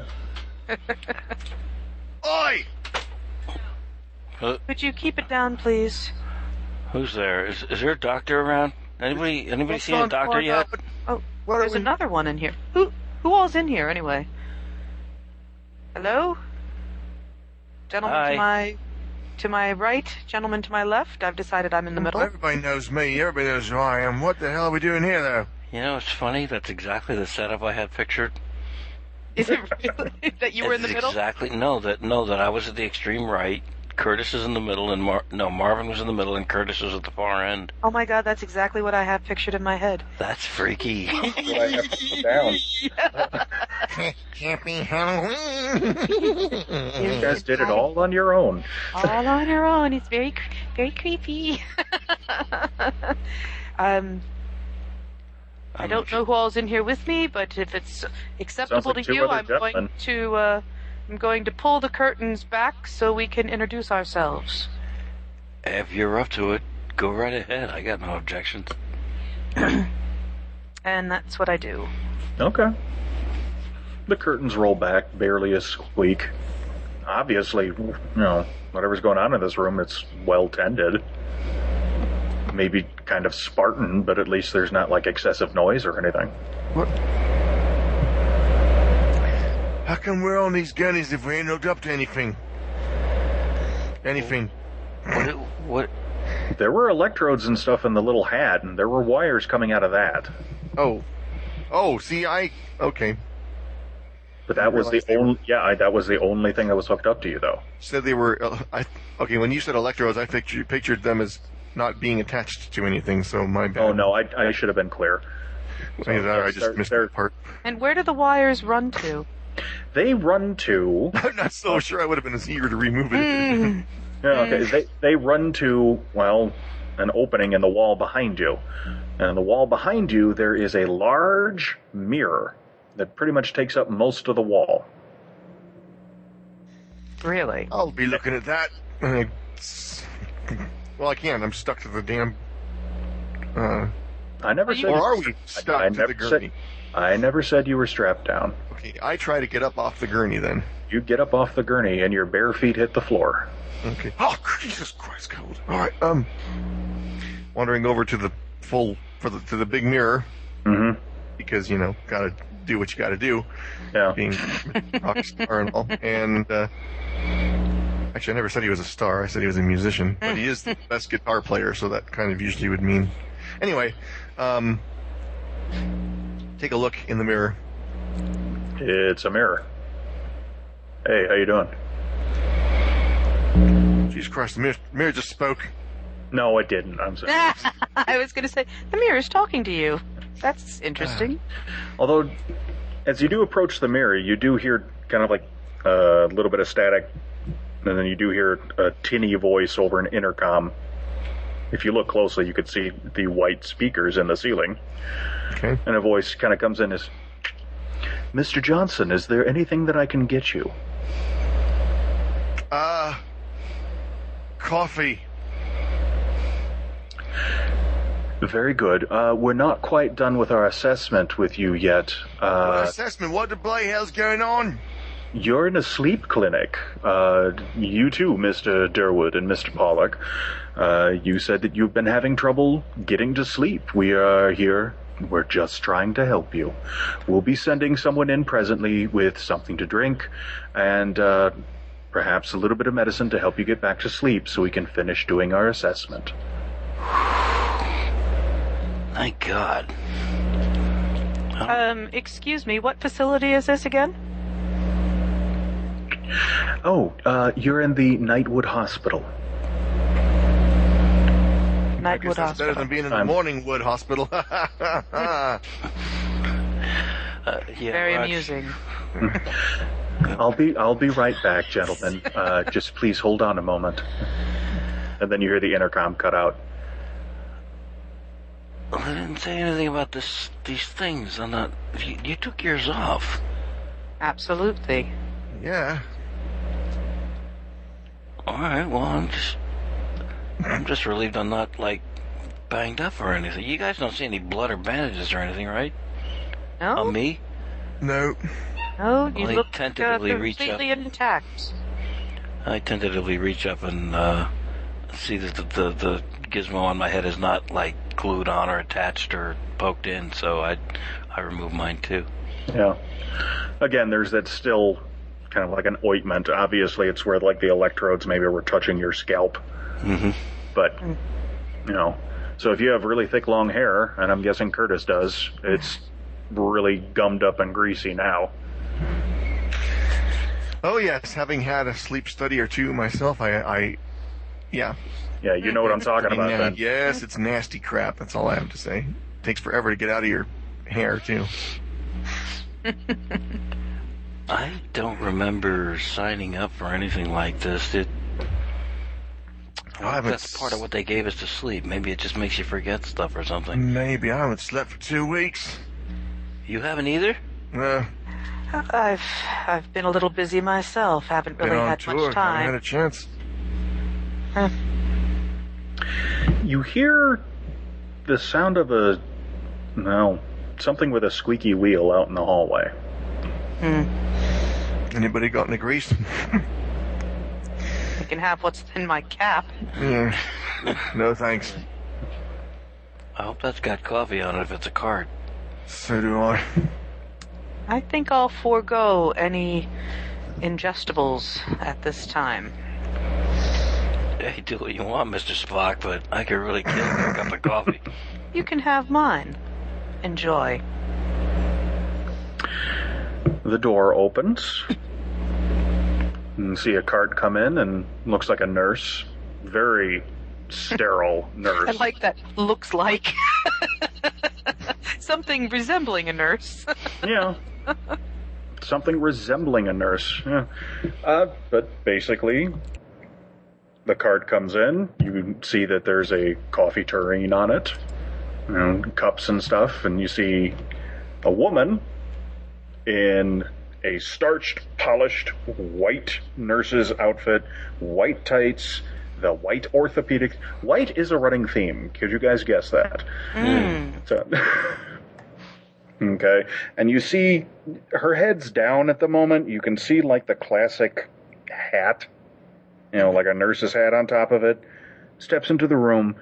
Speaker 4: oi!
Speaker 1: Could you keep it down, please?
Speaker 2: Who's there? Is is there a doctor around? Anybody anybody
Speaker 4: What's
Speaker 2: seen a
Speaker 4: on
Speaker 2: doctor
Speaker 4: board
Speaker 2: yet?
Speaker 4: up?
Speaker 1: Oh,
Speaker 4: What are
Speaker 1: there's
Speaker 4: we-
Speaker 1: another one in here. Who who all's in here anyway? Hello? Gentlemen
Speaker 2: Hi.
Speaker 1: to my to my right, gentlemen to my left. I've decided I'm in the middle.
Speaker 4: Everybody knows me. Everybody knows who I am. What the hell are we doing here, though? [LAUGHS]
Speaker 2: You know, it's funny. That's exactly the setup I had pictured.
Speaker 1: Is it really [LAUGHS] that you were in the
Speaker 2: It's
Speaker 1: middle?
Speaker 2: Exactly. No, that no, that I was at the extreme right. Curtis is in the middle, and Mar- no, Marvin was in the middle, and Curtis was at the far end.
Speaker 1: Oh my god, that's exactly what I have pictured in my head.
Speaker 2: That's
Speaker 1: [LAUGHS]
Speaker 2: freaky.
Speaker 3: What I have to put down.
Speaker 4: Happy Halloween! [LAUGHS]
Speaker 3: You guys did it all on your own.
Speaker 1: All on your own. It's very, cre- [LAUGHS] very creepy. um, I don't know who all's in here with me, but if it's acceptable
Speaker 3: like
Speaker 1: to
Speaker 3: two
Speaker 1: you,
Speaker 3: other
Speaker 1: I'm going
Speaker 3: gentlemen.
Speaker 1: to uh, I'm going to pull the curtains back so we can introduce ourselves.
Speaker 2: If you're up to it, go right ahead. I got no objections.
Speaker 1: And that's what I do.
Speaker 3: Okay. The curtains roll back, barely a squeak. Obviously, you know, whatever's going on in this room, it's well tended. Maybe kind of Spartan, but at least there's not like excessive noise or anything.
Speaker 4: How come we're on these gunnies if we ain't hooked up to anything? Anything.
Speaker 2: What? It, what?
Speaker 3: There were electrodes and stuff in the little hat, and there were wires coming out of that.
Speaker 4: Oh. Oh, see, I. Okay.
Speaker 3: But that was the
Speaker 4: realized they
Speaker 3: only, yeah, I, that was the only thing that was hooked up to you, though.
Speaker 4: Said they were. Uh, I, okay, when you said electrodes, I pictured, pictured them as not being attached to anything, so my bad.
Speaker 3: Oh no, I, I should have been clear.
Speaker 4: I, I just
Speaker 3: They're-
Speaker 4: missed
Speaker 3: they're-
Speaker 4: that part. [LAUGHS]
Speaker 1: And where do the wires run to?
Speaker 3: They run to
Speaker 4: [LAUGHS] I'm not so sure I would have been as eager to remove it.
Speaker 1: [LAUGHS]
Speaker 3: Yeah, okay. They they run to well, an opening in the wall behind you, and in the wall behind you there is a large mirror that pretty much takes up most of the wall.
Speaker 1: Really?
Speaker 4: I'll be looking at [LAUGHS] that. and it's- Well, I can't. I'm stuck to the damn. Uh,
Speaker 3: I never said
Speaker 4: or are we stuck
Speaker 3: I
Speaker 4: to the
Speaker 3: never said
Speaker 4: gurney?
Speaker 3: I never said you were strapped down.
Speaker 4: Okay, I try to get up off the gurney then.
Speaker 3: You get up off the gurney and your bare feet hit the floor.
Speaker 4: Okay. Oh, Jesus Christ, cold. All right. Um, wandering over to the full for the to the big mirror
Speaker 3: Mm-hmm.
Speaker 4: because you know gotta do what you gotta do,
Speaker 3: Yeah.
Speaker 4: being a rock star and all. And uh, actually, I never said he was a star. I said he was a musician, but he is the best guitar player, so that kind of usually would mean. Anyway, um, take a look in the mirror.
Speaker 3: It's a mirror. Hey, how you doing?
Speaker 4: Jesus Christ, the mirror, mirror just spoke.
Speaker 3: No, it didn't. I'm sorry.
Speaker 1: [LAUGHS] I was going to say the mirror's talking to you. That's interesting.
Speaker 3: Although, as you do approach the mirror, you do hear kind of like a little bit of static, and then you do hear a tinny voice over an intercom. If you look closely, you could see the white speakers in the ceiling,
Speaker 4: Okay.
Speaker 3: and a voice kind of comes in as, "Mr. Johnson, is there anything that I can get you?"
Speaker 4: Uh, coffee.
Speaker 3: Very good. Uh, we're not quite done with our assessment with you yet. Uh,
Speaker 4: Assessment. What the bloody hell's going on?
Speaker 3: You're in a sleep clinic. Uh, you too, Mr. Durwood and Mr. Pollock. Uh, you said that you've been having trouble getting to sleep. We are here. We're just trying to help you. We'll be sending someone in presently with something to drink and uh, perhaps a little bit of medicine to help you get back to sleep so we can finish doing our assessment.
Speaker 2: Thank God.
Speaker 1: Um, excuse me, what facility is this again?
Speaker 3: Oh, uh, you're in the Knightwood Hospital.
Speaker 4: I guess
Speaker 1: Nightwood
Speaker 4: that's
Speaker 1: Hospital.
Speaker 4: better than being in the
Speaker 3: I'm-
Speaker 4: Morning Wood Hospital. [LAUGHS] I'll
Speaker 2: Uh, yeah,
Speaker 1: Very
Speaker 2: Raj,
Speaker 1: amusing.
Speaker 3: I'll be I'll be right back, gentlemen. Uh, just please hold on a moment. And then you hear the intercom cut out.
Speaker 2: I didn't say anything about this. These things. I'm not. You, you took yours off.
Speaker 1: Absolutely.
Speaker 4: Yeah.
Speaker 2: All right. Well, I'm just. I'm just relieved I'm not like banged up or anything. You guys don't see any blood or bandages or anything, right?
Speaker 1: No,
Speaker 2: On me.
Speaker 4: No.
Speaker 1: no, you
Speaker 2: Only
Speaker 1: look uh,
Speaker 2: tentatively reach up.
Speaker 1: completely intact.
Speaker 2: I tentatively reach up and uh, see that the, the the gizmo on my head is not like glued on or attached or poked in. So I I remove mine too.
Speaker 3: Yeah. Again, there's that still kind of like an ointment. Obviously, it's where like the electrodes maybe were touching your scalp.
Speaker 2: Mm-hmm.
Speaker 3: But you know, so if you have really thick long hair, and I'm guessing Curtis does, it's really gummed up and greasy now.
Speaker 4: Oh yes, having had a sleep study or two myself, I, I yeah.
Speaker 3: Yeah, you know what I'm talking about.
Speaker 4: Yeah,
Speaker 3: Then.
Speaker 4: Yes, it's nasty crap. That's all I have to say. Takes forever to get out of your hair too.
Speaker 2: I don't remember signing up for anything like this. It,
Speaker 4: I haven't
Speaker 2: That's part of what they gave us to sleep. Maybe it just makes you forget stuff or
Speaker 4: Mm.
Speaker 2: something.
Speaker 9: Maybe I haven't slept for two weeks.
Speaker 2: You haven't either?
Speaker 9: Uh,
Speaker 1: I've I've been a little busy myself. Haven't
Speaker 9: been
Speaker 1: really
Speaker 9: on
Speaker 1: had
Speaker 9: tour.
Speaker 1: much time.
Speaker 9: Haven't had a chance.
Speaker 3: You hear the sound of a no something with a squeaky wheel out in the hallway.
Speaker 9: Anybody got any grease?
Speaker 1: I can have what's in my cap.
Speaker 9: yeah. No thanks.
Speaker 2: I hope that's got coffee on it if it's a card. [LAUGHS]
Speaker 9: So do I.
Speaker 1: I think I'll forego any ingestibles at this time.
Speaker 2: Hey, do what you want, Mr. Spock, but I could really kill for a cup of coffee.
Speaker 1: You can have mine. Enjoy.
Speaker 3: The door opens. You see a cart come in and looks like a nurse, very sterile nurse.
Speaker 1: I like that. Looks like [LAUGHS] something resembling a nurse. [LAUGHS]
Speaker 3: Yeah. Something resembling a nurse. Yeah. Uh, but basically, the cart comes in. You see that there's a coffee tureen on it, you know, cups and stuff, and you see a woman in a starched, polished, white nurse's outfit, white tights, the white orthopedic. White is a running theme. Could you guys guess that? So. [LAUGHS] Okay. And you see her head's down at the moment. You can see like the classic hat, you know, like a nurse's hat on top of it. Steps into the room,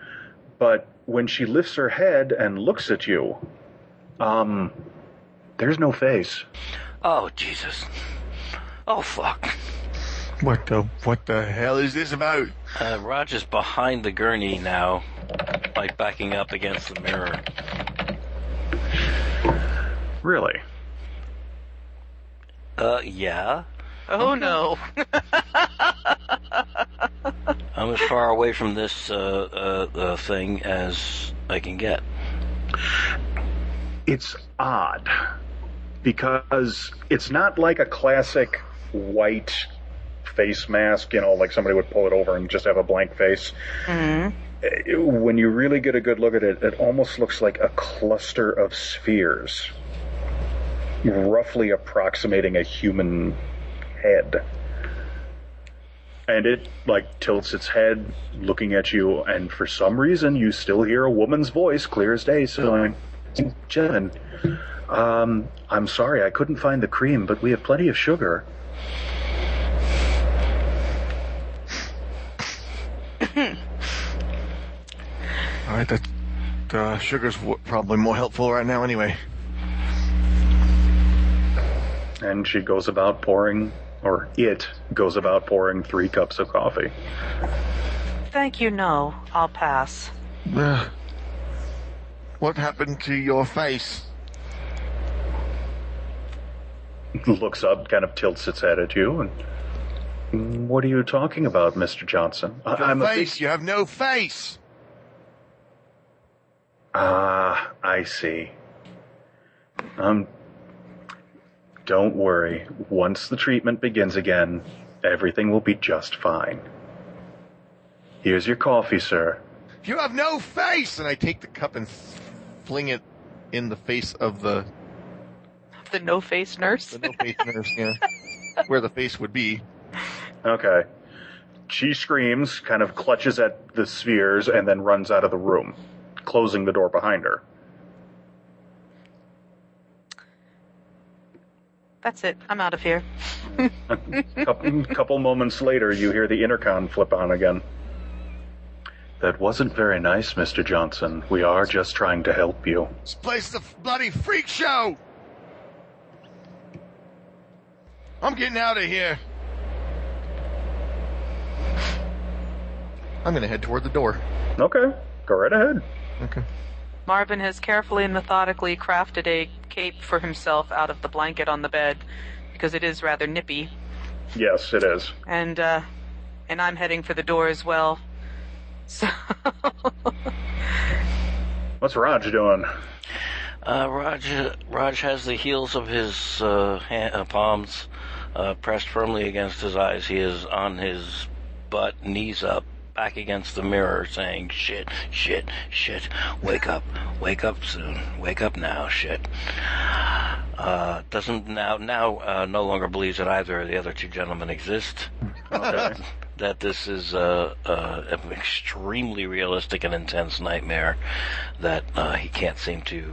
Speaker 3: but when she lifts her head and looks at you, um there's no face.
Speaker 2: Oh, Jesus. Oh, fuck.
Speaker 9: What the what the hell is this about?
Speaker 2: Uh, Roger's behind the gurney now, like backing up against the mirror.
Speaker 3: Really?
Speaker 2: Uh, yeah.
Speaker 1: Oh no.
Speaker 2: I'm as far away from this uh, uh, uh, thing as I can get.
Speaker 3: It's odd because it's not like a classic white face mask, you know, like somebody would pull it over and just have a blank face. Uh, When you really get a good look at it, it almost looks like a cluster of spheres, roughly approximating a human head. And it like tilts its head, looking at you, and for some reason you still hear a woman's voice, clear as day, saying, "Jen, um, I'm sorry, I couldn't find the cream, but we have plenty of sugar."
Speaker 9: All right, that the sugar's w- probably more helpful right now anyway.
Speaker 3: And she goes about pouring, or it goes about pouring three cups of coffee. [LAUGHS]
Speaker 1: Thank you. No, I'll pass.
Speaker 9: Ugh. what happened to your face?
Speaker 3: Looks up, kind of tilts its head at you, and what are you talking about, Mr. Johnson? I-
Speaker 9: Your
Speaker 3: I'm
Speaker 9: face. You have no face.
Speaker 3: a. Ah, I see. Um, don't worry. Once the treatment begins again, everything will be just fine. Here's your coffee, sir.
Speaker 9: You have no face. And I take the cup and fling it in the face of the,
Speaker 1: The no face nurse.
Speaker 9: the no face nurse, yeah, where the face would be.
Speaker 3: Okay. She screams, kind of clutches at the spheres, and then runs out of the room, closing the door behind her.
Speaker 1: That's it. I'm out of here.
Speaker 3: couple, couple moments later, you hear the intercom flip on again. That wasn't very nice, Mr. Johnson. We are just trying to help you.
Speaker 9: This place is a bloody freak show. I'm getting out of here. I'm gonna head toward the door.
Speaker 3: Okay, go right ahead.
Speaker 9: Okay.
Speaker 1: Marvin has carefully and methodically crafted a cape for himself out of the blanket on the bed because it is rather nippy.
Speaker 3: Yes, it is.
Speaker 1: And uh and I'm heading for the door as well. [LAUGHS] So [LAUGHS]
Speaker 3: What's Raj doing?
Speaker 2: Uh, Raj, Raj has the heels of his uh, hand, uh, palms uh, pressed firmly against his eyes. He is on his butt, knees up, back against the mirror saying, shit, shit, shit, wake up, wake up soon, wake up now, shit. Uh, doesn't now, now, uh, no longer believes that either of the other two gentlemen exist.
Speaker 3: Okay.
Speaker 2: that this is uh, uh, an extremely realistic and intense nightmare that uh, he can't seem to,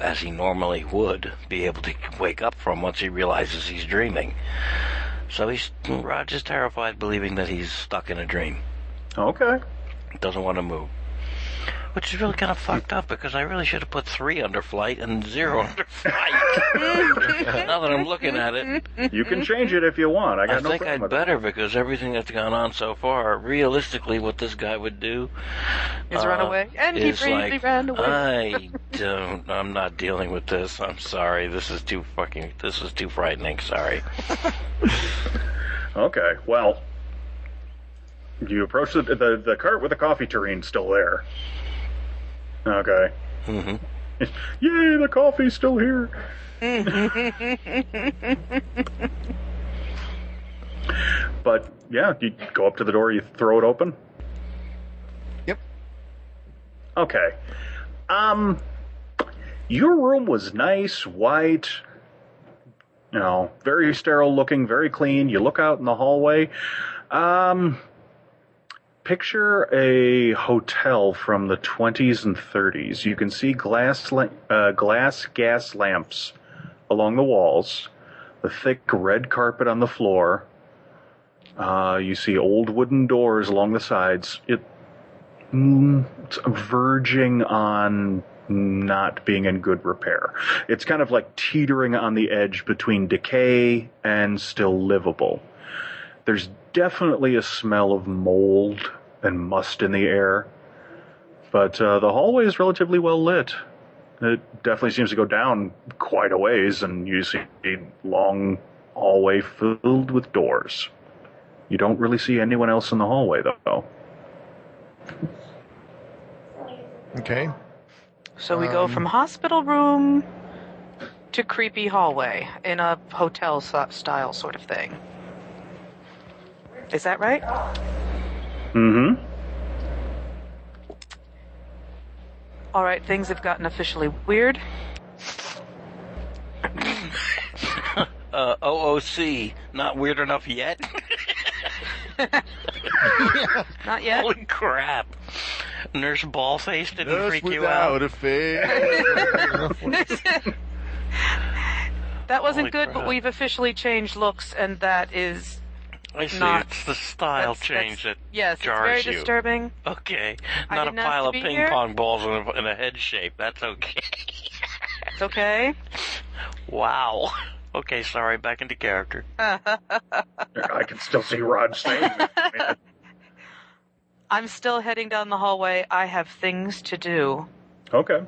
Speaker 2: as he normally would, be able to wake up from once he realizes he's dreaming. So he's Raj is terrified, believing that he's stuck in a dream.
Speaker 3: okay.
Speaker 2: Doesn't want to move. Which is really kind of fucked up because I really should have put three under flight and zero under flight. [LAUGHS] now that I'm looking at it,
Speaker 3: You can change it if you want. I got
Speaker 2: I
Speaker 3: no
Speaker 2: think
Speaker 3: problem
Speaker 2: I'd
Speaker 3: with
Speaker 2: better because everything that's gone on so far, realistically, what this guy would do
Speaker 1: Is run away. And he
Speaker 2: is
Speaker 1: bravely
Speaker 2: like,
Speaker 1: ran away.
Speaker 2: I
Speaker 1: [LAUGHS]
Speaker 2: don't. I'm not dealing with this. I'm sorry. This is too fucking. This is too frightening. Sorry.
Speaker 3: it. Okay, well, you approach the, the the cart with the coffee tureen still there. Okay.
Speaker 2: hmm
Speaker 3: [LAUGHS] Yay, the coffee's still here. but yeah, you go up to the door, you throw it open.
Speaker 9: Yep.
Speaker 3: Okay. Um, your room was nice, white, you know, very sterile looking, very clean. You look out in the hallway. Um, picture a hotel from the 20s and 30s. You can see glass, la- uh, glass gas lamps along the walls, the thick red carpet on the floor. Uh, you see old wooden doors along the sides. It, mm, it's verging on not being in good repair. It's kind of like teetering on the edge between decay and still livable there's definitely a smell of mold and must in the air. But uh, the hallway is relatively well lit. It definitely seems to go down quite a ways, and you see a long hallway filled with doors. You don't really see anyone else in the hallway, though.
Speaker 9: Okay.
Speaker 1: So we go
Speaker 2: Um,
Speaker 1: from hospital room to creepy hallway in a hotel so- style sort of thing. Is that right?
Speaker 3: Mm
Speaker 2: Mm-hmm.
Speaker 3: hmm.
Speaker 1: All right, things have gotten officially weird.
Speaker 2: Uh, OOC. Not weird enough yet. [LAUGHS]
Speaker 1: Not yet.
Speaker 2: Holy crap! Nurse Ballface didn't
Speaker 9: Nurse
Speaker 2: freak you out.
Speaker 9: without a face.
Speaker 1: [LAUGHS] that
Speaker 2: Holy
Speaker 1: wasn't good,
Speaker 2: crap.
Speaker 1: but we've officially changed looks, and that is
Speaker 2: I see.
Speaker 1: Not-
Speaker 2: it's the style
Speaker 1: that's-
Speaker 2: change
Speaker 1: that's-
Speaker 2: that
Speaker 1: yes,
Speaker 2: jars
Speaker 1: it's very
Speaker 2: you.
Speaker 1: disturbing.
Speaker 2: Okay,
Speaker 1: I
Speaker 2: not a
Speaker 1: didn't ask
Speaker 2: pile
Speaker 1: to
Speaker 2: of
Speaker 1: be
Speaker 2: ping
Speaker 1: here.
Speaker 2: pong balls in a, in a head shape. That's okay. [LAUGHS]
Speaker 1: It's okay.
Speaker 2: Wow. Okay, sorry. Back into character.
Speaker 3: I can still see Rod standing there.
Speaker 1: I'm still heading down the hallway. I have things to do.
Speaker 3: [LAUGHS] Okay.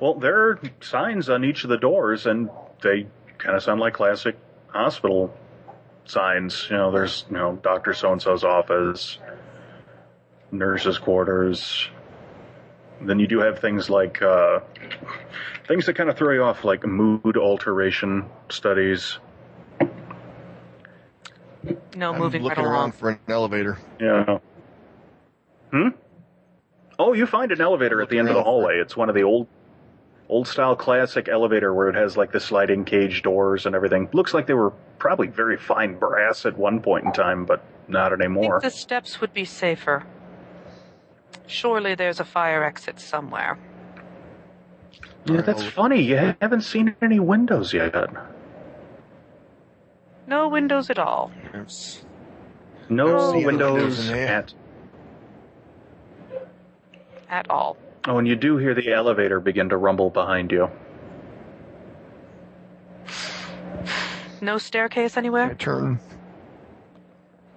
Speaker 3: Well, there are signs on each of the doors, and they kind of sound like classic hospital signs. You know, there's, you know, Dr. So and so's office, nurse's quarters. Then you do have things like, uh, things that kind of throw you off, like mood alteration studies.
Speaker 1: No,
Speaker 9: I'm
Speaker 1: moving
Speaker 9: looking
Speaker 1: right
Speaker 9: around
Speaker 1: along.
Speaker 9: for an elevator.
Speaker 3: Yeah. Hmm? Oh, you find an elevator at the end of the hallway. It's one of the old old style classic elevator where it has like the sliding cage doors and everything. Looks like they were probably very fine brass at one point in time, but not
Speaker 1: I think
Speaker 3: anymore.
Speaker 1: the steps would be safer. Surely there's a fire exit somewhere.
Speaker 3: Yeah, that's funny. You haven't seen any windows yet.
Speaker 1: No windows at all.
Speaker 9: There's-
Speaker 3: No
Speaker 9: Don't see the
Speaker 3: windows
Speaker 9: Oh. windows in there.
Speaker 3: at
Speaker 1: At all.
Speaker 3: Oh, and you do hear the elevator begin to rumble behind you.
Speaker 1: No staircase
Speaker 9: I
Speaker 1: anywhere?
Speaker 3: [LAUGHS]
Speaker 9: turn.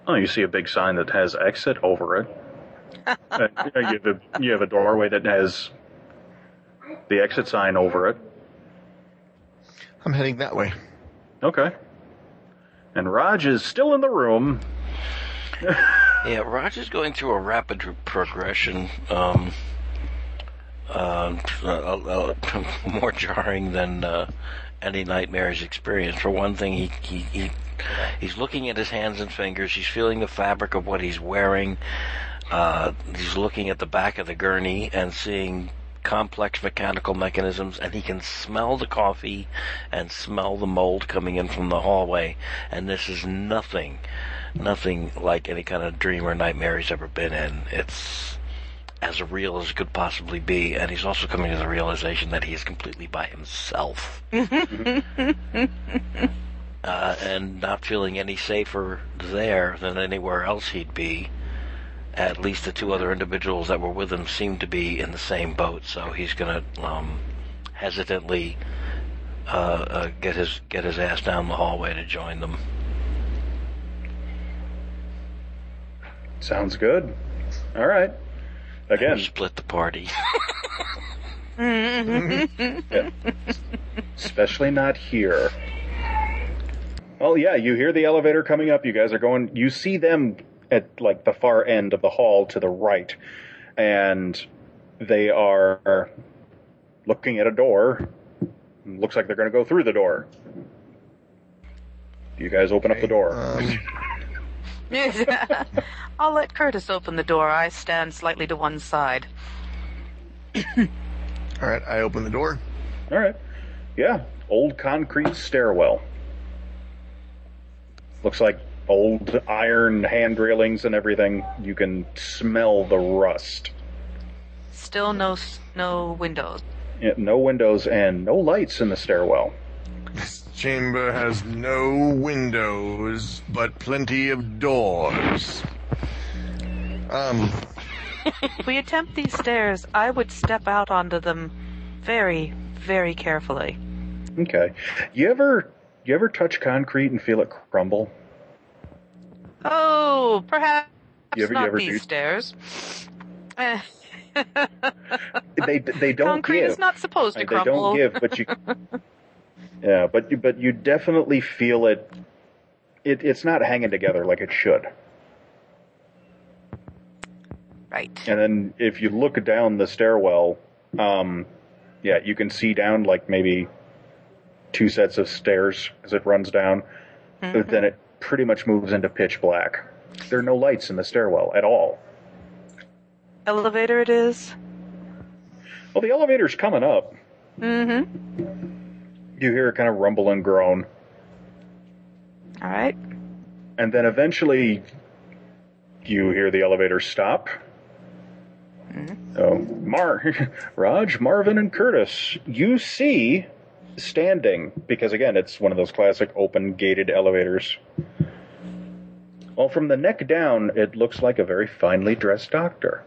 Speaker 3: Oh, you see a big sign that has exit over it. Uh, you, have a, you have a doorway that has the exit sign over it.
Speaker 9: I'm heading that way.
Speaker 3: Okay. And Raj is still in the room.
Speaker 2: Yeah, Roger's going through a rapid progression. Um, uh, uh, [LAUGHS] uh, more jarring than uh, any nightmare he's experienced. For one thing, he, he he he's looking at his hands and fingers. He's feeling the fabric of what he's wearing. Uh, he's looking at the back of the gurney and seeing complex mechanical mechanisms, and he can smell the coffee and smell the mold coming in from the hallway. And this is nothing, nothing like any kind of dream or nightmare he's ever been in. It's as real as it could possibly be, and he's also coming to the realization that he is completely by [LAUGHS] himself. uh, and not feeling any safer there than anywhere else he'd be. At least the two other individuals that were with him seem to be in the same boat, so he's going to um, hesitantly uh, uh, get his get his ass down the hallway to join them.
Speaker 3: Sounds good. All right. Again,
Speaker 2: split the party.
Speaker 3: yeah. especially not here. Well, yeah, you hear the elevator coming up. You guys are going. You see them at like the far end of the hall to the right, and they are looking at a door. Looks like they're going to go through the door. Do you guys open up the door?
Speaker 4: uh,
Speaker 9: Um,
Speaker 1: I'll let Curtis open the door. I stand slightly to one side.
Speaker 9: all right, I open the door.
Speaker 3: All right. Yeah, old concrete stairwell. Looks like old iron hand railings and everything. You can smell the rust.
Speaker 1: Still no s- no windows.
Speaker 3: Yeah, No windows and no lights in the stairwell.
Speaker 4: This chamber has no windows, but plenty of doors.
Speaker 9: Um,
Speaker 1: If we attempt these stairs, I would step out onto them very, very carefully.
Speaker 3: Okay. You ever you ever touch concrete and feel it crumble?
Speaker 1: Oh, perhaps
Speaker 3: You ever- you
Speaker 1: not
Speaker 3: ever
Speaker 1: these
Speaker 3: do-
Speaker 1: stairs. Eh,
Speaker 3: They they don't
Speaker 1: Uh, concrete
Speaker 3: give.
Speaker 1: is not supposed to
Speaker 3: Right, they
Speaker 1: crumble.
Speaker 3: don't give,
Speaker 1: [LAUGHS]
Speaker 3: but you Yeah, but you but you definitely feel it it it's not hanging together like it should.
Speaker 1: Right.
Speaker 3: And then if you look down the stairwell, um, yeah, you can see down like maybe two sets of stairs as it runs down. But then it pretty much moves into pitch black. There are no lights in the stairwell at all.
Speaker 1: Elevator it is.
Speaker 3: Well, the elevator's coming up.
Speaker 1: Mm-hmm.
Speaker 3: You hear it kind of rumble and groan.
Speaker 1: All right.
Speaker 3: And then eventually you hear the elevator stop. So, Mar- [LAUGHS] Raj, Marvin, and Curtis, you see standing, because again, it's one of those classic open gated elevators. Well, from the neck down, it looks like a very finely dressed doctor.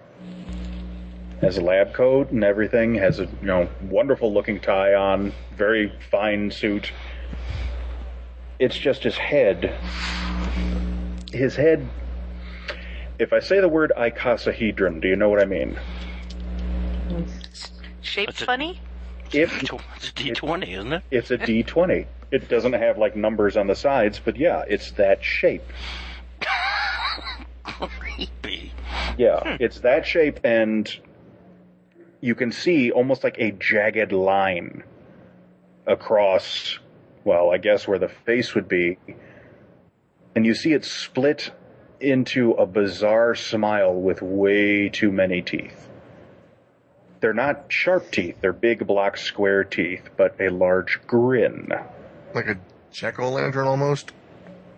Speaker 3: Has a lab coat and everything, has a you know wonderful looking tie on, very fine suit. It's just his head his head. If I say the word icosahedron, do you know what I mean?
Speaker 1: Shape
Speaker 2: That's it.
Speaker 1: funny.
Speaker 3: If
Speaker 2: [LAUGHS] It's D twenty, isn't it?
Speaker 3: it's a D20, it doesn't have like numbers on the sides, but yeah, it's that shape.
Speaker 2: Creepy.
Speaker 3: Yeah, it's that shape, and you can see almost like a jagged line across, well, I guess where the face would be. And you see it split into a bizarre smile with way too many teeth. They're not sharp teeth, they're big block square teeth, but a large grin.
Speaker 9: like a jack o' lantern almost.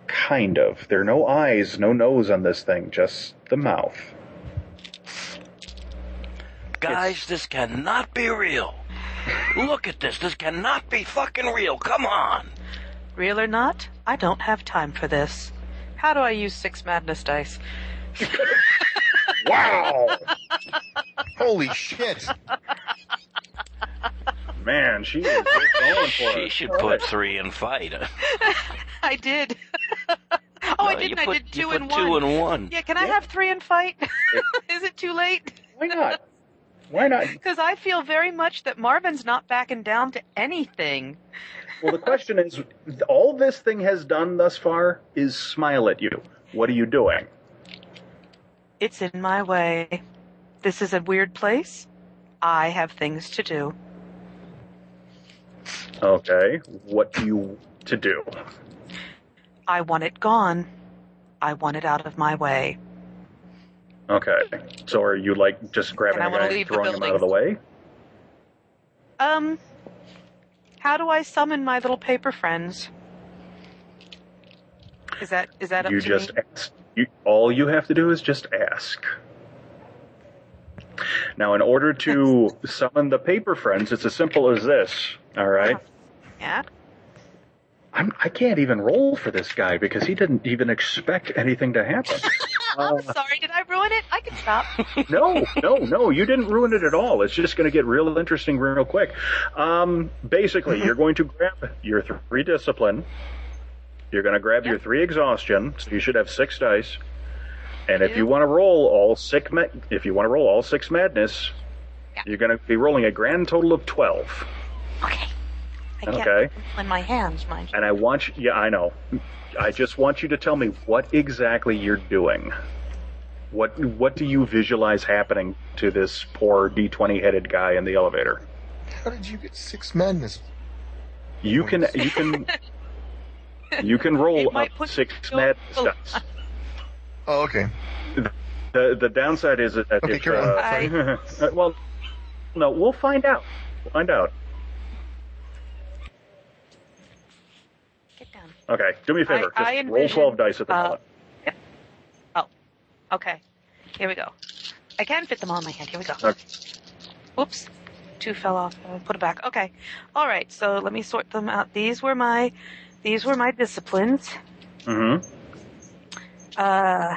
Speaker 3: Kind of. There are no eyes, no nose on this thing, just the mouth.
Speaker 2: Guys, this cannot be real. Look at this. This cannot be fucking real. Come on.
Speaker 1: Real or not, I don't have time for this. How do I use six madness dice?
Speaker 3: Wow!
Speaker 9: Holy shit!
Speaker 3: Man, she is
Speaker 1: [LAUGHS]
Speaker 3: going for
Speaker 2: She
Speaker 3: it.
Speaker 2: should put three and fight. Oh,
Speaker 1: [LAUGHS] I did. [LAUGHS] oh, I
Speaker 2: [LAUGHS]
Speaker 1: didn't.
Speaker 2: You put,
Speaker 1: I did
Speaker 2: you
Speaker 1: two
Speaker 2: put
Speaker 1: and
Speaker 2: two
Speaker 1: one.
Speaker 2: and one.
Speaker 1: Yeah, can I have three and fight? [LAUGHS] Is it too late?
Speaker 3: Why not? Why not?
Speaker 1: Because I feel very much that Marvin's not backing down to anything.
Speaker 3: Well, the question is, all this thing has done thus far is smile at you. What are you doing?
Speaker 1: It's in my way. This is a weird place. I have things to do.
Speaker 3: Okay, what do you to do?
Speaker 1: I want it gone. I want it out of my way.
Speaker 3: Okay. So are you like just grabbing
Speaker 1: And I
Speaker 3: a
Speaker 1: wanna
Speaker 3: guy and
Speaker 1: leave the
Speaker 3: throwing him out of
Speaker 1: building.
Speaker 3: the way?
Speaker 1: Um, how do I summon my little paper friends? Is that is that up
Speaker 3: you
Speaker 1: to
Speaker 3: just
Speaker 1: me?
Speaker 3: ask. You, all you have to do is just ask. Now, in order to summon the paper friends, it's as simple as this. All right.
Speaker 1: Yeah.
Speaker 3: I'm, I can't even roll for this guy because he didn't even expect anything to happen.
Speaker 1: I'm sorry. Did I ruin it? I can stop.
Speaker 3: no, no, no, you didn't ruin it at all. It's just going to get real interesting real quick. Um, basically, you're going to grab your three discipline. You're going to grab your three exhaustion. So you should have six dice. And if you want to roll all six, ma- if you want to roll all six madness, you're going to be rolling a grand total of twelve.
Speaker 1: Okay. I can't
Speaker 3: Okay.
Speaker 1: in my hands, mind you.
Speaker 3: And I want you, yeah, I know. I just want you to tell me what exactly you're doing. What what do you visualize happening to this poor D20 headed guy in the elevator?
Speaker 9: How did you get six madness?
Speaker 3: You can you can
Speaker 1: [LAUGHS]
Speaker 3: you can roll
Speaker 1: It might
Speaker 3: up
Speaker 1: put-
Speaker 3: six
Speaker 1: go [LAUGHS]
Speaker 3: mad
Speaker 1: below.
Speaker 3: dice.
Speaker 9: Oh, okay.
Speaker 3: The the downside is that
Speaker 9: Okay,
Speaker 3: if,
Speaker 9: carry on.
Speaker 3: uh, [LAUGHS] uh, well, no, we'll find out. We'll find out.
Speaker 1: Get down.
Speaker 3: Okay, do me a favor.
Speaker 1: I- I
Speaker 3: just roll
Speaker 1: envision,
Speaker 3: twelve dice at the
Speaker 1: uh,
Speaker 3: moment.
Speaker 1: Okay. Here we go. I can fit them all in my hand. Here we go.
Speaker 3: Okay.
Speaker 1: Oops. Two fell off. Uh, put it back. Okay. All right. So let me sort them out. These were my, these were my disciplines.
Speaker 3: Mm-hmm.
Speaker 1: Uh,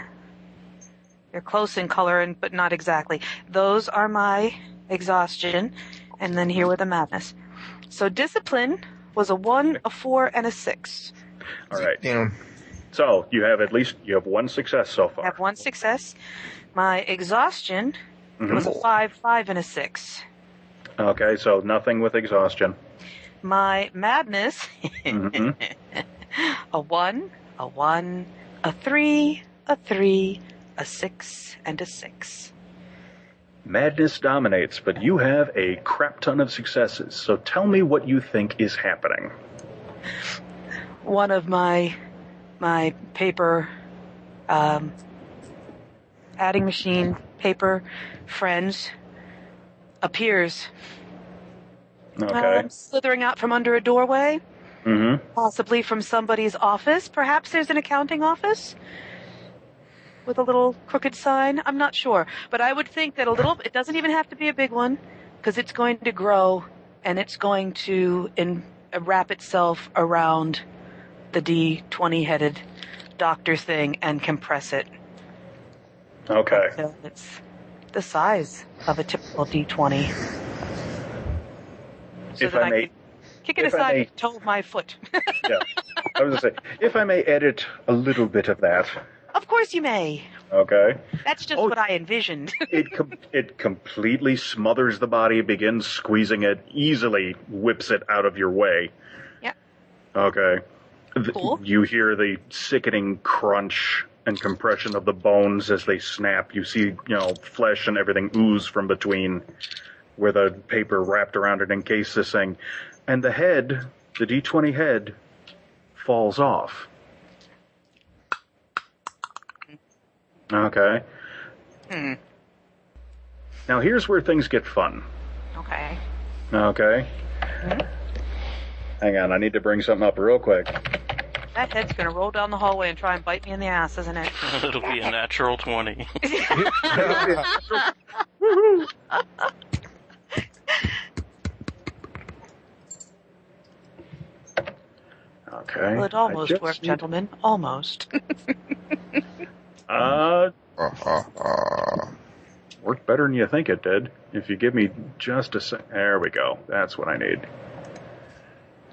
Speaker 1: they're close in color, and but not exactly. Those are my exhaustion, and then here were the madness. So discipline was a one, a four, and a six.
Speaker 3: All right.
Speaker 9: Damn.
Speaker 3: So you have at least you have one success so
Speaker 1: I
Speaker 3: far.
Speaker 1: have one success. My exhaustion was a five, five, and a six.
Speaker 3: Okay, so nothing with exhaustion.
Speaker 1: My madness,
Speaker 3: Mhm.
Speaker 1: [LAUGHS] a one, a one, a three, a three, a six, and a six.
Speaker 3: Madness dominates, but you have a crap ton of successes. So tell me what you think is happening.
Speaker 1: one of my my paper um, adding machine paper friends appears
Speaker 3: Okay.
Speaker 1: um, slithering out from under a doorway
Speaker 3: Mm-hmm.
Speaker 1: possibly from somebody's office perhaps there's an accounting office with a little crooked sign i'm not sure but i would think that a little it doesn't even have to be a big one because it's going to grow and it's going to in, uh, wrap itself around the d20 headed doctor's thing and compress it
Speaker 3: Okay.
Speaker 1: so it's the size of a typical d20 so
Speaker 3: If
Speaker 1: that
Speaker 3: I may-
Speaker 1: can kick it
Speaker 3: if I
Speaker 1: aside
Speaker 3: may-
Speaker 1: with the toe of my foot [LAUGHS]
Speaker 3: Yeah. I was gonna say, if I may edit a little bit of that.
Speaker 1: of course you may
Speaker 3: Okay.
Speaker 1: That's just
Speaker 3: Oh.
Speaker 1: what I envisioned. [LAUGHS]
Speaker 3: It com- it completely smothers the body, begins squeezing it, easily whips it out of your way.
Speaker 1: Yep.
Speaker 3: Okay. Th-
Speaker 1: Cool.
Speaker 3: You hear the sickening crunch and compression of the bones as they snap. You see, you know, flesh and everything ooze from between where the paper wrapped around it encased this thing. And the head, the D20 head, falls off. Okay. Now here's where things get fun.
Speaker 1: okay.
Speaker 3: Okay. Hang on, I need to bring something up
Speaker 1: [LAUGHS]
Speaker 3: real quick.
Speaker 1: That head's gonna roll down the hallway and try and bite me in the ass, isn't it?
Speaker 2: [LAUGHS] It'll be a natural 20.
Speaker 3: Okay.
Speaker 1: Well, it
Speaker 3: I
Speaker 1: almost
Speaker 3: just
Speaker 1: worked,
Speaker 3: need-
Speaker 1: gentlemen. Almost.
Speaker 3: [LAUGHS] Uh,
Speaker 9: Uh, uh, uh.
Speaker 3: worked better than you think it did. If you give me just a sec. There we go. That's what I need.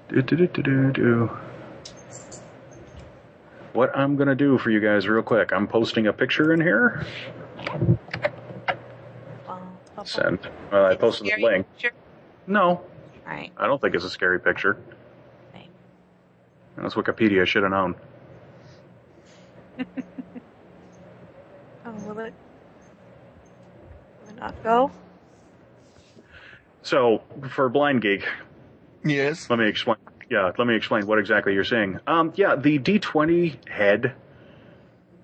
Speaker 3: Do, do, do, do, do, do. What I'm going to do for you guys, real quick, I'm posting a picture in here. Send. Well, I posted the
Speaker 1: Scary
Speaker 3: link.
Speaker 1: picture.
Speaker 3: No,
Speaker 1: Right.
Speaker 3: I don't think it's a scary picture.
Speaker 1: Right.
Speaker 3: That's Wikipedia. Should have known.
Speaker 1: Oh, will it? Will it not go?
Speaker 3: So, for Blind Geek,
Speaker 9: Yes.
Speaker 3: Let me explain. Yeah, let me explain what exactly you're saying. Um, yeah, the D20 head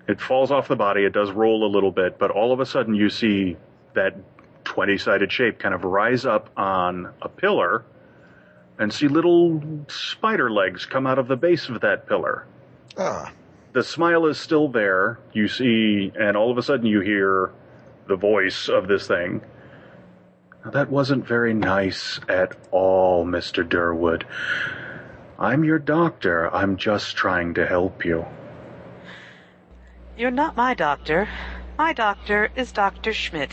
Speaker 3: It falls off the body, it does roll a little bit, but all of a sudden you see that 20 sided shape kind of rise up on a pillar and see little spider legs come out of the base of that pillar.
Speaker 9: Ah,
Speaker 3: The smile is still there, you see, and all of a sudden you hear the voice of this thing. "Now, That wasn't very nice at all, Mr. Durwood. I'm your doctor. I'm just trying to help you.
Speaker 1: You're not my doctor. My doctor is Dr. Schmidt.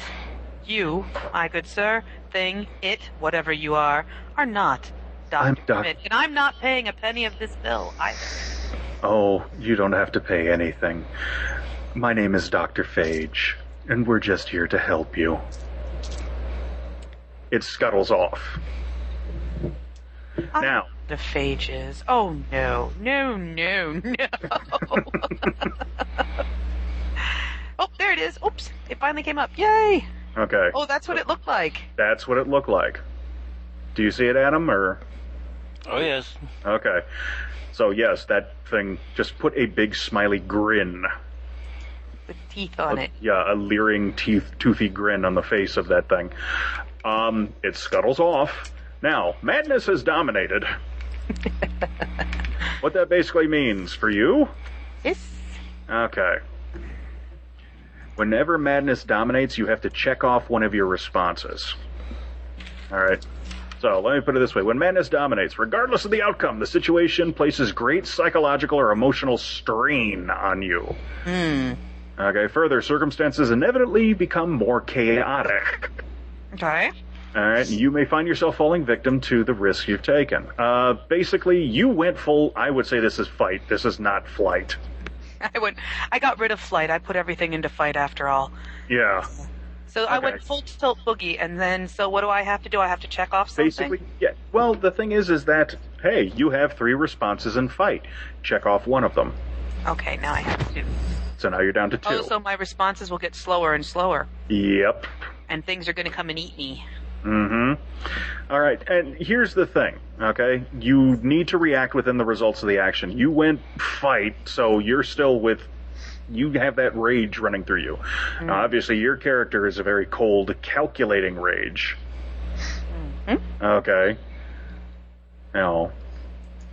Speaker 1: You, my good sir, thing, it, whatever you are, are not
Speaker 3: I'm
Speaker 1: doctor
Speaker 3: doc-
Speaker 1: Schmidt. And I'm not paying a penny of this bill either.
Speaker 3: Oh, you don't have to pay anything. My name is Dr. Phage, and we're just here to help you. It scuttles off.
Speaker 1: I-
Speaker 3: Now,
Speaker 1: The phage is. Oh no, no, no, no. [LAUGHS] oh, there it is. Oops, it finally came up. Yay!
Speaker 3: okay,
Speaker 1: Oh, that's what it looked like.
Speaker 3: that's what it looked like. Do you see it, Adam, or?
Speaker 2: [LAUGHS] Oh yes.
Speaker 3: Okay. So, yes, that thing just put a big smiley grin
Speaker 1: With teeth on it.
Speaker 3: Yeah, a leering, teeth, toothy grin on the face of that thing. Um, it scuttles off. Now, madness has dominated. what that basically means for you?
Speaker 1: Yes.
Speaker 3: Okay. Whenever madness dominates, you have to check off one of your responses. All right. So let me put it this way. When madness dominates, regardless of the outcome, the situation places great psychological or emotional strain on you. Okay, further, circumstances inevitably become more chaotic.
Speaker 1: Okay.
Speaker 3: All right, you may find yourself falling victim to the risk you've taken. Uh, basically, you went full, I would say this is fight, this is not flight.
Speaker 1: [LAUGHS] I went. I got rid of flight. I put everything into fight after all.
Speaker 3: Yeah.
Speaker 1: So I
Speaker 3: Okay.
Speaker 1: went full tilt boogie, and then so what do I have to do? I have to check off something.
Speaker 3: Basically, yeah. Well, the thing is, is that, hey, you have three responses in fight. Check off one of them.
Speaker 1: Okay, now I have to.
Speaker 3: So now you're down to two.
Speaker 1: Oh, so my responses will get slower and slower,
Speaker 3: yep.
Speaker 1: and things are going to come and eat me.
Speaker 3: Mm-hmm. All right, and here's the thing, okay? You need to react within the results of the action. You went fight, so you're still with you have that rage running through you.
Speaker 1: Mm.
Speaker 3: Now, obviously, your character is a very cold, calculating rage.
Speaker 1: Mm-hmm.
Speaker 3: Okay. Now,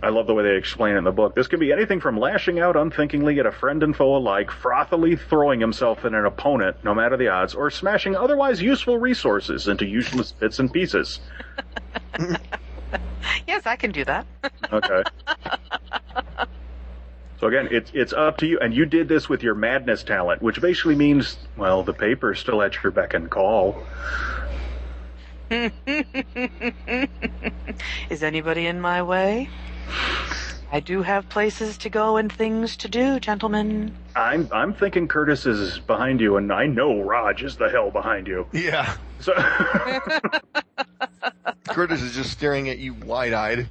Speaker 3: I love the way they explain it in the book. This can be anything from lashing out unthinkingly at a friend and foe alike, frothily throwing himself at an opponent, no matter the odds, or smashing otherwise useful resources into useless bits and pieces.
Speaker 1: Yes, I can do that.
Speaker 3: Okay. So again, it's it's up to you, and you did this with your madness talent, which basically means, well, the paper's still at your beck and call.
Speaker 1: Is anybody in my way? I do have places to go and things to do, gentlemen.
Speaker 3: I'm I'm thinking Curtis is behind you, and I know Raj is the hell behind you.
Speaker 9: yeah.
Speaker 3: So [LAUGHS]
Speaker 9: Curtis is just staring at you wide eyed.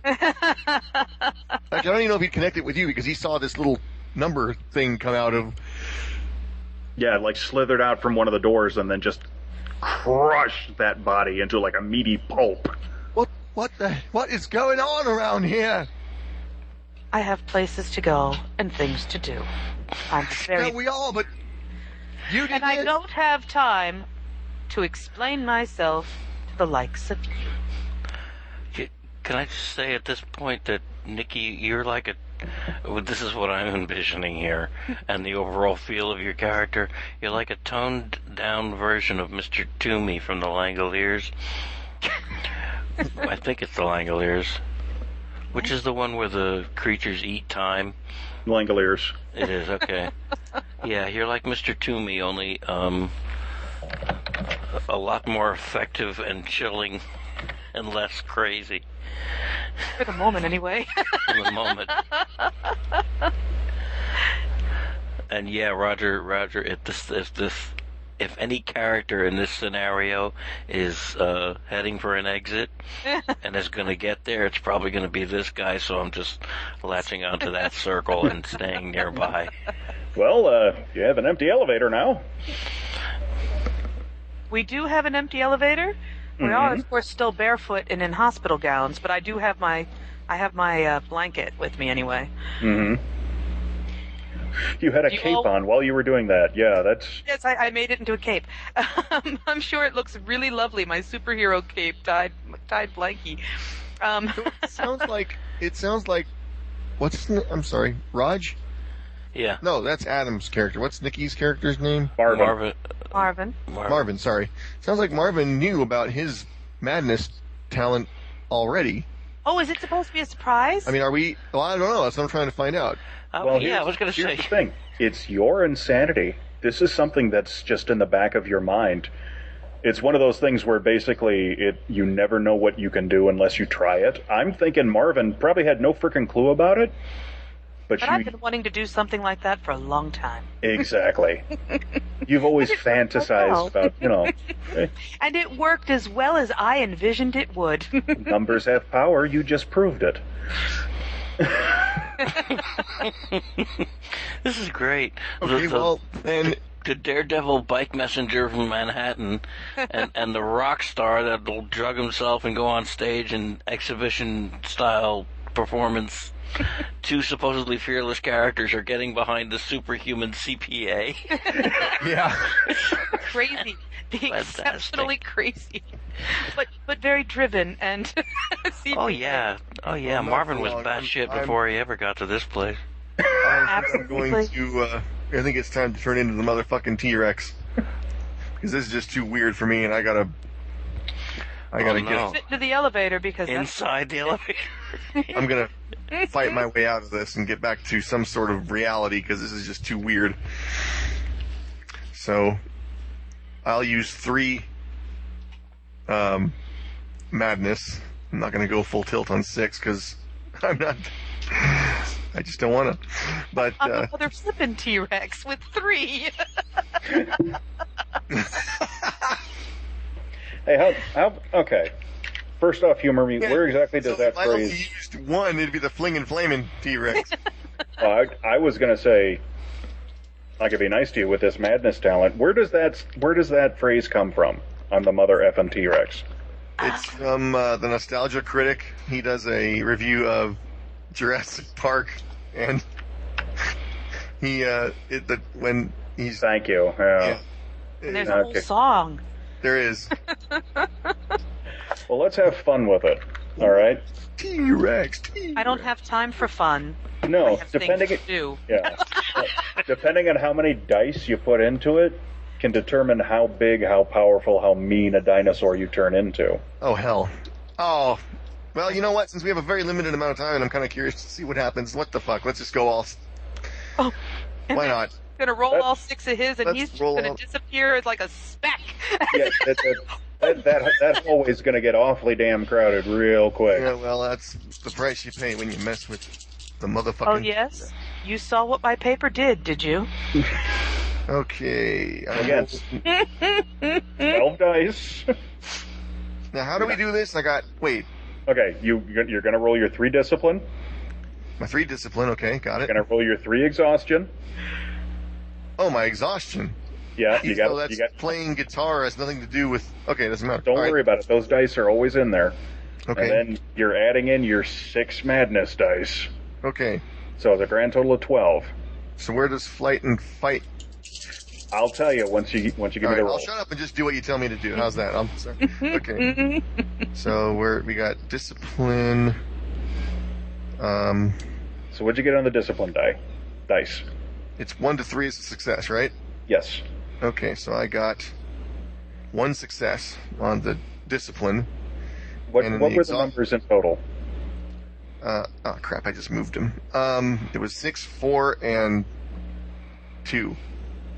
Speaker 9: Like, I don't even know if he connected with you because he saw this little number thing come out of.
Speaker 3: yeah, like slithered out from one of the doors and then just crushed that body into like a meaty pulp.
Speaker 9: What? What the? What is going on around here?
Speaker 1: I have places to go and things to do. I'm very
Speaker 9: Yeah, we all, but you did
Speaker 1: and I don't have time to explain myself to the likes of you.
Speaker 2: C- Can I just say at this point that Nikki, you're like a. oh, This is what I'm envisioning here, [LAUGHS] and the overall feel of your character. You're like a toned down version of Mr. Toomey from the Langoliers. [LAUGHS] I think it's the Langoliers, which is the one where the creatures eat time.
Speaker 3: Langoliers.
Speaker 2: It is okay. yeah, you're like Mr. Toomey, only um, a lot more effective and chilling, and less crazy
Speaker 1: For the moment, anyway.
Speaker 2: in the moment. and yeah, Roger, Roger, if this, if this, if any character in this scenario is uh, heading for an exit and is going to get there, it's probably going to be this guy. So I'm just latching onto that circle and staying nearby.
Speaker 3: Well, uh, you have an empty elevator now.
Speaker 1: we do have an empty elevator. We are, of course, still barefoot and in hospital gowns, but I do have my, I have my uh, blanket with me anyway.
Speaker 3: Mm-hmm. You had a
Speaker 1: You
Speaker 3: cape
Speaker 1: all-
Speaker 3: on while you were doing that. Yeah, that's
Speaker 1: Yes, I, I made it into a cape. [LAUGHS] Um, I'm sure it looks really lovely. My superhero cape tied tied blankie. Um, [LAUGHS]
Speaker 4: It [LAUGHS] sounds like it sounds like what's his na- I'm sorry, Raj?
Speaker 2: Yeah.
Speaker 4: No, that's Adam's character. What's Nikki's character's name?
Speaker 3: Marvin.
Speaker 2: Marvin.
Speaker 1: Marvin.
Speaker 2: Marvin.
Speaker 4: Marvin. Sorry. Sounds like Marvin knew about his madness talent already.
Speaker 1: Oh, is it supposed to be a surprise?
Speaker 4: I mean, are we? Well, I don't know. That's what I'm trying to find out.
Speaker 2: Oh,
Speaker 3: Well,
Speaker 2: yeah,
Speaker 3: here's-
Speaker 2: I was going to
Speaker 3: Here's
Speaker 2: say.
Speaker 3: the thing. It's your insanity. This is something that's just in the back of your mind. It's one of those things where basically it you never know what you can do unless you try it. I'm thinking Marvin probably had no freaking clue about it. But,
Speaker 1: but
Speaker 3: you
Speaker 1: I've been wanting to do something like that for a long time.
Speaker 3: exactly. You've always
Speaker 1: know.
Speaker 3: fantasized about, you know, eh,
Speaker 1: And it worked as well as I envisioned it would. [LAUGHS]
Speaker 3: numbers have power, you just proved it.
Speaker 2: This is great. [LAUGHS]
Speaker 4: Okay,
Speaker 2: the, the-
Speaker 4: well, then
Speaker 2: the Daredevil bike messenger from Manhattan, and and the rock star that'll drug himself and go on stage in exhibition style performance. Two supposedly fearless characters are getting behind the superhuman CPA.
Speaker 1: [LAUGHS]
Speaker 4: yeah.
Speaker 1: crazy. Being
Speaker 2: Fantastic.
Speaker 1: exceptionally crazy. But but very driven and [LAUGHS] see,
Speaker 2: Oh yeah, oh yeah.
Speaker 4: I'm not
Speaker 2: Marvin
Speaker 4: for
Speaker 2: was
Speaker 4: long.
Speaker 2: batshit
Speaker 4: I'm- I'm-
Speaker 2: before he ever got to this place.
Speaker 4: I'm going
Speaker 1: Absolutely.
Speaker 4: to. Uh, I think it's time to turn into the motherfucking T
Speaker 2: [LAUGHS]
Speaker 4: Rex because this is just too weird for me, and I gotta. I gotta
Speaker 2: Oh, no.
Speaker 1: fit to the elevator because that's
Speaker 2: Inside the elevator.
Speaker 4: get. I'm gonna fight my way out of this and get back to some sort of reality because this is just too weird. So, I'll use three um, madness. I'm not going to go full tilt on six because [LAUGHS] I'm not. I just don't want to. But
Speaker 1: I'm
Speaker 4: uh,
Speaker 1: another flippin' T Rex with
Speaker 4: [LAUGHS]
Speaker 1: three.
Speaker 3: Hey, how how okay. First off, humor me. Where exactly does
Speaker 4: so
Speaker 3: that
Speaker 4: if I only
Speaker 3: phrase
Speaker 4: used one, it'd be the flinging flaming T Rex.
Speaker 3: Uh, I, I was gonna say, I could be nice to you with this madness talent. Where does that Where does that phrase come from? I'm the mother effing T Rex.
Speaker 4: it's from uh, the Nostalgia Critic. He does a review of Jurassic Park, and [LAUGHS] he uh, it, the, when he's
Speaker 3: Thank you. Uh,
Speaker 4: yeah,
Speaker 1: And there's a whole
Speaker 3: Okay.
Speaker 1: song.
Speaker 4: there is
Speaker 1: [LAUGHS]
Speaker 3: Well, let's have fun with it. All right.
Speaker 4: T Rex. T
Speaker 1: I don't have time for fun. I
Speaker 3: No,
Speaker 1: have
Speaker 3: depending.
Speaker 1: things to do.
Speaker 4: [LAUGHS]
Speaker 3: Yeah. depending on how many dice you put into it, can determine how big, how powerful, how mean a dinosaur you turn
Speaker 4: [LAUGHS]
Speaker 3: into.
Speaker 4: Oh hell. Oh. Well, you know what? Since we have a very limited amount of time, and I'm kind of curious to see what happens. What the fuck? Let's just go all. s-
Speaker 1: Oh.
Speaker 4: Why not?
Speaker 1: gonna roll
Speaker 3: Let's-
Speaker 1: all six of his, and
Speaker 4: let's
Speaker 1: he's just
Speaker 4: roll
Speaker 1: gonna
Speaker 4: all-
Speaker 1: disappear as like a
Speaker 4: [LAUGHS]
Speaker 1: speck.
Speaker 3: Yeah, that, that, that, that, that hallway's going to get awfully damn crowded real quick.
Speaker 4: Yeah, well, that's the price you pay when you mess with the motherfucking.
Speaker 1: oh yes, you saw what my paper did, did you?
Speaker 4: Okay. I
Speaker 3: Again,
Speaker 4: will-
Speaker 3: 12
Speaker 4: [LAUGHS]
Speaker 3: dice.
Speaker 4: Now, how do we do this? I got wait,
Speaker 3: Okay, you you're gonna roll your three discipline.
Speaker 4: my three discipline. Okay, got it.
Speaker 3: You're gonna roll your three exhaustion.
Speaker 4: Oh, my exhaustion.
Speaker 3: Yeah, you
Speaker 4: oh,
Speaker 3: got
Speaker 4: that's
Speaker 3: you got.
Speaker 4: playing guitar has nothing to do with. Okay, doesn't matter.
Speaker 3: Don't
Speaker 4: All right,
Speaker 3: worry about it. Those dice are always in there,
Speaker 4: Okay.
Speaker 3: and then you're adding in your six madness dice,
Speaker 4: okay.
Speaker 3: so it's a grand total of twelve.
Speaker 4: So where does flight and fight?
Speaker 3: I'll tell you once you once you give
Speaker 4: All
Speaker 3: me
Speaker 4: right,
Speaker 3: the roll.
Speaker 4: I'll shut up and just do what you tell me to do. How's that? I'm sorry. Okay. so where we got discipline. Um,
Speaker 3: So what'd you get on the discipline die? Dice.
Speaker 4: it's one to three is a success, right?
Speaker 3: Yes.
Speaker 4: Okay, so I got one success on the discipline.
Speaker 3: What
Speaker 4: And in
Speaker 3: what
Speaker 4: the
Speaker 3: were the
Speaker 4: exhaust-
Speaker 3: numbers in total?
Speaker 4: Uh, oh crap! I just moved him. Um, it was six, four, and two.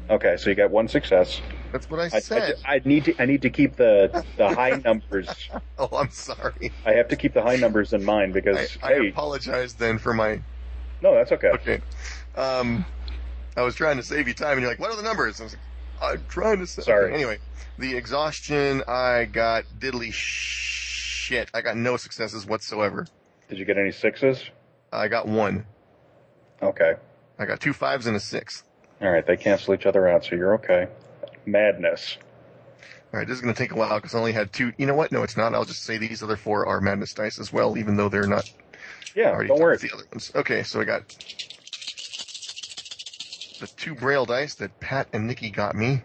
Speaker 3: Okay, so you got one success.
Speaker 4: That's what I
Speaker 3: I,
Speaker 4: said.
Speaker 3: I- I need to I need to keep the the high numbers.
Speaker 4: [LAUGHS] oh, I'm sorry.
Speaker 3: I have to keep the high numbers in mind
Speaker 4: I,
Speaker 3: because
Speaker 4: I
Speaker 3: hey,
Speaker 4: apologize then for my.
Speaker 3: no, that's okay.
Speaker 4: Okay. Um, I was trying to save you time, and you're like, "What are the numbers?" I was like, "I'm trying to." Sa-.
Speaker 3: Sorry.
Speaker 4: Okay, anyway, the exhaustion. I got diddly shit. I got no successes whatsoever.
Speaker 3: Did you get any sixes?
Speaker 4: I got one.
Speaker 3: Okay.
Speaker 4: I got two fives and a six.
Speaker 3: All right, they cancel each other out, so you're okay. Madness.
Speaker 4: All right, this is going to take a while because I only had two. You know what? No, it's not. I'll just say these other four are madness dice as well, even though they're not
Speaker 3: Yeah,
Speaker 4: already
Speaker 3: don't
Speaker 4: done
Speaker 3: worry.
Speaker 4: with the other ones. Okay, so I got the two braille dice that Pat and Nikki got me,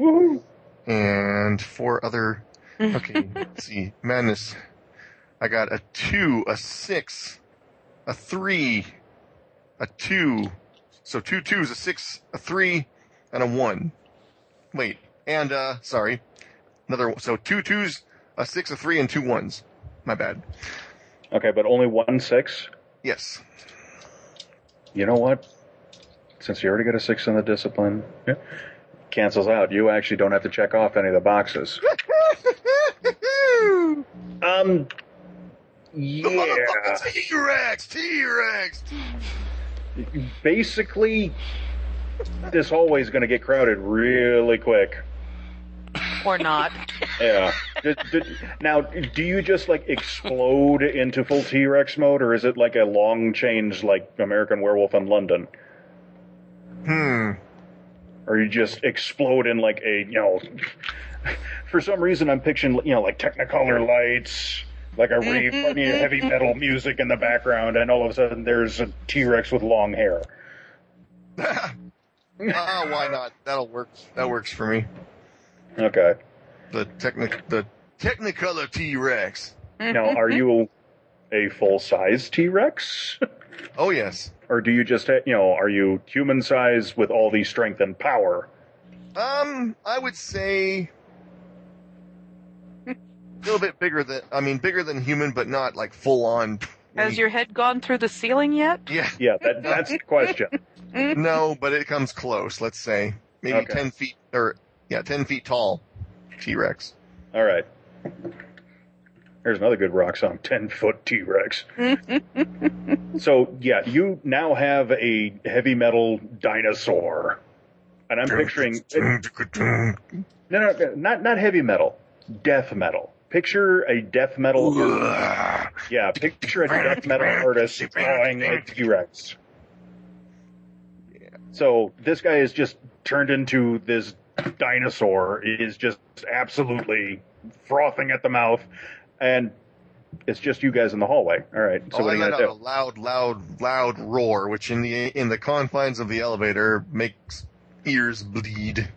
Speaker 3: Woohoo!
Speaker 4: and four other. Okay, let's see. Madness. I got a two, a six, a three, a two. So two twos, a six, a three, and a one. Wait, and uh, sorry, another. So two twos, a six, a three, and two ones. My bad.
Speaker 3: Okay, but only one six.
Speaker 4: Yes.
Speaker 3: You know what? Since you already got a six in the discipline, yeah, cancels out. You actually don't have to check off any of the boxes.
Speaker 4: [LAUGHS]
Speaker 3: Um. Yeah.
Speaker 4: T-Rex, T-Rex.
Speaker 3: Basically, this hallway's going to get crowded really quick.
Speaker 1: or
Speaker 4: [LAUGHS]
Speaker 1: not.
Speaker 3: Yeah. D- d- now, do you just like explode into full T Rex mode, or is it like a long change like American Werewolf in London?
Speaker 4: Hmm.
Speaker 3: Or you just explode in like a, you know, [LAUGHS] for some reason I'm picturing, you know, like Technicolor lights, like a rave, you know, heavy metal music in the background, and all of a sudden there's a T Rex with long hair.
Speaker 4: Ah, why not? That'll work. That works for me.
Speaker 3: Okay.
Speaker 4: The technic, the Technicolor T-Rex.
Speaker 3: Now, are you a full size T Rex?
Speaker 4: Oh yes.
Speaker 3: or do you just, ha- you know, are you human size with all the strength and power?
Speaker 4: Um, I would say a little bit bigger than. I mean, bigger than human, but not like full on.
Speaker 1: Has your head gone through the ceiling yet?
Speaker 4: Yeah. [LAUGHS]
Speaker 3: Yeah, that, that's the question.
Speaker 4: No, but it comes close. Let's say maybe
Speaker 3: Okay.
Speaker 4: ten feet or yeah, ten feet tall. T-Rex.
Speaker 3: All right. There's another good rock song, 10 foot T Rex. so, yeah, you now have a heavy metal dinosaur. And I'm picturing. No, no, not, not heavy metal, death metal. Picture a death metal. Yeah, picture a death metal artist drawing a T Rex. So this guy is just turned into this dinosaur. It is just absolutely frothing at the mouth, and it's just you guys in the hallway. All right, so
Speaker 4: oh,
Speaker 3: what
Speaker 4: I
Speaker 3: are you
Speaker 4: let
Speaker 3: gonna
Speaker 4: out a
Speaker 3: do?
Speaker 4: loud, loud, loud roar, which in the in the confines of the elevator makes ears bleed.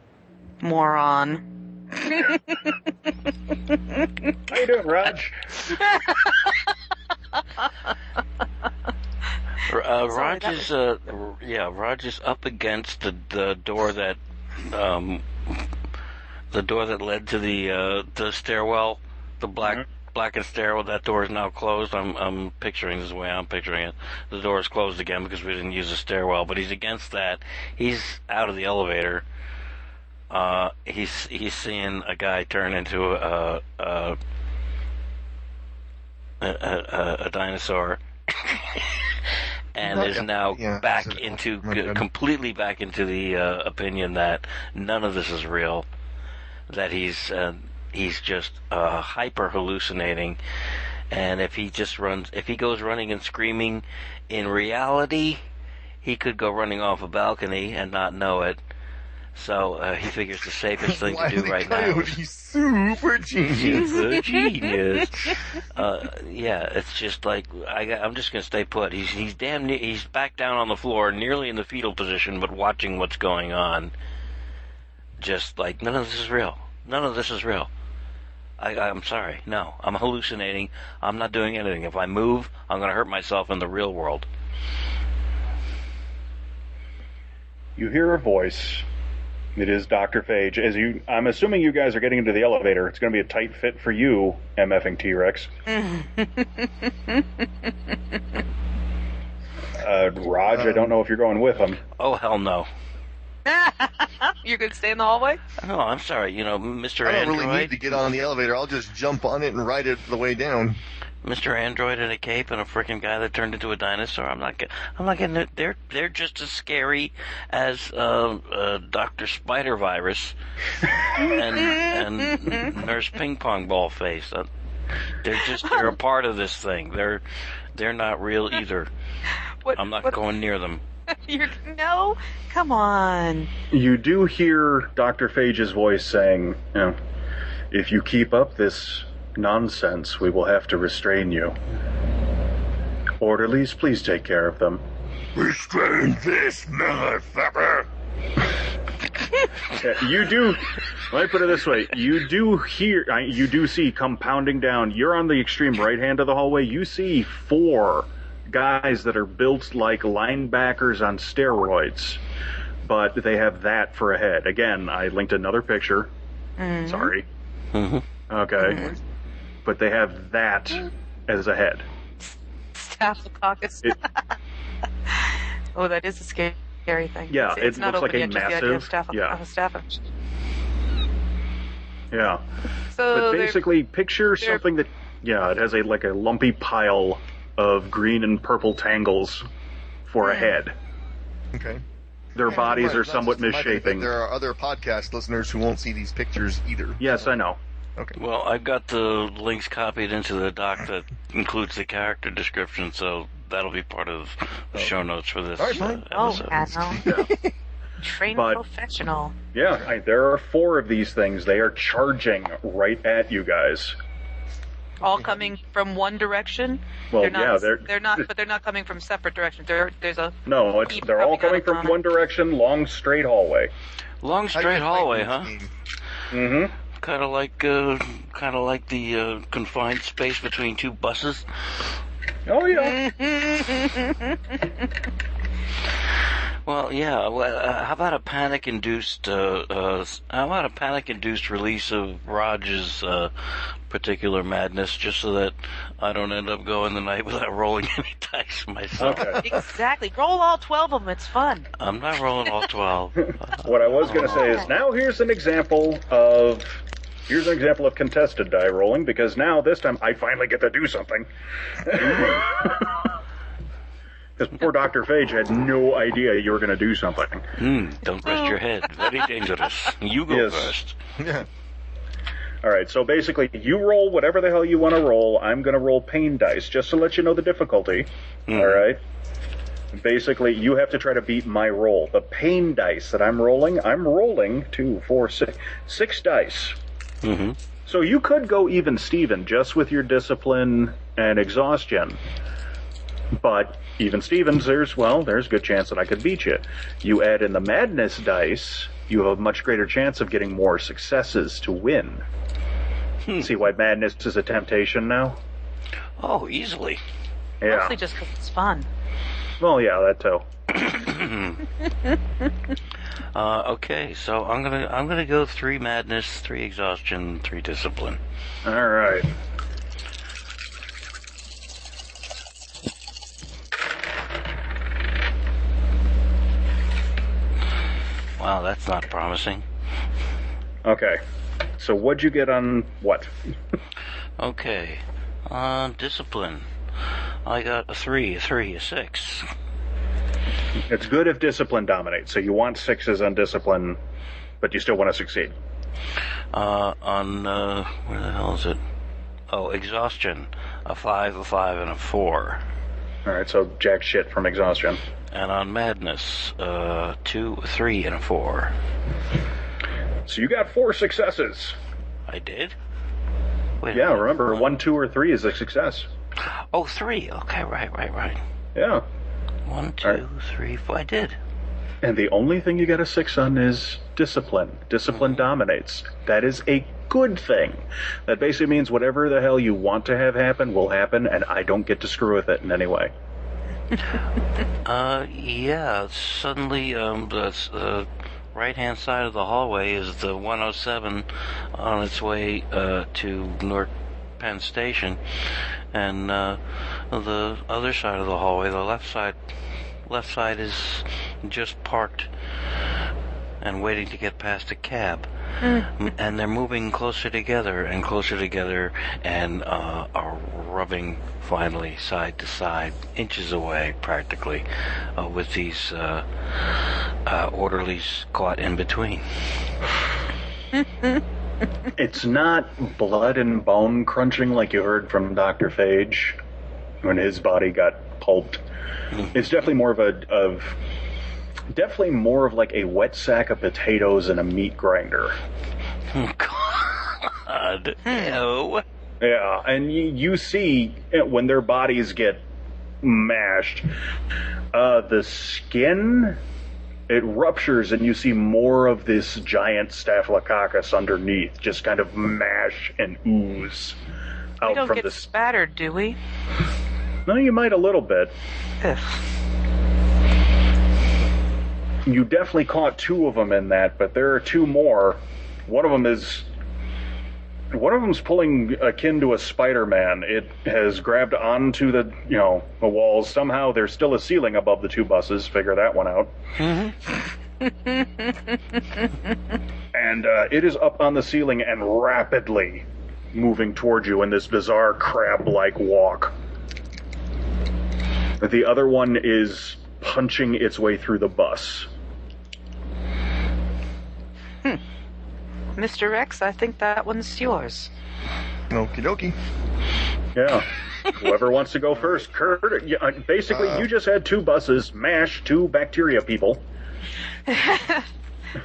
Speaker 1: Moron. [LAUGHS]
Speaker 3: How you doing, Raj?
Speaker 2: R- Uh, Raj
Speaker 1: that
Speaker 2: is uh, r- yeah, Raj is up against the, the door that um, the door that led to the uh, the stairwell, the black blackened stairwell. That door is now closed. I'm I'm picturing this is the way I'm picturing it. The door is closed again because we didn't use the stairwell. But he's against that. He's out of the elevator. Uh, he's he's seeing a guy turn into a a a, a, a dinosaur. [LAUGHS] and
Speaker 4: Not-
Speaker 2: is now
Speaker 4: yeah,
Speaker 2: back
Speaker 4: it's a-
Speaker 2: into
Speaker 4: my bad.
Speaker 2: completely back into the uh, opinion that none of this is real, that he's uh, he's just uh, hyper hallucinating, and if he just runs, if he goes running and screaming, in reality, he could go running off a balcony and not know it. So uh, he figures the safest thing to
Speaker 4: Why
Speaker 2: do
Speaker 4: the
Speaker 2: right now. is-
Speaker 4: coyote super genius.
Speaker 2: [LAUGHS] He's a genius. Uh, yeah, it's just like I, got- I'm just gonna stay put. He's he's damn near he's back down on the floor, nearly in the fetal position, but watching what's going on. Just like none of this is real. None of this is real. I, I'm sorry. No, I'm hallucinating. I'm not doing anything. If I move, I'm gonna hurt myself in the real world.
Speaker 3: You hear a voice. It is Doctor Phage. As you, I'm assuming you guys are getting into the elevator. It's going to be a tight fit for you, mfing T Rex. uh, Raj, I don't know if you're going with him.
Speaker 2: Oh hell no.
Speaker 1: You're gonna stay in the hallway?
Speaker 2: No, Oh, I'm sorry. You know, Mr.
Speaker 4: I don't
Speaker 2: Android,
Speaker 4: really need to get on the elevator. I'll just jump on it and ride it the way down.
Speaker 2: Mr. Android in a cape and a freaking guy that turned into a dinosaur. I'm not. get- I'm not getting. it. They're they're just as scary as uh, uh, Doctor Spider Virus and and
Speaker 4: [LAUGHS]
Speaker 2: Nurse Ping Pong Ball Face. Uh, they're just they're a part of this thing. They're they're not real either.
Speaker 1: What,
Speaker 2: I'm not
Speaker 1: what-
Speaker 2: going near them.
Speaker 1: [LAUGHS] You're, no, come on.
Speaker 3: you do hear Dr. Phage's voice saying, you know, if you keep up this nonsense, we will have to restrain you. Orderlies, please take care of them.
Speaker 9: Restrain this motherfucker!
Speaker 3: Yeah, Uh, you do. Let me put it this way: you do hear, I- you do see compounding down. You're on the extreme right hand of the hallway. You see four guys that are built like linebackers on steroids, but they have that for a head. Again, I linked another picture. Sorry. Okay. But they have that as a head.
Speaker 5: Staphylococcus.
Speaker 1: [LAUGHS]
Speaker 3: It-
Speaker 5: oh, that is a scary thing.
Speaker 3: Yeah,
Speaker 5: it's,
Speaker 3: it
Speaker 5: it's not
Speaker 3: looks like
Speaker 5: open
Speaker 3: a
Speaker 5: yet, just the idea of
Speaker 3: massive-
Speaker 5: staph-
Speaker 3: yeah.
Speaker 5: of staph-
Speaker 3: Yeah.
Speaker 5: So
Speaker 3: but
Speaker 5: they're-
Speaker 3: basically, picture something that yeah, it has a like a lumpy pile of green and purple tangles for
Speaker 1: Hmm.
Speaker 3: a head.
Speaker 9: Okay.
Speaker 3: Their
Speaker 9: Yeah,
Speaker 3: bodies
Speaker 9: right,
Speaker 3: are
Speaker 9: that's
Speaker 3: somewhat
Speaker 9: just my thing, but
Speaker 3: misshapen.
Speaker 9: There are other podcast listeners who won't see these pictures either.
Speaker 3: Yes, I know.
Speaker 2: Well, I've got the links copied into the doc that includes the character description, so that'll be part of
Speaker 4: Oh.
Speaker 2: the show notes for this
Speaker 9: All right, fine.
Speaker 2: uh,
Speaker 5: oh,
Speaker 2: episode.
Speaker 5: Adam. Trained
Speaker 3: But-
Speaker 5: professional.
Speaker 3: Yeah, I, there are four of these things. They are charging right at you guys.
Speaker 1: All coming from one direction.
Speaker 3: Well,
Speaker 1: they're not,
Speaker 3: yeah, they're
Speaker 1: they're
Speaker 3: [LAUGHS]
Speaker 1: not, but they're not coming from separate directions. They're, there's a
Speaker 3: no, it's,
Speaker 1: Keep
Speaker 3: they're all
Speaker 1: coming
Speaker 3: coming
Speaker 1: out
Speaker 3: from
Speaker 1: on it.
Speaker 3: one direction, long straight hallway.
Speaker 2: Long
Speaker 9: How do
Speaker 2: straight
Speaker 9: you
Speaker 2: hallway,
Speaker 9: like
Speaker 2: huh?
Speaker 9: this game?
Speaker 3: Mm-hmm.
Speaker 2: Kind of like, uh, kind of like the uh, confined space between two buses.
Speaker 3: Oh yeah,
Speaker 2: Well, yeah. Well, uh, how about a panic-induced? Uh, uh, s- how about a panic-induced release of Rogers' uh, particular madness, just so that I don't end up going the night without [LAUGHS] rolling any dice
Speaker 1: Hmm.
Speaker 2: myself.
Speaker 3: okay.
Speaker 1: exactly roll all twelve of them. It's fun.
Speaker 2: I'm not rolling all twelve.
Speaker 3: What I was going to say is now here's an example of here's an example of contested die rolling because now this time I finally get to do something. [LAUGHS] Because poor Doctor Phage had no idea you were going to do something.
Speaker 2: Hmm, don't rest your head. Very dangerous. You go
Speaker 3: Yes.
Speaker 2: first.
Speaker 9: Yeah.
Speaker 3: All right, so basically you roll whatever the hell you want to roll. I'm going to roll pain dice just to let you know the difficulty. All right. Basically, you have to try to beat my roll. The pain dice that I'm rolling, I'm rolling two, four, six, six dice.
Speaker 2: hmm
Speaker 3: So you could go even Steven just with your discipline and exhaustion. But even Stevens, there's well, there's a good chance that I could beat you. You add in the madness dice, you have a much greater chance of getting more successes to win. See why madness is a temptation now?
Speaker 2: Oh, easily.
Speaker 3: Yeah.
Speaker 1: Mostly just 'cause it's fun.
Speaker 3: Well, yeah, that too.
Speaker 2: Uh, okay, so I'm gonna I'm gonna go three madness, three exhaustion, three discipline.
Speaker 3: All right.
Speaker 2: Wow, that's not promising.
Speaker 3: Okay. So what'd you get on what?
Speaker 2: Okay, uh, discipline. I got a three, a three, a six.
Speaker 3: It's good if discipline dominates. So you want sixes on discipline, but you still want to succeed.
Speaker 2: Uh, on uh, where the hell is it? Oh, exhaustion. A five, a five, and a four.
Speaker 3: All right. So jack shit from exhaustion.
Speaker 2: And on madness, uh, two, a three, and a four.
Speaker 3: So you got four successes.
Speaker 2: I did. Wait a
Speaker 3: Yeah,
Speaker 2: minute.
Speaker 3: remember, one, two, or three is a success.
Speaker 2: Oh, three. Okay, right, right, right.
Speaker 3: Yeah.
Speaker 2: One, two, three, four.
Speaker 3: Alright.
Speaker 2: I did.
Speaker 3: And the only thing you got a six on is discipline. Discipline dominates. That is a good thing. That basically means whatever the hell you want to have happen will happen, and I don't get to screw with it in any way.
Speaker 2: Uh, yeah. Suddenly, um, the s- uh, right-hand side of the hallway is the 107 on its way uh, to North Penn Station, and uh, the other side of the hallway, the left side, left side is just parked and waiting to get past a cab. M- And they're moving closer together and closer together and uh, are rubbing finally side to side, inches away practically, uh, with these uh, uh, orderlies caught in between. [LAUGHS]
Speaker 3: It's not blood and bone crunching like you heard from Dr. Phage when his body got pulped. It's definitely more of a of definitely more of like a wet sack of potatoes and a meat grinder.
Speaker 2: Oh, God. Ew.
Speaker 3: Yeah, and you, you see uh, when their bodies get mashed. Uh, the skin it ruptures and you see more of this giant staphylococcus underneath, just kind of mash and ooze out
Speaker 1: we don't
Speaker 3: Oh, from
Speaker 1: get
Speaker 3: the. s-
Speaker 1: spattered, do we?
Speaker 3: No, you might a little bit.
Speaker 1: Ugh.
Speaker 3: You definitely caught two of them in that, but there are two more. One of them is. One of them's pulling akin to a Spider-Man. It has grabbed onto the, you know, the walls. Somehow there's still a ceiling above the two buses. Figure that one out. and uh, it is up on the ceiling and rapidly moving toward you in this bizarre crab-like walk. The other one is punching its way through the bus.
Speaker 1: Mr. Rex, I think that one's yours.
Speaker 4: Okie dokie.
Speaker 3: Yeah. Whoever wants to go first, Kurt. yeah, uh, Basically, you just had two buses mash two bacteria people.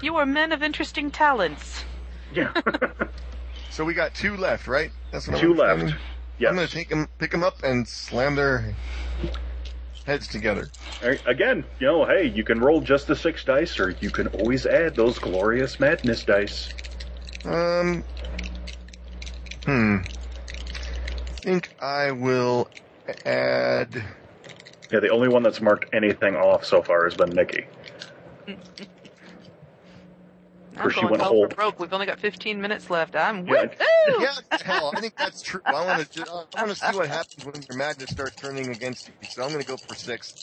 Speaker 1: You are men of interesting talents.
Speaker 3: [LAUGHS] Yeah.
Speaker 4: So we got two left, right? That's what
Speaker 3: two
Speaker 4: I'm
Speaker 3: left.
Speaker 4: I'm,
Speaker 3: Yes.
Speaker 4: I'm gonna take them, pick them up, and slam their heads together.
Speaker 3: All right, Again, you know, hey, you can roll just the six dice, or you can always add those glorious madness dice.
Speaker 4: Um. Hmm. I think I will add.
Speaker 3: Yeah, the only one that's marked anything off so far has been Nikki.
Speaker 1: I'm
Speaker 3: Or she
Speaker 1: going
Speaker 3: went
Speaker 1: hell for
Speaker 3: hold.
Speaker 1: broke. We've only got 15 minutes left. I'm
Speaker 3: Yeah.
Speaker 1: woo- woo!
Speaker 4: Yeah, hell, I think that's true. I want to. I want to see what happens when your madness starts turning against you. So I'm gonna go for six.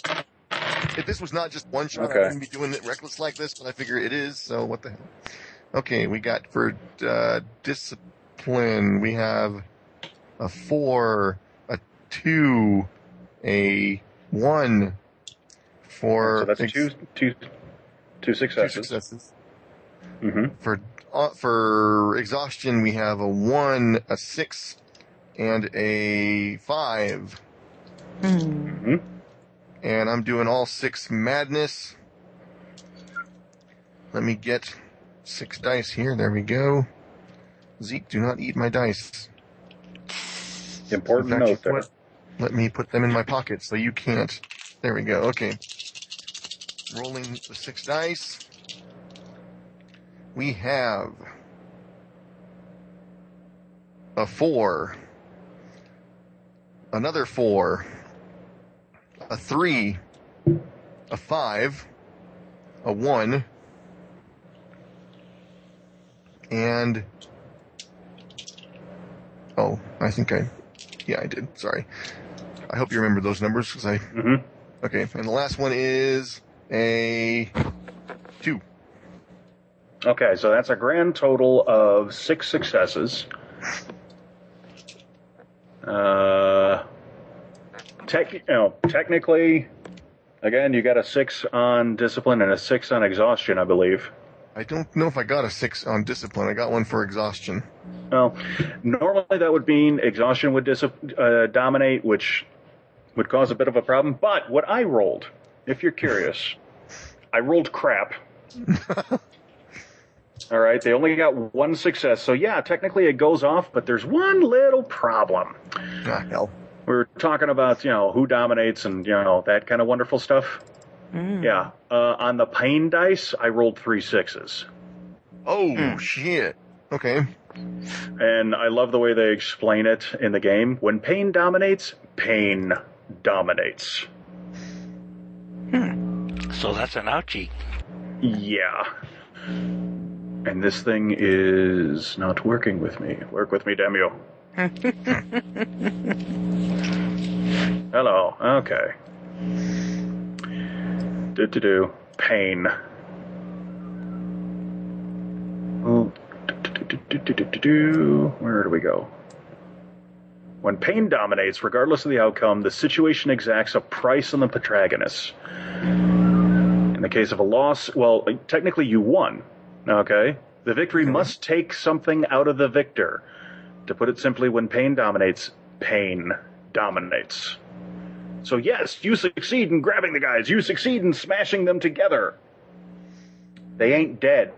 Speaker 4: If this was not just one shot,
Speaker 3: Okay.
Speaker 4: I wouldn't be doing it reckless like this. But I figure it is. So what the hell? Okay, we got for uh, discipline. We have a four, a two, a one. For
Speaker 3: So that's
Speaker 4: ex-
Speaker 3: two, two, two
Speaker 4: two
Speaker 3: successes.
Speaker 4: successes.
Speaker 3: Mm-hmm.
Speaker 4: For uh, for exhaustion, we have a one, a six, and a five.
Speaker 3: Mhm.
Speaker 4: And I'm doing all six madness. Let me get six dice here. There we go. Zeke, do not eat my dice.
Speaker 3: Important
Speaker 4: In fact,
Speaker 3: note there.
Speaker 4: what- Let me put them in my pocket so you can't. There we go. Okay. Rolling the six dice. We have a four, another four, a three, a five, a one, and oh, I think I, yeah, I did. Sorry. I hope you remember those numbers because I.
Speaker 3: Mhm.
Speaker 4: Okay, and the last one is a two.
Speaker 3: Okay, so that's a grand total of six successes. Uh, tech, no, technically, again, you got a six on discipline and a six on exhaustion, I believe.
Speaker 4: I don't know if I got a six on discipline. I got one for exhaustion.
Speaker 3: Well, normally that would mean exhaustion would dis- uh, dominate, which would cause a bit of a problem. But what I rolled, if you're curious, I rolled crap. All right, they only got one success. So, yeah, technically it goes off, but there's one little problem.
Speaker 4: Ah, hell.
Speaker 3: We were talking about, you know, who dominates and, you know, that kind of wonderful stuff. Yeah. Uh, on the pain dice, I rolled three sixes.
Speaker 4: Oh shit. Okay.
Speaker 3: And I love the way they explain it in the game. When pain dominates, pain dominates.
Speaker 2: So that's an ouchie.
Speaker 3: Yeah. And this thing is not working with me. Work with me, Demio. Hello. Okay. Do do do. Pain. Oh. do-do-do-do-do-do-do. Where do we go? When pain dominates, regardless of the outcome, the situation exacts a price on the protagonist. In the case of a loss, well, technically you won. Okay? The victory must take something out of the victor. To put it simply, when pain dominates, pain dominates. So, yes, you succeed in grabbing the guys, you succeed in smashing them together. They ain't dead.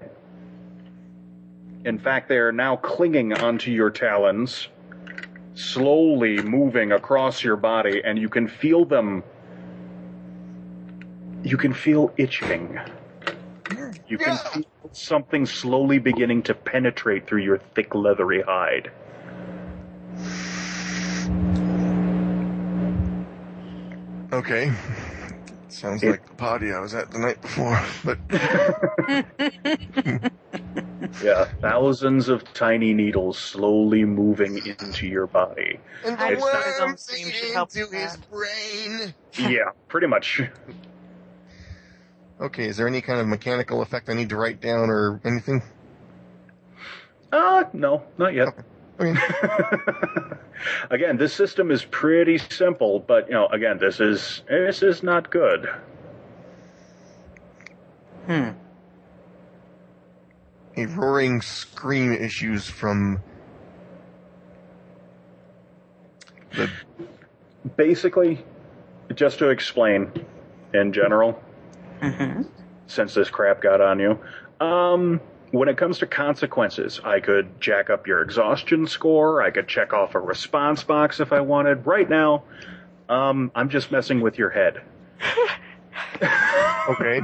Speaker 3: In fact, they are now clinging onto your talons, slowly moving across your body, and you can feel them. You can feel itching. You can feel something slowly beginning to penetrate through your thick leathery hide.
Speaker 4: Okay. Sounds like the party I was at the night before, but
Speaker 3: Yeah, thousands of tiny needles slowly moving into your body.
Speaker 4: and
Speaker 1: I
Speaker 4: the
Speaker 1: just thought his own
Speaker 4: worms
Speaker 1: scream
Speaker 4: ate
Speaker 1: should help
Speaker 4: into
Speaker 1: with
Speaker 4: his
Speaker 1: that.
Speaker 4: brain.
Speaker 3: Yeah, pretty much.
Speaker 4: Okay, is there any kind of mechanical effect I need to write down or anything?
Speaker 3: Uh, no, not yet. [LAUGHS]
Speaker 4: Okay.
Speaker 3: again, this system is pretty simple, but you know, again, this is this is not good.
Speaker 4: A roaring scream issues from the
Speaker 3: Basically, just to explain in general, since this crap got on you, um, when it comes to consequences, I could jack up your exhaustion score. I could check off a response box if I wanted. Right now, um, I'm just messing with your head.
Speaker 9: Okay.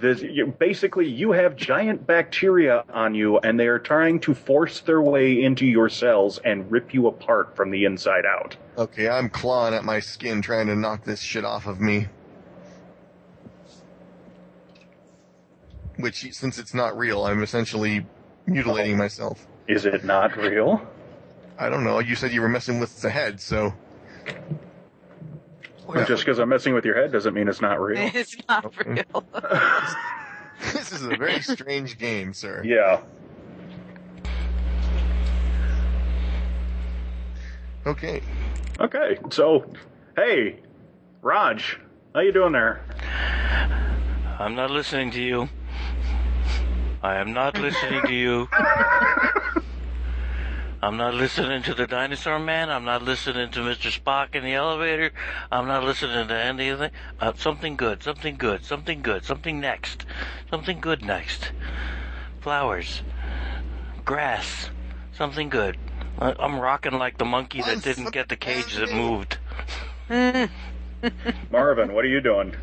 Speaker 3: This, you, basically, you have giant bacteria on you, and they are trying to force their way into your cells and rip you apart from the inside out.
Speaker 4: Okay, I'm clawing at my skin trying to knock this shit off of me. Which, since it's not real, I'm essentially mutilating myself.
Speaker 3: Is it not real?
Speaker 4: I don't know. You said you were messing with the head, so
Speaker 3: Just because I'm messing with your head doesn't mean it's not real.
Speaker 1: [LAUGHS] It's not real.
Speaker 4: [LAUGHS] this is a very strange game, sir.
Speaker 3: yeah.
Speaker 4: Okay.
Speaker 3: Okay. So, hey, Raj, how you doing there?
Speaker 2: I'm not listening to you. I am not listening to you. I'm not listening to the dinosaur man. I'm not listening to Mr. Spock in the elevator. I'm not listening to anything. Uh, something good, something good, something good, something next. Something good next. Flowers. Grass. Something good. I, I'm rocking like the monkey that didn't get the cage that moved.
Speaker 3: Marvin, what are you doing?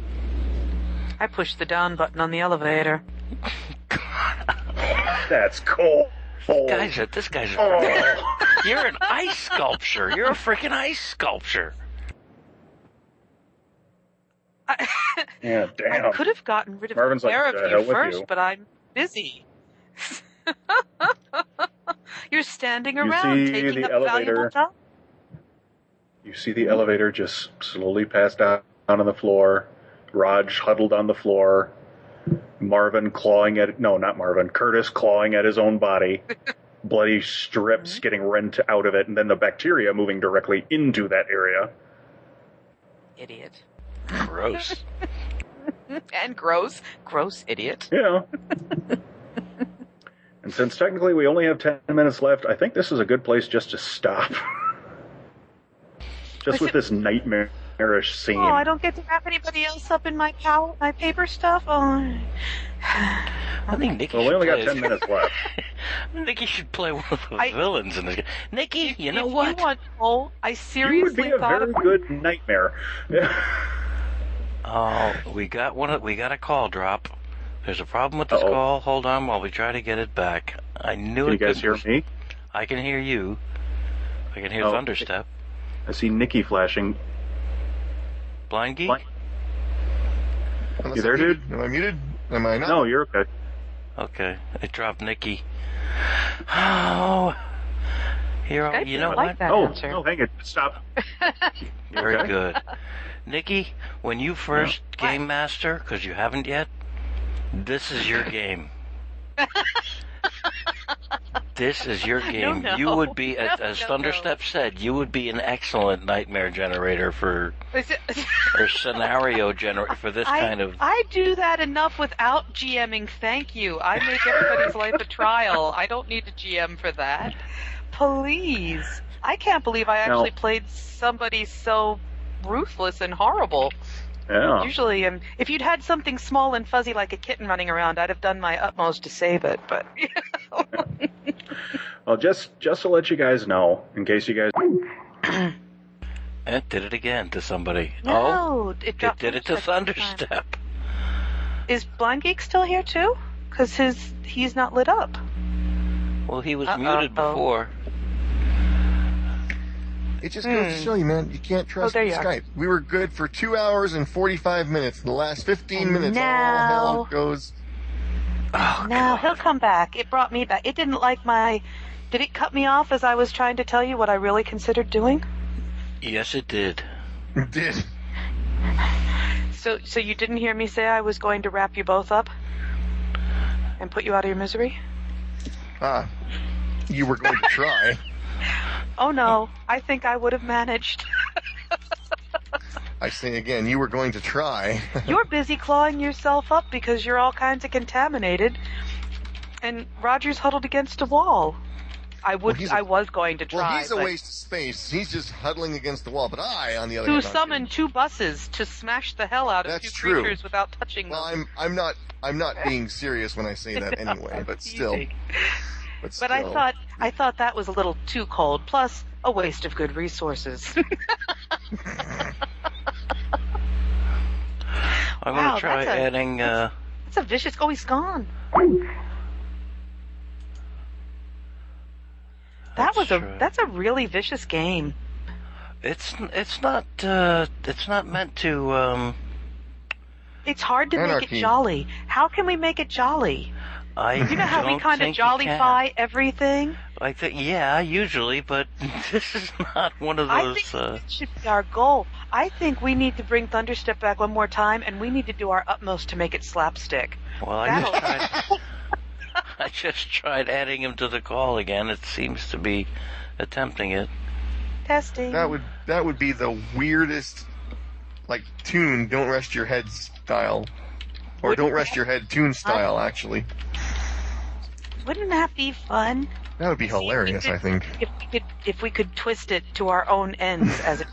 Speaker 1: I pushed the down button on the elevator.
Speaker 3: That's cool.
Speaker 2: Guys, this guy's a
Speaker 3: Oh.
Speaker 2: You're an ice sculpture. You're a freaking ice sculpture.
Speaker 3: yeah, damn.
Speaker 1: I could have gotten rid of
Speaker 3: Marvin's like,
Speaker 1: care
Speaker 3: "The
Speaker 1: of
Speaker 3: hell
Speaker 1: you
Speaker 3: with you."
Speaker 1: first, but I'm busy. [LAUGHS] You're standing
Speaker 3: You
Speaker 1: around
Speaker 3: see
Speaker 1: taking
Speaker 3: the
Speaker 1: up
Speaker 3: elevator.
Speaker 1: valuable time.
Speaker 3: You see the elevator just slowly pass down on the floor. Raj huddled on the floor. Marvin clawing at no, not Marvin. Curtis clawing at his own body. Bloody strips getting rent out of it, and then the bacteria moving directly into that area.
Speaker 1: Idiot.
Speaker 2: Gross.
Speaker 1: And gross. Gross idiot.
Speaker 3: Yeah. [LAUGHS] and since technically we only have ten minutes left, I think this is a good place just to stop. [LAUGHS] just with this nightmarish scene.
Speaker 1: Oh, I don't get to wrap anybody else up in my pow- my paper stuff. Oh,
Speaker 2: I think Nikki.
Speaker 3: well, we only
Speaker 2: should
Speaker 3: got
Speaker 2: play-
Speaker 3: ten minutes
Speaker 1: [LAUGHS]
Speaker 3: left.
Speaker 2: Nikki should play one of the
Speaker 1: I-
Speaker 2: villains in this. game. Nikki, you know
Speaker 1: if
Speaker 2: what?
Speaker 1: You want, oh, I
Speaker 3: You would be
Speaker 1: seriously
Speaker 3: a
Speaker 1: thought
Speaker 3: very
Speaker 1: of
Speaker 3: good nightmare. [LAUGHS]
Speaker 2: Oh, we got one. of- We got a call drop. There's a problem with this
Speaker 3: Uh-oh.
Speaker 2: call. Hold on while we try to get it back. I knew
Speaker 3: Can
Speaker 2: it.
Speaker 3: you guys hear
Speaker 2: couldn't-
Speaker 3: me?
Speaker 2: I can hear you. I can hear
Speaker 3: Oh.
Speaker 2: thunderstep.
Speaker 3: I see Nikki flashing.
Speaker 2: Blind geek.
Speaker 3: Blind-
Speaker 4: Unless
Speaker 3: You there,
Speaker 4: I'm
Speaker 3: dude?
Speaker 4: muted. Am I muted? Am I not?
Speaker 3: No, you're okay.
Speaker 2: Okay, it dropped Nikki. [SIGHS] Oh, here.
Speaker 1: Skype
Speaker 2: you
Speaker 1: didn't
Speaker 2: know
Speaker 1: like
Speaker 2: what?
Speaker 1: that
Speaker 3: Oh,
Speaker 1: answer.
Speaker 3: no, hang it. Stop.
Speaker 2: Very
Speaker 3: Okay.
Speaker 2: good. Nikki, when you first game master, because you haven't yet, this is your game.
Speaker 1: [LAUGHS]
Speaker 2: this is your game.
Speaker 1: no.
Speaker 2: You would be, as,
Speaker 1: No,
Speaker 2: as
Speaker 1: no,
Speaker 2: Thunderstep said, you would be an excellent nightmare generator for
Speaker 1: [LAUGHS] Is it-
Speaker 3: [LAUGHS]
Speaker 2: or scenario
Speaker 1: [LAUGHS]
Speaker 2: generator for this
Speaker 1: I,
Speaker 2: kind of.
Speaker 1: I do that enough without GMing. Thank you. I make everybody's life a trial. I don't need a GM for that. Please. I can't believe I
Speaker 3: No.
Speaker 1: actually played somebody so ruthless and horrible.
Speaker 3: Yeah.
Speaker 1: Usually, um, if you'd had something small and fuzzy like a kitten running around, I'd have done my utmost to save it. But [LAUGHS] you know.
Speaker 3: Well, just just to let you guys know, in case you guys
Speaker 2: It eh, did it again to somebody.
Speaker 1: no,
Speaker 2: oh,
Speaker 1: it
Speaker 2: it
Speaker 1: dropped.
Speaker 2: did it to
Speaker 1: second time.
Speaker 2: Thunderstep.
Speaker 1: Is Blind Geek still here too? Because his he's not lit up.
Speaker 2: Well, he was
Speaker 1: Uh-oh.
Speaker 2: muted before.
Speaker 4: It just goes to show you, man, you can't trust
Speaker 1: Hmm. Oh, there you are.
Speaker 4: Skype. We were good for two hours and 45 minutes. The last 15
Speaker 1: And
Speaker 4: minutes,
Speaker 1: now-
Speaker 4: all hell goes.
Speaker 2: Oh,
Speaker 1: No, he'll come back. It brought me back. It didn't like my. Did it cut me off as I was trying to tell you what I really considered doing?
Speaker 2: yes, it did.
Speaker 4: [LAUGHS] Did.
Speaker 1: So, so you didn't hear me say I was going to wrap you both up and put you out of your misery?
Speaker 4: Ah, you were going to try.
Speaker 1: Oh no, I think I would have managed. [LAUGHS]
Speaker 4: I say again, you were going to
Speaker 1: [LAUGHS]
Speaker 4: try.
Speaker 1: You're busy clawing yourself up because you're all kinds of contaminated, and Roger's huddled against a wall. I would,
Speaker 4: he's a-
Speaker 1: I was going to
Speaker 4: Well,
Speaker 1: try.
Speaker 4: he's a
Speaker 1: but-
Speaker 4: waste of space. He's just huddling against the wall. But I, on the other
Speaker 1: who
Speaker 4: hand, I'm-
Speaker 1: summoned two buses to smash the hell out of
Speaker 4: That's
Speaker 1: two
Speaker 4: true.
Speaker 1: creatures without touching
Speaker 4: Well,
Speaker 1: them.
Speaker 4: I'm I'm not I'm not being serious when I say that anyway. But still, but still,
Speaker 1: But I thought I thought that was a little too cold. Plus, a waste of good resources.
Speaker 2: I'm
Speaker 1: Wow,
Speaker 2: gonna try
Speaker 1: that's a-
Speaker 2: adding. Uh,
Speaker 1: it's a vicious. Oh, he's gone. That
Speaker 2: That's
Speaker 1: was a
Speaker 2: true.
Speaker 1: that's a really vicious game.
Speaker 2: it's it's not uh, it's not meant to. Um,
Speaker 1: It's hard to make
Speaker 4: Anarchy.
Speaker 1: it jolly. How can we make it jolly?
Speaker 2: I
Speaker 1: You know how we kind of jollify everything.
Speaker 2: I think yeah, usually, but [LAUGHS] this is not one of
Speaker 1: I
Speaker 2: those.
Speaker 1: think
Speaker 2: Uh,
Speaker 1: that should be our goal. I think we need to bring Thunderstep back one more time, and we need to do our utmost to make it slapstick.
Speaker 2: well, I just
Speaker 1: That'll-
Speaker 2: tried.
Speaker 1: [LAUGHS]
Speaker 2: [LAUGHS] I just tried adding him to the call again. It seems to be attempting it.
Speaker 1: Testing.
Speaker 4: that would that would be the weirdest, like tune. Don't rest your head style, or don't rest your head tune style. Actually,
Speaker 1: Wouldn't that be fun?
Speaker 4: that would be hilarious.
Speaker 1: [LAUGHS]
Speaker 4: I think.
Speaker 1: If we could, if we could twist it to our own ends, [LAUGHS] as it.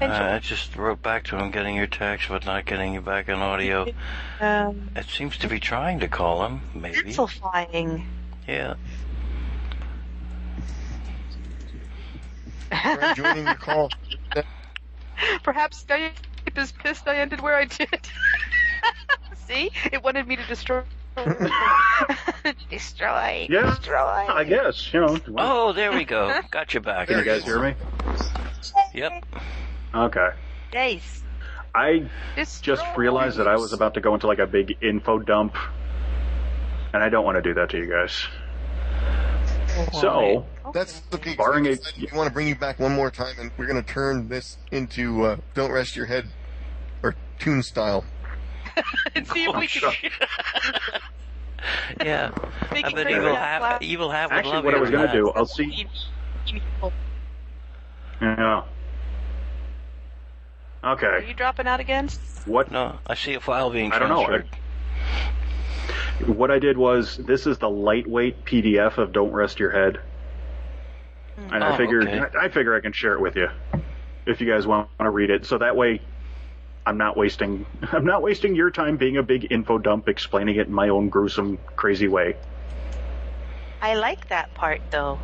Speaker 2: Uh, I just wrote back to him getting your text, but not getting you back on
Speaker 1: [LAUGHS]
Speaker 2: audio.
Speaker 1: um,
Speaker 2: It seems to be trying to call him, maybe.
Speaker 1: pencilifying.
Speaker 2: Yeah.
Speaker 4: Try joining the call.
Speaker 1: Perhaps Skype is pissed I ended where I did. [LAUGHS] See, it wanted me to destroy. destroy.
Speaker 3: Yeah.
Speaker 1: Destroy.
Speaker 3: I guess, you know.
Speaker 2: Oh, there we
Speaker 1: [LAUGHS]
Speaker 2: go. Got you back.
Speaker 3: Can you guys hear me?
Speaker 2: Yep.
Speaker 3: Okay.
Speaker 1: Nice.
Speaker 3: I
Speaker 1: Destroy.
Speaker 3: just realized that I was about to go into like a big info dump, and I don't want to do that to you guys. So,
Speaker 4: That's the peak.
Speaker 3: Barring a-
Speaker 4: we want to bring you back one more time, and we're going to turn this into uh, "Don't Rest Your Head" or tune style.
Speaker 1: Let's see if
Speaker 2: [LAUGHS]
Speaker 1: we can
Speaker 2: Yeah.
Speaker 1: make
Speaker 2: I
Speaker 1: it
Speaker 2: bet
Speaker 1: bring
Speaker 2: evil
Speaker 1: back
Speaker 2: have
Speaker 1: last-
Speaker 2: evil have would
Speaker 3: actually,
Speaker 2: love
Speaker 3: what I
Speaker 2: you
Speaker 3: was
Speaker 2: for
Speaker 3: going to
Speaker 2: that.
Speaker 3: do, I'll see. Yeah.
Speaker 1: Are
Speaker 3: Okay.
Speaker 1: you dropping out again?
Speaker 3: What
Speaker 2: No, I see a file being
Speaker 3: I don't know.
Speaker 2: transferred.
Speaker 3: what I did was this is the lightweight PDF of "Don't Rest Your Head," and
Speaker 2: Oh,
Speaker 3: I figured
Speaker 2: okay.
Speaker 3: I, I figure I can share it with you if you guys want to read it. So that way, I'm not wasting [LAUGHS] I'm not wasting your time being a big info dump explaining it in my own gruesome, crazy way.
Speaker 1: I like that part though.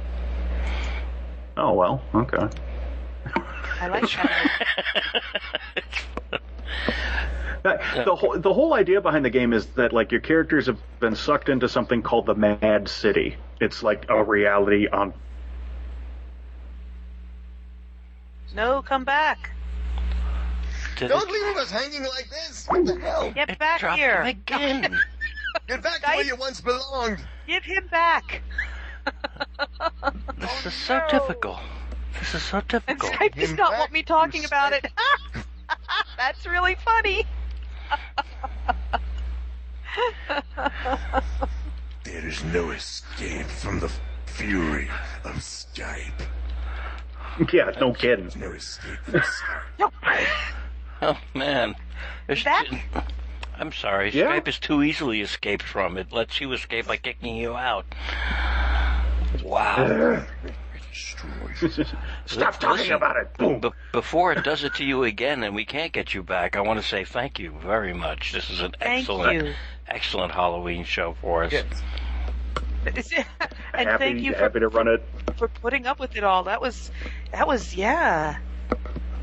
Speaker 3: Oh well, okay.
Speaker 1: I like that. [LAUGHS]
Speaker 3: That- The whole the whole idea behind the game is that like your characters have been sucked into something called the Mad City. It's like a reality on [LAUGHS]
Speaker 1: no, come back.
Speaker 2: Did
Speaker 4: Don't
Speaker 2: it
Speaker 4: leave us hanging like this. What the hell?
Speaker 1: Get back
Speaker 2: drop
Speaker 1: here.
Speaker 2: him
Speaker 1: [LAUGHS]
Speaker 2: again?
Speaker 4: Get back to where you once belonged.
Speaker 1: Give him back. Oh,
Speaker 2: this is so difficult. This is so
Speaker 1: And
Speaker 2: difficult.
Speaker 1: Skype does
Speaker 4: him
Speaker 1: not
Speaker 4: back,
Speaker 1: want me talking
Speaker 4: you
Speaker 1: about it. [LAUGHS] That's really
Speaker 4: [LAUGHS]
Speaker 1: funny.
Speaker 10: There is no escape from the fury of Skype.
Speaker 3: yeah, no kidding. [LAUGHS]
Speaker 10: No escape from Skype.
Speaker 2: Oh man, There's
Speaker 1: That-
Speaker 2: t- I'm sorry.
Speaker 3: Yeah.
Speaker 2: Skype is too easily escaped
Speaker 3: [LAUGHS]
Speaker 2: from. It lets you escape by kicking you out. Wow.
Speaker 4: [LAUGHS]
Speaker 11: destroyed.
Speaker 3: Stop talking
Speaker 2: Listen,
Speaker 3: about it. Boom.
Speaker 2: But before it does it to you again and we can't get you back, I want to say thank you very much. This is an
Speaker 1: Thank
Speaker 2: excellent,
Speaker 1: you.
Speaker 2: excellent Halloween show for us.
Speaker 3: [LAUGHS]
Speaker 1: and
Speaker 3: happy,
Speaker 1: thank you for,
Speaker 3: happy to run it.
Speaker 1: for putting up with it all. That was, that was, yeah,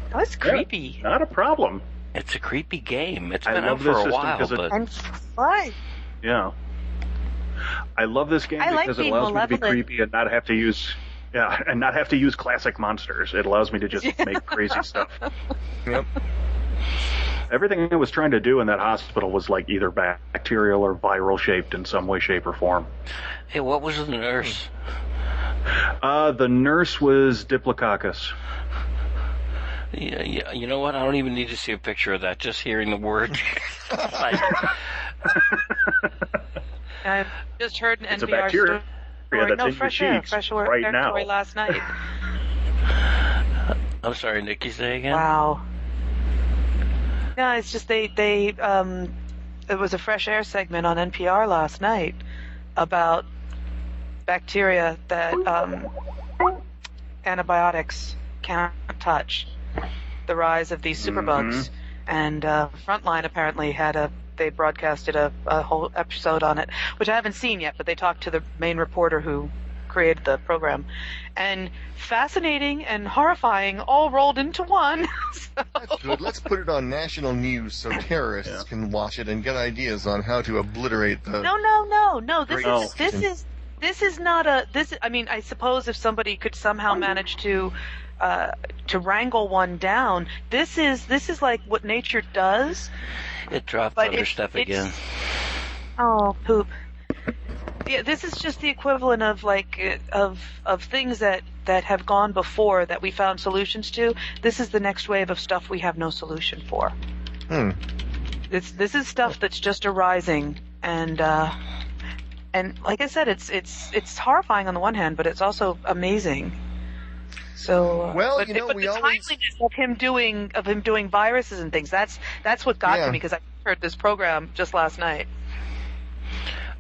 Speaker 1: that was
Speaker 3: Yeah,
Speaker 1: creepy
Speaker 3: not a problem.
Speaker 2: It's a creepy game. It's
Speaker 3: I
Speaker 2: been out
Speaker 3: love
Speaker 2: for
Speaker 3: this
Speaker 2: a
Speaker 3: system
Speaker 2: while,
Speaker 3: 'cause it-
Speaker 2: but
Speaker 1: and fun.
Speaker 3: Yeah. I love this game
Speaker 1: I like
Speaker 3: because it
Speaker 1: being
Speaker 3: allows me to be
Speaker 1: malevolent.
Speaker 3: creepy and not have to use yeah, and not have to use classic monsters. It allows me to just make
Speaker 1: [LAUGHS]
Speaker 3: crazy stuff.
Speaker 4: Yep.
Speaker 3: Everything I was trying to do in that hospital was like either bacterial or viral shaped in some way, shape, or form.
Speaker 2: hey, what was the
Speaker 4: Hmm.
Speaker 2: nurse?
Speaker 3: Uh, the nurse was Diplococcus.
Speaker 2: Yeah, yeah, you know what? I don't even need to see a picture of that. Just hearing the
Speaker 4: [LAUGHS]
Speaker 2: word. Like,
Speaker 1: I've just heard an
Speaker 3: It's a
Speaker 1: NPR
Speaker 3: bacteria
Speaker 1: story.
Speaker 3: that's
Speaker 1: no,
Speaker 3: in your
Speaker 1: fresh air,
Speaker 3: cheeks
Speaker 1: fresh air,
Speaker 3: right
Speaker 1: air
Speaker 3: now.
Speaker 1: story last
Speaker 3: [LAUGHS]
Speaker 1: night.
Speaker 2: I'm sorry, Nikki, say again.
Speaker 1: Wow. No, it's just they they um, it was a fresh air segment on NPR last night about bacteria that um, antibiotics can't touch. The rise of these superbugs, and uh, Frontline apparently had a they broadcasted a, a whole episode on it, which I haven't seen yet, but they talked to the main reporter who created the program, and fascinating and horrifying all rolled into one. [LAUGHS] so,
Speaker 4: That's good. Let's put it on national news so terrorists can watch it and get ideas on how to obliterate the.
Speaker 1: no, no, no, no. This
Speaker 4: Great
Speaker 1: is this
Speaker 4: decision.
Speaker 1: is this is not a this. I mean, I suppose if somebody could somehow manage to. Uh, to wrangle one down. This is this is like what nature does.
Speaker 2: It dropped
Speaker 1: But
Speaker 2: under
Speaker 1: it's-
Speaker 2: step
Speaker 1: it's-
Speaker 2: again.
Speaker 1: Oh, poop. Yeah, this is just the equivalent of like uh, of of things that that have gone before that we found solutions to. This is the next wave of stuff we have no solution for.
Speaker 4: Hmm.
Speaker 1: It's this is stuff that's just arising and uh and like I said it's it's it's horrifying on the one hand, but it's also amazing. So uh,
Speaker 4: Well,
Speaker 1: but,
Speaker 4: you know,
Speaker 1: but
Speaker 4: we
Speaker 1: the
Speaker 4: always-
Speaker 1: timeliness of him doing of him doing viruses and things that's that's what got
Speaker 4: Yeah.
Speaker 1: to me because I heard this program just last night.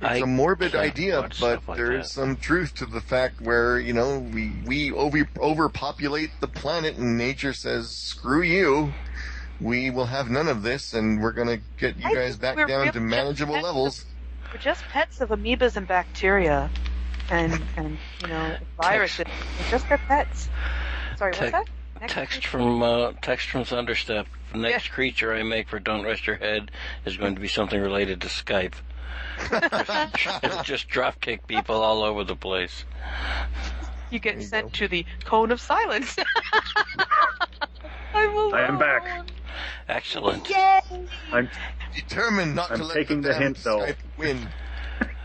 Speaker 2: I
Speaker 4: It's a morbid
Speaker 2: can't
Speaker 4: idea,
Speaker 2: watch
Speaker 4: but
Speaker 2: stuff like
Speaker 4: there
Speaker 2: that.
Speaker 4: is some truth to the fact where you know we we over, overpopulate the planet, and nature says, "Screw you." We will have none of this, and we're going to get you
Speaker 1: I
Speaker 4: guys
Speaker 1: think
Speaker 4: back
Speaker 1: we're
Speaker 4: down
Speaker 1: really
Speaker 4: to manageable
Speaker 1: just-
Speaker 4: levels.
Speaker 1: We're just pets of amoebas and bacteria, and and you know viruses. We're just their pets. Sorry,
Speaker 2: Tec-
Speaker 1: what's that? Next
Speaker 2: Text
Speaker 1: week?
Speaker 2: from uh, text from Thunderstep. The next creature I make for Don't Rest Your Head is going to be something related to
Speaker 4: [LAUGHS]
Speaker 2: Skype. [LAUGHS] just, just dropkick people all over the place.
Speaker 1: you get sent to the cone of silence. [LAUGHS] I'm alone.
Speaker 3: I am back.
Speaker 2: Excellent.
Speaker 3: I'm
Speaker 4: Determined not
Speaker 3: I'm
Speaker 4: to let
Speaker 3: taking the
Speaker 4: damn
Speaker 3: hint, though.
Speaker 4: Skype win.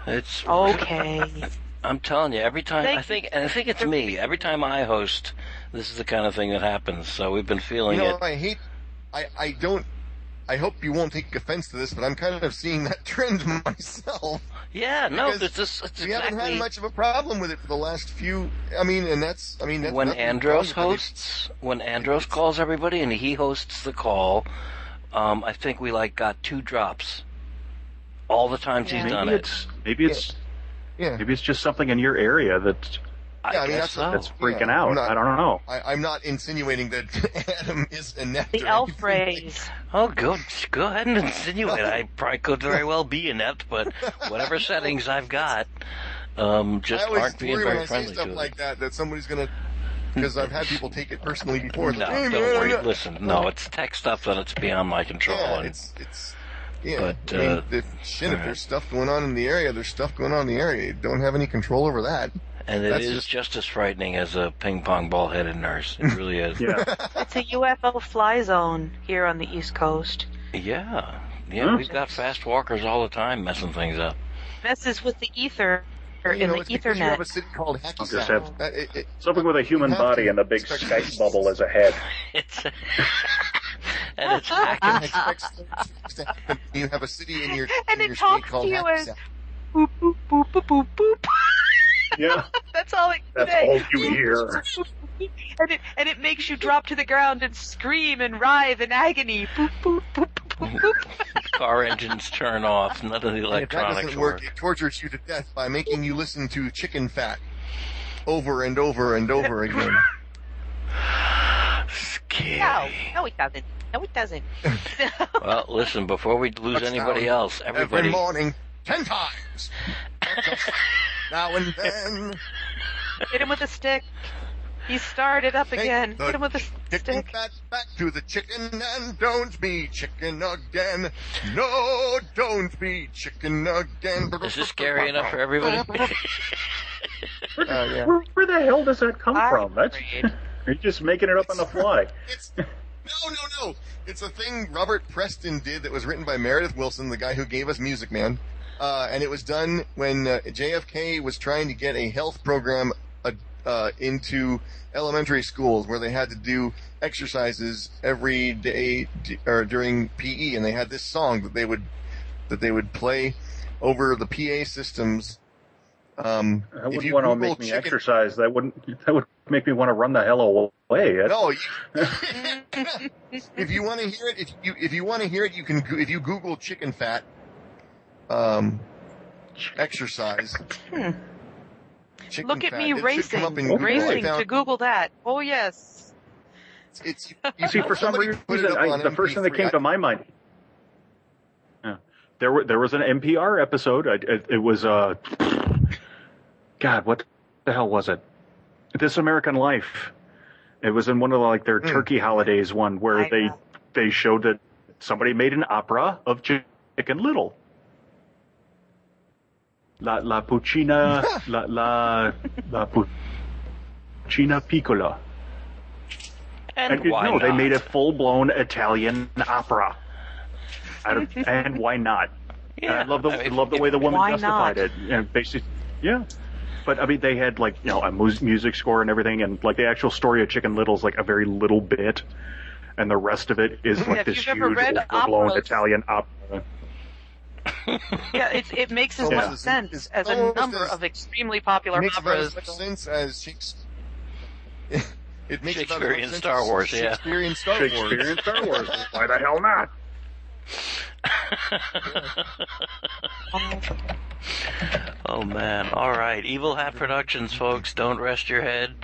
Speaker 2: It's
Speaker 1: Okay.
Speaker 2: I'm telling you, every time
Speaker 1: Thank
Speaker 2: I think, and I think it's me. Every time I host, this is the kind of thing that happens. So we've been feeling
Speaker 4: You know,
Speaker 2: it.
Speaker 4: I hate. I I don't. I hope you won't take offense to this, but I'm kind of seeing that [LAUGHS] trend myself.
Speaker 2: yeah, no,
Speaker 4: because
Speaker 2: this is it's
Speaker 4: we haven't had
Speaker 2: exactly
Speaker 4: much of a problem with it for the last few. I mean, and that's. I mean, that's
Speaker 2: when
Speaker 4: nothing
Speaker 2: Andros
Speaker 4: wrong with it.
Speaker 2: hosts. When Andros calls everybody, and he hosts the call, um, I think we like got two drops. All the times he's done
Speaker 3: maybe
Speaker 2: it.
Speaker 3: it's maybe it's
Speaker 4: Yeah,
Speaker 3: maybe it's just something in your area that's
Speaker 2: I
Speaker 4: Yeah, I mean,
Speaker 2: guess
Speaker 4: that's-
Speaker 2: so.
Speaker 3: that's freaking
Speaker 4: Oh, Yeah,
Speaker 3: out.
Speaker 4: not-
Speaker 3: I don't
Speaker 4: [LAUGHS]
Speaker 3: know.
Speaker 4: I, I'm not insinuating that [LAUGHS] Adam is inept.
Speaker 1: The
Speaker 4: or
Speaker 1: elf
Speaker 4: [LAUGHS] anything.
Speaker 1: rays.
Speaker 2: Oh, go go ahead and insinuate.
Speaker 4: [LAUGHS]
Speaker 2: I probably could very well be inept, but whatever settings I've got, um,
Speaker 4: I
Speaker 2: just
Speaker 4: always
Speaker 2: aren't being
Speaker 4: worry when I
Speaker 2: very
Speaker 4: say
Speaker 2: friendly
Speaker 4: stuff
Speaker 2: to it.
Speaker 4: like that that somebody's gonna. Because I've had people take it personally before.
Speaker 2: No,
Speaker 4: like, "Hey,
Speaker 2: don't
Speaker 4: man, I'm
Speaker 2: worry.
Speaker 4: not-"
Speaker 2: Listen, no, it's tech stuff that it's beyond my control.
Speaker 4: uh, Yeah,
Speaker 2: and-
Speaker 4: it's it's. Yeah,
Speaker 2: But,
Speaker 4: I mean,
Speaker 2: uh,
Speaker 4: if, shit, if
Speaker 2: alright.
Speaker 4: there's stuff going on in the area, there's stuff going on in the area. You don't have any control over that.
Speaker 2: And it
Speaker 4: That's
Speaker 2: is
Speaker 4: just-
Speaker 2: just, as frightening as a ping pong ball headed nurse. It really is.
Speaker 3: Yeah.
Speaker 1: It's a UFO fly zone here on the East Coast.
Speaker 2: Yeah. Yeah, we've got fast walkers all the time messing things up. [LAUGHS]
Speaker 1: Messes with the ether or
Speaker 4: You
Speaker 1: in
Speaker 4: know,
Speaker 1: the
Speaker 4: it's because you have a
Speaker 1: Ethernet.
Speaker 4: city called Hacky
Speaker 3: I'll just
Speaker 4: Sack.
Speaker 3: have-
Speaker 4: That- it- it-
Speaker 3: Something with a human
Speaker 4: You have
Speaker 3: body
Speaker 4: to
Speaker 3: and the big
Speaker 4: expect-
Speaker 3: Skype bubble as a head.
Speaker 2: It's and it's hacking.
Speaker 1: [LAUGHS]
Speaker 4: it expects things to happen. You have a city in your
Speaker 1: And
Speaker 4: in
Speaker 1: it
Speaker 4: your state
Speaker 1: talks
Speaker 4: called
Speaker 1: to you
Speaker 4: Hacky
Speaker 1: as-
Speaker 4: Sack.
Speaker 1: Boop boop boop boop boop boop.
Speaker 4: [LAUGHS]
Speaker 3: Yeah,
Speaker 1: [LAUGHS] That's all it can
Speaker 3: that's
Speaker 1: say.
Speaker 3: all you hear.
Speaker 1: and it and it makes you drop to the ground and scream and writhe in agony. Boop boop boop boop boop.
Speaker 2: Car engines turn off. None of the
Speaker 4: And if that
Speaker 2: electronics
Speaker 4: doesn't work, it tortures you to death by making you listen to chicken fat. over and over and over again.
Speaker 2: Scary.
Speaker 1: No, no, it doesn't. No, it doesn't.
Speaker 2: Well, listen, before we lose
Speaker 4: Touchdown.
Speaker 2: anybody else,
Speaker 4: Every
Speaker 2: everybody.
Speaker 4: morning, ten times. now and then,
Speaker 1: Hit him with a stick. He started up
Speaker 4: Take
Speaker 1: again.
Speaker 4: the
Speaker 1: Hit him with a
Speaker 4: kicking
Speaker 1: stick.
Speaker 4: back, back to the chicken and don't be chicken again. No, don't be chicken again.
Speaker 2: Is this scary enough for everybody?
Speaker 3: Where,
Speaker 4: Oh, yeah.
Speaker 3: where, where the hell does that come
Speaker 1: I'm
Speaker 3: from? That's
Speaker 1: afraid.
Speaker 3: [LAUGHS] you're just making it up on the fly.
Speaker 4: It's no, no, no. It's a thing Robert Preston did that was written by Meredith Wilson, the guy who gave us Music Man, uh, and it was done when uh, JFK was trying to get a health program uh, uh, into elementary schools where they had to do exercises every day d- or during PE, and they had this song that they would that they would play over the PA systems. Um,
Speaker 3: That
Speaker 4: if
Speaker 3: wouldn't
Speaker 4: you
Speaker 3: want to
Speaker 4: Google
Speaker 3: make me
Speaker 4: chicken-
Speaker 3: exercise. That wouldn't. That would make me want to run the hell away. That's-
Speaker 4: No, you, if you want to hear it, if you if you want to hear it, you can go- if you Google chicken fat, um, exercise. Chicken
Speaker 1: Hmm. Look at
Speaker 4: fat.
Speaker 1: me
Speaker 4: It should
Speaker 1: racing,
Speaker 4: come up in Google. I
Speaker 1: racing
Speaker 4: found-
Speaker 1: to Google that. Oh yes.
Speaker 4: It's,
Speaker 3: You see, for some
Speaker 4: somebody
Speaker 3: reason,
Speaker 4: put it up
Speaker 3: I,
Speaker 4: on
Speaker 3: the first thing that
Speaker 4: MP3.
Speaker 3: came to my mind. Yeah. There, were, there was an NPR episode. I, it, it was, uh, God, what the hell was it? This American Life. It was in one of the, like
Speaker 4: Hmm.
Speaker 3: their turkey holidays one where
Speaker 1: I
Speaker 3: they
Speaker 1: know.
Speaker 3: they showed that somebody made an opera of Chicken Little. La La
Speaker 4: [LAUGHS]
Speaker 3: Puccina La La La Puccina Piccola. And
Speaker 2: and
Speaker 3: you-
Speaker 2: why
Speaker 3: no, they
Speaker 2: not?
Speaker 3: made a full blown Italian opera. I don't- and why not? And I love the
Speaker 2: I mean,
Speaker 3: love the way the woman
Speaker 1: Why
Speaker 3: justified
Speaker 1: not?
Speaker 3: it. And basically, yeah. But I mean, they had like you know a mu- music score and everything, and like the actual story of Chicken Little's like a very little bit, and the rest of it is like
Speaker 1: if
Speaker 3: this
Speaker 1: you've ever
Speaker 3: huge
Speaker 1: read
Speaker 3: overblown
Speaker 1: operas-
Speaker 3: Italian opera.
Speaker 1: Yeah, it, it makes
Speaker 4: [LAUGHS]
Speaker 1: as
Speaker 4: Almost
Speaker 1: much
Speaker 4: as-
Speaker 1: sense
Speaker 4: it's
Speaker 1: as a
Speaker 4: almost
Speaker 1: number
Speaker 4: as-
Speaker 1: of extremely popular
Speaker 4: makes about
Speaker 1: operas.
Speaker 4: as much sense as Shakespeare. [LAUGHS] It makes about as much
Speaker 2: Shakespearean
Speaker 4: sense
Speaker 2: Star
Speaker 4: as
Speaker 2: Wars, yeah.
Speaker 4: Shakespearean Star Wars.
Speaker 3: Shakespeare and Star Wars. Why the hell not?
Speaker 2: [LAUGHS] Oh man! All right, Evil Hat Productions, folks. Don't rest your head.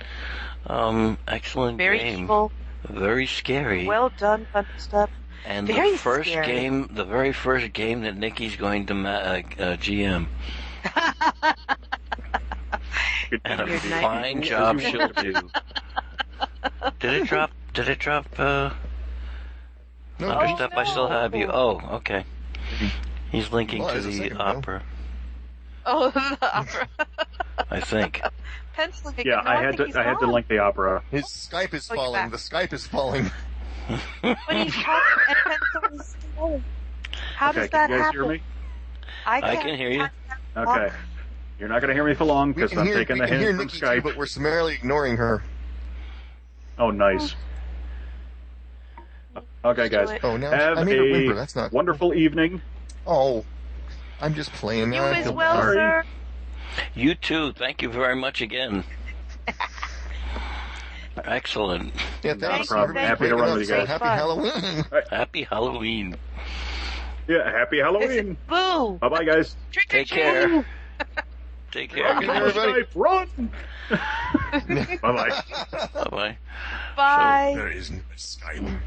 Speaker 2: Um, excellent
Speaker 1: Very
Speaker 2: game.
Speaker 1: evil.
Speaker 2: Very scary.
Speaker 1: Well done, Thunderstep.
Speaker 2: and
Speaker 1: very
Speaker 2: the first
Speaker 1: scary.
Speaker 2: game, the very first game that Nikki's going to ma- uh, uh, GM,
Speaker 3: Good
Speaker 2: and a
Speaker 1: Good night.
Speaker 2: fine
Speaker 3: [LAUGHS]
Speaker 2: job
Speaker 3: As you
Speaker 2: she'll [LAUGHS]
Speaker 3: want to
Speaker 2: do. Did it drop? Did it drop? Uh,
Speaker 4: No,
Speaker 2: Thunderstep, I still have you. Oh, okay. He's linking
Speaker 4: Well,
Speaker 2: to
Speaker 4: it's a
Speaker 2: the
Speaker 4: second, though.
Speaker 2: opera,
Speaker 1: Oh, [LAUGHS] the
Speaker 3: [LAUGHS]
Speaker 1: opera.
Speaker 2: I think.
Speaker 1: Penciling.
Speaker 3: Yeah,
Speaker 1: No,
Speaker 3: I had
Speaker 1: think he's
Speaker 3: to I had to
Speaker 1: gone.
Speaker 3: link the opera.
Speaker 4: His Skype is
Speaker 1: Oh, you're
Speaker 4: falling.
Speaker 1: back.
Speaker 4: The Skype is falling.
Speaker 1: But he's talking and penciling is gone. How
Speaker 3: Okay,
Speaker 1: does
Speaker 3: can
Speaker 1: that
Speaker 3: you guys
Speaker 1: happen?
Speaker 3: hear me?
Speaker 2: I can hear you.
Speaker 3: Okay. You're not going to hear me for long
Speaker 4: We
Speaker 3: because
Speaker 4: can
Speaker 3: I'm
Speaker 4: hear,
Speaker 3: taking
Speaker 4: we
Speaker 3: the
Speaker 4: can hear
Speaker 3: hint from
Speaker 4: Nikki
Speaker 3: Skype.
Speaker 4: too, but we're summarily ignoring her.
Speaker 3: Oh, nice. Okay, guys.
Speaker 1: it.
Speaker 4: Oh, now
Speaker 3: Have
Speaker 4: I made her whimper.
Speaker 3: a
Speaker 4: That's not.
Speaker 3: wonderful evening.
Speaker 4: Oh, I'm just playing
Speaker 1: You
Speaker 4: now. I
Speaker 1: as
Speaker 4: feel
Speaker 1: well,
Speaker 4: bad.
Speaker 1: sir.
Speaker 2: You too. Thank you very much
Speaker 4: [LAUGHS]
Speaker 2: again. Excellent.
Speaker 4: Yeah, thanks.
Speaker 3: problem.
Speaker 4: Everybody's
Speaker 3: Happy to
Speaker 4: waking
Speaker 3: run
Speaker 4: up,
Speaker 3: with you
Speaker 4: so
Speaker 3: guys.
Speaker 4: Happy
Speaker 1: Bye.
Speaker 4: Halloween.
Speaker 2: Happy Halloween.
Speaker 3: Yeah, happy Halloween.
Speaker 1: Boo!
Speaker 3: Bye bye, guys.
Speaker 1: Trick or
Speaker 2: Take
Speaker 1: treat.
Speaker 2: care. Take care.
Speaker 4: [LAUGHS] Good night, everybody.
Speaker 3: Skype, Run!
Speaker 4: [LAUGHS]
Speaker 3: bye bye.
Speaker 2: Bye bye.
Speaker 1: Bye.
Speaker 12: There is no Skype.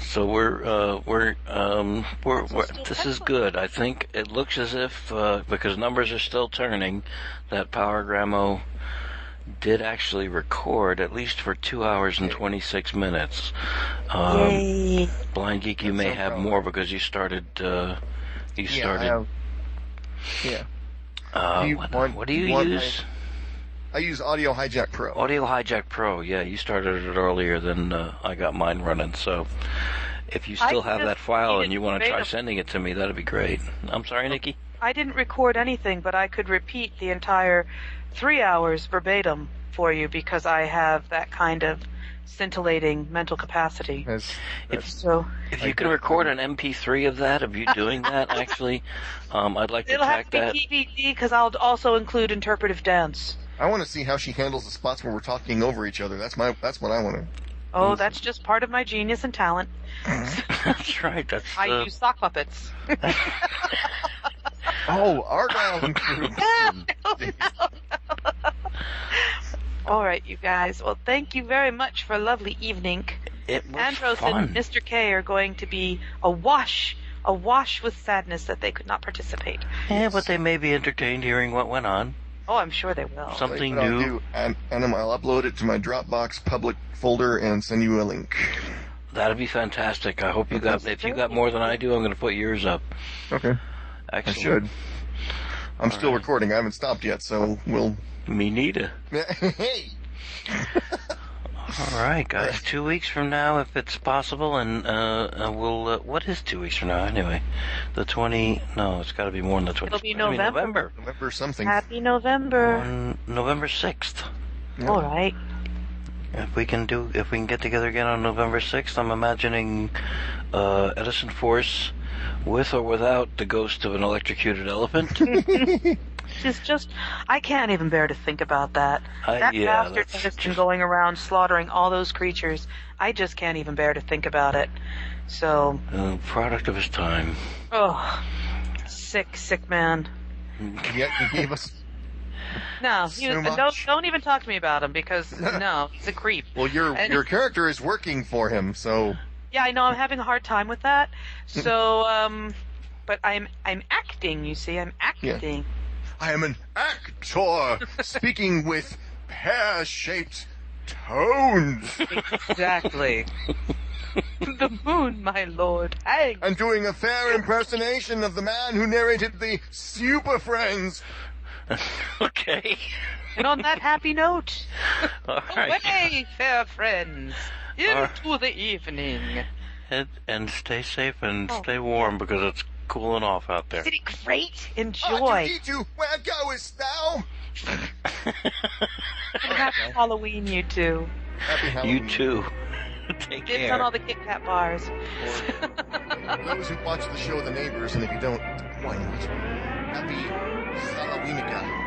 Speaker 2: So we're uh, we're um we're, we're this is good. I think it looks as if uh, because numbers are still turning, that Power Gramo did actually record at least for two hours and twenty six minutes. Um,
Speaker 1: Yay.
Speaker 2: Blind Geek, you may
Speaker 4: no
Speaker 2: have
Speaker 4: problem.
Speaker 2: more because you started uh, you
Speaker 4: Yeah, I,
Speaker 2: started.
Speaker 4: have, yeah.
Speaker 2: uh,
Speaker 4: Do you
Speaker 2: what,
Speaker 4: want-
Speaker 2: what do you
Speaker 4: want my-
Speaker 2: use?
Speaker 4: I use Audio Hijack Pro.
Speaker 2: Audio Hijack Pro, yeah, you started it earlier than uh, I got mine running. So if you
Speaker 1: I
Speaker 2: still have
Speaker 1: just
Speaker 2: that file and
Speaker 1: needed
Speaker 2: you want to
Speaker 1: to
Speaker 2: try
Speaker 1: make a- Oh.
Speaker 2: sending it to me, that'd be great. I'm sorry, Nikki.
Speaker 1: I didn't record anything, but I could repeat the entire three hours verbatim for you because I have that kind of scintillating mental capacity.
Speaker 4: That's- that's-
Speaker 1: So
Speaker 2: If you can record an MP3 of that, of you doing that, [LAUGHS] actually, um, I'd like to
Speaker 1: it'll
Speaker 2: track
Speaker 1: have to be
Speaker 2: that.
Speaker 1: DVD because I'll also include interpretive dance.
Speaker 4: I want to see how she handles the spots where we're talking over each other. That's my. That's what I want to.
Speaker 1: Oh, that's just part of my genius and talent.
Speaker 2: [LAUGHS] That's right. That's
Speaker 1: I
Speaker 2: uh,
Speaker 1: use sock puppets.
Speaker 4: Oh, Argyle and crew.
Speaker 1: All right, you guys. Well, thank you very much for a lovely evening.
Speaker 2: It was
Speaker 1: Andros
Speaker 2: fun.
Speaker 1: and Mr. K are going to be awash, awash with sadness that they could not participate.
Speaker 2: Yeah, but they may be entertained hearing what went on.
Speaker 1: Oh, I'm sure they will.
Speaker 2: Something
Speaker 4: What I'll
Speaker 2: new.
Speaker 4: do, and, and I'll upload it to my Dropbox public folder and send you a link.
Speaker 2: That'd be fantastic. I hope you got. If you got more than I do, I'm going to put yours up.
Speaker 4: Okay. I
Speaker 2: Excellent.
Speaker 4: should. I'm still recording. I haven't stopped yet, so we'll.
Speaker 2: Me neither.
Speaker 4: [LAUGHS] hey.
Speaker 2: All right, guys. Two weeks from now, if it's possible, and uh, uh, we'll. Uh, what is two weeks from now anyway? The twenty? No, it's got to be more than the twenty.
Speaker 1: It'll be
Speaker 2: I mean,
Speaker 1: November.
Speaker 2: November.
Speaker 4: Remember something.
Speaker 1: Happy November.
Speaker 2: On November sixth. Oh,
Speaker 1: All right.
Speaker 2: If we can do, if we can get together again on November sixth, I'm imagining uh, Edison Force, with or without the ghost of an electrocuted elephant.
Speaker 1: It's just, I can't even bear to think about that.
Speaker 2: I-
Speaker 1: that
Speaker 2: Uh, yeah,
Speaker 1: bastard
Speaker 2: that's
Speaker 1: has been
Speaker 2: just-
Speaker 1: going around slaughtering all those creatures. I just can't even bear to think about it. So,
Speaker 2: Uh, product of his time. [LAUGHS]
Speaker 1: oh, sick, sick man.
Speaker 4: Yeah, he
Speaker 1: [LAUGHS]
Speaker 4: gave us.
Speaker 1: No, he
Speaker 4: So
Speaker 1: was,
Speaker 4: much.
Speaker 1: don't don't even talk to me about
Speaker 2: [LAUGHS]
Speaker 1: him because no, he's a creep.
Speaker 4: Well, your
Speaker 1: And-
Speaker 4: your character is working for him, so
Speaker 1: Yeah, I know. I'm having a hard time with that. So, um, but I'm I'm acting. You see, I'm acting.
Speaker 4: I am an actor speaking with pear-shaped
Speaker 1: [LAUGHS]
Speaker 4: tones.
Speaker 1: Exactly. [LAUGHS] the moon, my lord. I,
Speaker 4: I'm doing a fair impersonation of the man who narrated the Super Friends.
Speaker 2: okay.
Speaker 1: and on that happy note,
Speaker 2: All
Speaker 1: Oh,
Speaker 2: right.
Speaker 1: away, fair friends, into the evening.
Speaker 2: And, and stay safe and stay warm because it's cooling off out there.
Speaker 1: Isn't it great?
Speaker 2: Oh,
Speaker 4: I
Speaker 1: Enjoy.
Speaker 4: need you. Ah, Where goest thou?
Speaker 1: Happy Halloween, you two.
Speaker 4: Happy Halloween.
Speaker 2: [LAUGHS] You too. Take
Speaker 1: Dibs on
Speaker 2: care.
Speaker 1: all the Kit Kat bars.
Speaker 4: Those who watch the show The Neighbors, and if you don't, why not? Happy Halloweenika.